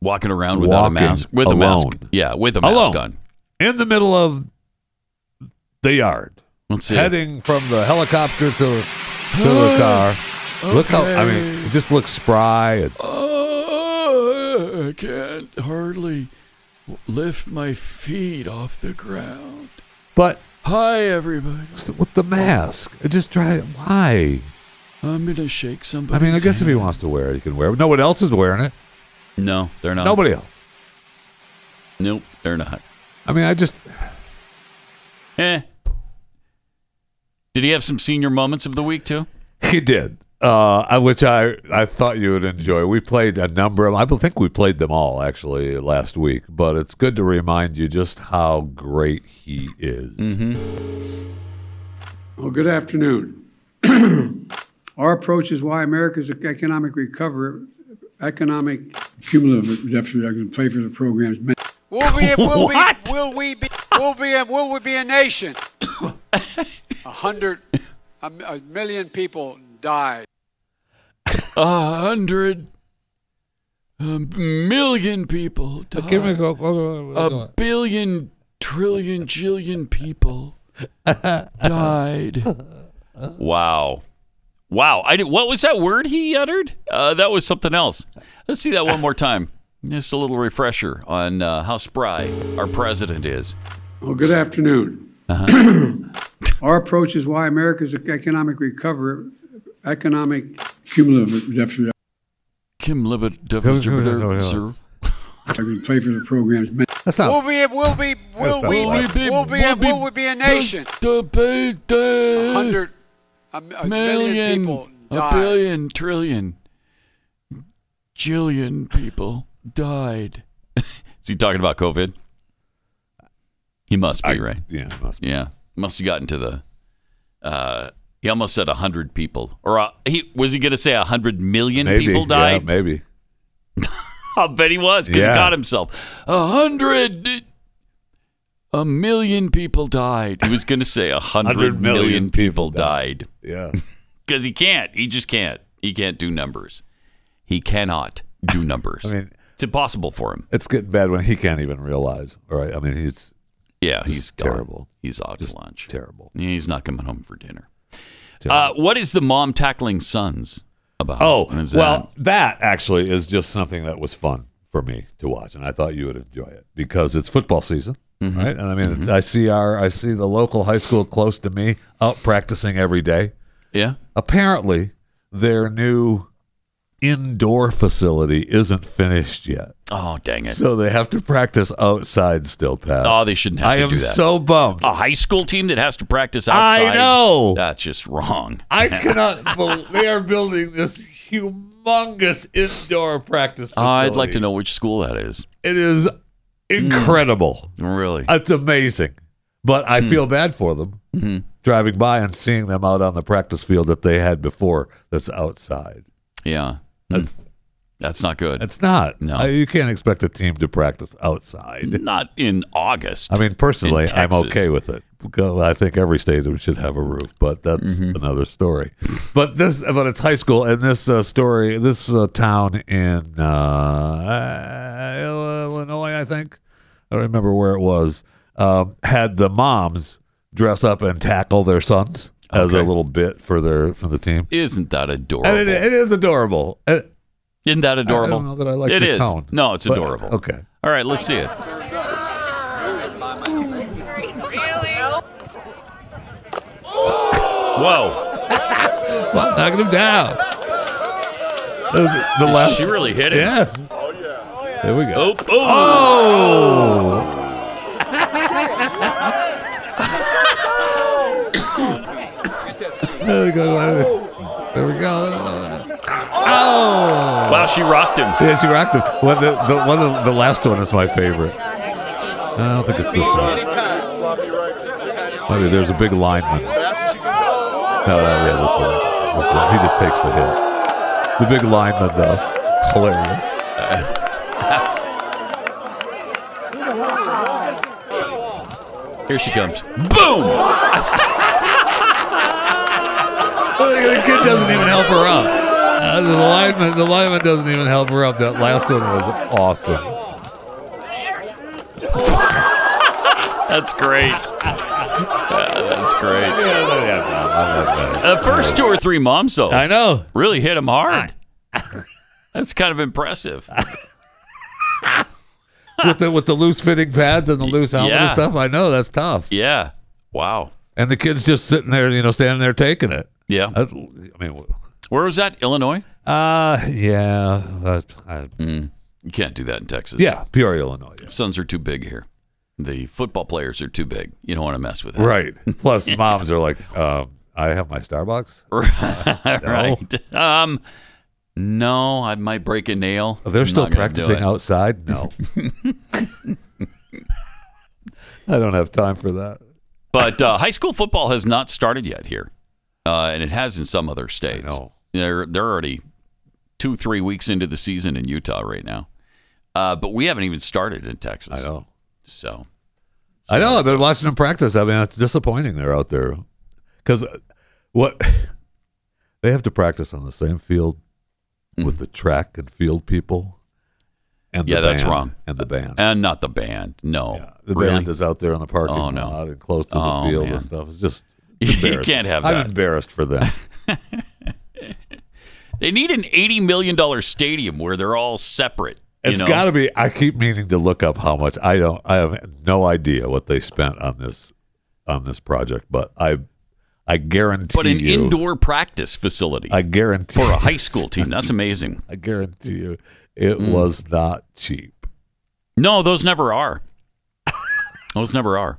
Speaker 2: walking around without
Speaker 3: Walking
Speaker 2: a mask, with a mask.
Speaker 3: alone.
Speaker 2: Yeah, with a mask
Speaker 3: Alone.
Speaker 2: on.
Speaker 3: in the middle of the yard,
Speaker 2: Let's see.
Speaker 3: heading from the helicopter to, to the car. Look how I mean, it just looks spry. And,
Speaker 15: Oh, I can't hardly lift my feet off the ground.
Speaker 3: but
Speaker 15: Hi, everybody.
Speaker 3: s- with the mask, it just try. Why?
Speaker 15: I'm gonna shake
Speaker 3: I
Speaker 15: somebody.
Speaker 3: mean, I guess if he wants to wear it, he can wear it. No one else is wearing it.
Speaker 2: No, they're not.
Speaker 3: Nobody else.
Speaker 2: Nope, they're not.
Speaker 3: I mean, I just
Speaker 2: Eh. Did he have some senior moments of the week too?
Speaker 3: he did. Uh, I- which I, I thought you would enjoy. We played a number of. I think we played them all actually last week. But it's good to remind you just how great he is.
Speaker 16: Well, good afternoon. Our approach is why America's economic recovery, economic cumulative deficit reduction, pay for the programs.
Speaker 17: Will we? Will
Speaker 16: What?
Speaker 17: we? Will we be? Will be? Will we be a nation? A hundred, a, m- a million people died.
Speaker 2: Uh,
Speaker 15: A hundred a million people died.
Speaker 17: give me a go-
Speaker 2: Uh,
Speaker 15: a billion, trillion, jillion people died.
Speaker 2: Wow. Wow. I did, what was that word he uttered? Uh, that was something else. Let's see that one more time. Just a little refresher on uh, how spry our president is.
Speaker 16: Well, good afternoon. Our approach is why America's economic recovery, economic cumulative deficit.
Speaker 15: Cumulative deficit, sir.
Speaker 16: I can play for the programs.
Speaker 13: That's
Speaker 17: Will we, will we, will
Speaker 16: not
Speaker 2: Oh,
Speaker 17: we, will
Speaker 16: right.
Speaker 17: we, will we, will we be a nation? A hundred, a, m- a million
Speaker 15: million,
Speaker 17: people
Speaker 15: a
Speaker 17: die.
Speaker 15: billion, trillion, jillion people died.
Speaker 2: Is he talking about COVID? He must be,
Speaker 15: I-
Speaker 2: right?
Speaker 3: Yeah, must
Speaker 2: be. Yeah. Must have gotten to the uh he almost said 100 people or uh, he was he going to say 100 million
Speaker 3: Maybe,
Speaker 2: people
Speaker 3: yeah,
Speaker 2: died?
Speaker 3: maybe.
Speaker 2: I'll bet he was cuz
Speaker 3: Yeah.
Speaker 2: he got himself. A hundred, a million people died. He was going to say a hundred
Speaker 3: 100 million
Speaker 2: million people died.
Speaker 3: Yeah.
Speaker 2: Because he can't. He just can't. He can't do numbers. He cannot do numbers. I mean, it's impossible for him.
Speaker 3: It's getting bad when he can't even realize. All right. I mean, he's
Speaker 2: Yeah,
Speaker 3: just
Speaker 2: he's gone.
Speaker 3: terrible.
Speaker 2: He's off to lunch.
Speaker 3: Terrible.
Speaker 2: Yeah, He's not coming home for dinner. Uh, what is the mom tackling sons about?
Speaker 3: Oh,
Speaker 2: What is that?
Speaker 3: well, that actually is just something that was fun for me to watch, and I thought you would enjoy it because it's football season,
Speaker 13: Mhm.
Speaker 3: right? And I mean, it's,
Speaker 13: Mhm.
Speaker 3: I see our, I see the local high school close to me out practicing every day.
Speaker 2: Yeah.
Speaker 3: Apparently, their new indoor facility isn't finished yet.
Speaker 2: Oh, dang it.
Speaker 3: So they have to practice outside still, Pat.
Speaker 2: Oh, they shouldn't have
Speaker 3: I
Speaker 2: to
Speaker 3: am
Speaker 2: do that.
Speaker 3: so bummed.
Speaker 2: a high school team that has to practice
Speaker 3: I
Speaker 2: outside.
Speaker 3: know.
Speaker 2: That's just wrong.
Speaker 13: I cannot believe they are building this humongous indoor practice facility.
Speaker 2: I'd like to know which school that is.
Speaker 13: It is
Speaker 3: Incredible.
Speaker 2: Really?
Speaker 3: It's amazing. But
Speaker 2: Hmm.
Speaker 3: I feel bad for them
Speaker 2: Mm-hmm.
Speaker 3: driving by and seeing them out on the practice field that they had before that's outside.
Speaker 2: Yeah.
Speaker 3: That's,
Speaker 2: that's not good.
Speaker 3: It's not.
Speaker 2: No.
Speaker 3: I- you can't expect a team to practice outside.
Speaker 2: Not in August.
Speaker 3: I mean, personally,
Speaker 2: in
Speaker 3: I'm
Speaker 2: Texas.
Speaker 3: okay with it. Because I think every stadium should have a roof, but that's
Speaker 2: Mm-hmm.
Speaker 3: another story. But this, but it's high school, and this uh, story, this uh, town in uh, Illinois, I think, I don't remember where it was, um, had the moms dress up and tackle their sons as a
Speaker 2: Okay.
Speaker 3: little bit for their for the team.
Speaker 2: Isn't that adorable?
Speaker 3: And it, it is adorable. It-
Speaker 2: Isn't that adorable?
Speaker 3: don't know that I like
Speaker 2: It
Speaker 3: the
Speaker 2: is.
Speaker 3: tone,
Speaker 2: No, it's
Speaker 3: but-
Speaker 2: adorable.
Speaker 3: okay.
Speaker 2: All right, let's see it. Whoa.
Speaker 13: well, knocking him down.
Speaker 3: The, the
Speaker 2: Did
Speaker 3: last,
Speaker 2: she really hit him?
Speaker 3: Yeah. Oh yeah. There we go.
Speaker 2: Oh, oh.
Speaker 13: There we go. There we go. Oh.
Speaker 2: Wow, she rocked him.
Speaker 3: Yeah, she rocked him. One, the, the, one of the last one is my favorite. I don't think it's this one. Maybe there's a big lineman. No, no, yeah, this one. This one. He just takes the hit. The big lineman, though. Hilarious.
Speaker 2: Here she comes. Boom!
Speaker 13: Oh, The kid doesn't even help her up. Uh, the lineman, the lineman doesn't even help her up. That last one was awesome.
Speaker 2: That's great. Uh, that's great. The Uh, first two or three moms, though. I
Speaker 13: know.
Speaker 2: Really hit him hard. That's kind of impressive.
Speaker 13: With the with the loose fitting pads and the loose helmet
Speaker 2: Yeah.
Speaker 13: and stuff, I know that's tough.
Speaker 2: Yeah. Wow.
Speaker 3: And the kid's just sitting there, you know, standing there taking it.
Speaker 2: Yeah.
Speaker 3: I, I mean,
Speaker 2: Where was that? Illinois?
Speaker 3: uh, yeah. that-
Speaker 2: uh,
Speaker 3: I-
Speaker 2: You can't do that in Texas.
Speaker 3: Yeah, Peoria, Illinois.
Speaker 2: Sons are too big here. The football players are too big. You don't want to mess with them.
Speaker 3: Right. Plus, moms are like, um, I have my Starbucks. Uh, no.
Speaker 2: right. Um, no, I might break a nail.
Speaker 3: They're
Speaker 2: I'm
Speaker 3: still
Speaker 2: not gonna do
Speaker 3: practicing
Speaker 2: it.
Speaker 3: outside? No. I don't have time for that.
Speaker 2: But uh, high school football has not started yet here, uh, and it has in some other states. They're they're already two three weeks into the season in Utah right now, uh, but we haven't even started in Texas. I
Speaker 3: know.
Speaker 2: So
Speaker 3: I know. I've been watching them practice. I mean, it's disappointing they're out there because what they have to practice on the same field with the track and field people. And the
Speaker 2: Mm-hmm. yeah, that's
Speaker 3: band,
Speaker 2: wrong.
Speaker 3: And the band.
Speaker 2: and not the band. No,
Speaker 3: The
Speaker 2: Really?
Speaker 3: band is out there on the parking
Speaker 2: Oh, no.
Speaker 3: lot and close to the
Speaker 2: Oh,
Speaker 3: field
Speaker 2: man.
Speaker 3: and stuff. It's just
Speaker 2: You
Speaker 3: it's embarrassing.
Speaker 2: can't have
Speaker 3: I'm
Speaker 2: that.
Speaker 3: embarrassed for them.
Speaker 2: They need an eighty million dollar stadium where they're all separate
Speaker 3: It's
Speaker 2: know?
Speaker 3: got to be. I keep meaning to look up how much. I don't. I have no idea what they spent on this on this project, but I I guarantee.
Speaker 2: But an
Speaker 3: you,
Speaker 2: indoor practice facility
Speaker 3: I guarantee
Speaker 2: for a high school team. That's amazing.
Speaker 3: I guarantee you, it was not cheap.
Speaker 2: No, those never are. those never are.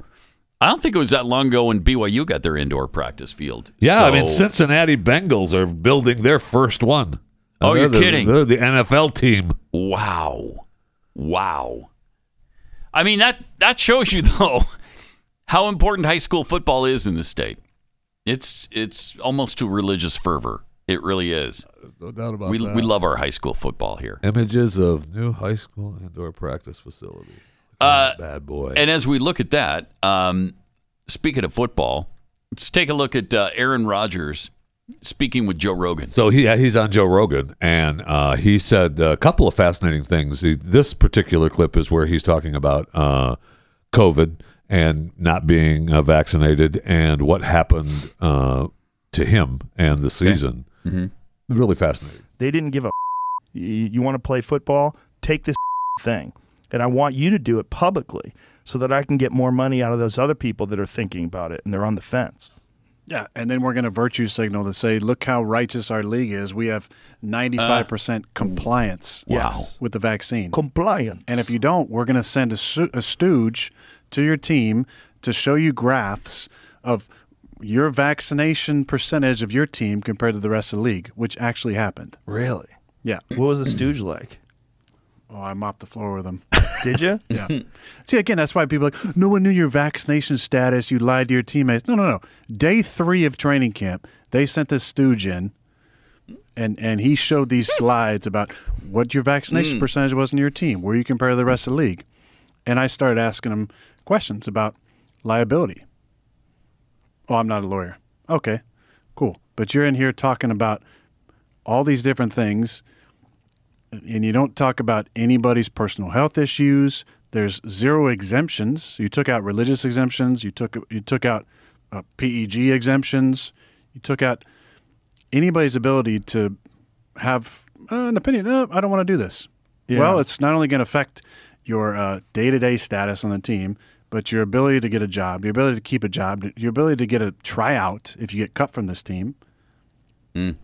Speaker 2: I don't think it was that long ago when BYU got their indoor practice field.
Speaker 3: Yeah, I mean
Speaker 2: So-
Speaker 3: Cincinnati Bengals are building their first one.
Speaker 2: Oh,
Speaker 3: They're
Speaker 2: you're
Speaker 3: the-
Speaker 2: kidding.
Speaker 3: They're the NFL team.
Speaker 2: Wow. Wow. I mean that that shows you though how important high school football is in this state. It's it's almost to religious fervor. It really is.
Speaker 3: No doubt about
Speaker 2: we,
Speaker 3: that.
Speaker 2: We love our high school football here.
Speaker 3: Images of new high school indoor practice facility.
Speaker 2: Uh,
Speaker 3: Bad boy.
Speaker 2: And as we look at that, um, speaking of football, let's take a look at uh, Aaron Rodgers speaking with Joe Rogan.
Speaker 3: So he yeah, he's on Joe Rogan, and uh, he said a couple of fascinating things. He, this particular clip is where he's talking about uh, COVID and not being uh, vaccinated, and what happened uh, to him and the season.
Speaker 18: Mhm.
Speaker 2: Mm-hmm.
Speaker 3: Really fascinating.
Speaker 18: They didn't give a. You, you want to play football? Take this thing, and I want you to do it publicly so that I can get more money out of those other people that are thinking about it and they're on the fence.
Speaker 19: Yeah, and then we're going to virtue signal to say, look how righteous our league is. We have 95% compliance yes, with the vaccine.
Speaker 18: Compliance.
Speaker 19: And if you don't, we're going to send a, su- a stooge to your team to show you graphs of your vaccination percentage of your team compared to the rest of the league, which actually happened.
Speaker 18: Really?
Speaker 19: Yeah.
Speaker 18: What was the stooge like?
Speaker 19: Oh, I mopped the floor with him.
Speaker 18: Did you?
Speaker 19: Yeah. See, again, that's why people are like, no one knew your vaccination status. You lied to your teammates. No, no, no. Day three of training camp, they sent this stooge in, and, and he showed these slides about what your vaccination
Speaker 18: Mm.
Speaker 19: percentage was in your team, where you compare to the rest of the league. And I started asking him questions about liability. Oh, I'm not a lawyer. Okay, cool. But you're in here talking about all these different things and you don't talk about anybody's personal health issues. There's zero exemptions. You took out religious exemptions. You took you took out uh, PEG exemptions. You took out anybody's ability to have uh, an opinion. No, I don't want to do this.
Speaker 18: Yeah.
Speaker 19: Well, it's not only going to affect your uh, day-to-day status on the team, but your ability to get a job, your ability to keep a job, your ability to get a tryout if you get cut from this team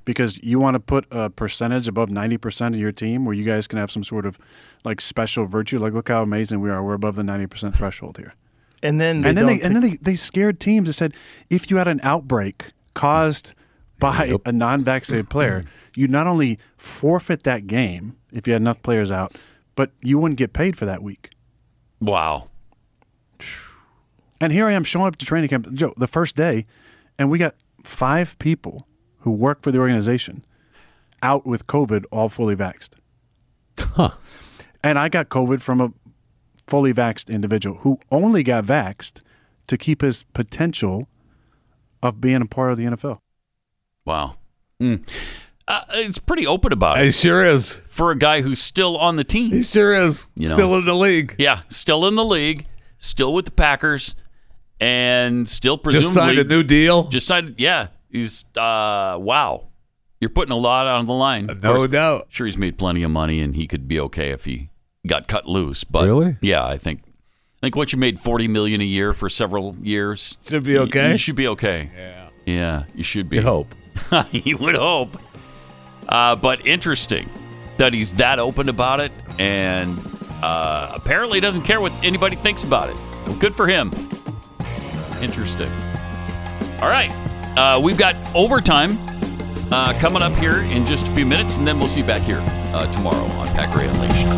Speaker 19: because you want to put a percentage above 90% of your team where you guys can have some sort of like special virtue like look how amazing we are we're above the 90% threshold here
Speaker 18: And then they
Speaker 19: and then they
Speaker 18: don't
Speaker 19: and then
Speaker 18: take-
Speaker 19: they, they scared teams and said if you had an outbreak caused by a non-vaccinated player you not only forfeit that game if you had enough players out but you wouldn't get paid for that week
Speaker 2: Wow.
Speaker 19: and here I am showing up to training camp, Joe, the first day, and we got five people who work for the organization out with COVID, all fully vaxxed. And I got COVID from a fully vaxxed individual who only got vaxxed to keep his potential of being a part of the NFL.
Speaker 2: Wow. Mm. Uh, it's pretty open about it.
Speaker 3: He sure is.
Speaker 2: For a guy who's still on the team.
Speaker 3: He sure is.
Speaker 2: You know.
Speaker 3: Still in the league.
Speaker 2: Yeah, still in the league, still with the Packers, and still presumably
Speaker 3: Just signed a new deal.
Speaker 2: Just signed. Yeah, he's uh, wow. You're putting a lot on the line. Of
Speaker 3: No
Speaker 2: course,
Speaker 3: doubt.
Speaker 2: Sure, he's made plenty of money, and he could be okay if he got cut loose. But
Speaker 3: Really?
Speaker 2: yeah, I think I think once you made forty million a year for several years,
Speaker 3: Should be
Speaker 2: you-
Speaker 3: okay.
Speaker 2: You, should be okay. Yeah, yeah, you should be.
Speaker 3: You hope.
Speaker 2: you would hope. Uh, but interesting that he's that open about it and uh, apparently doesn't care what anybody thinks about it. Well, good for him. Interesting. All right. Uh, we've got overtime uh, coming up here in just a few minutes, and then we'll see you back here uh, tomorrow on Pack Ray Unleashed.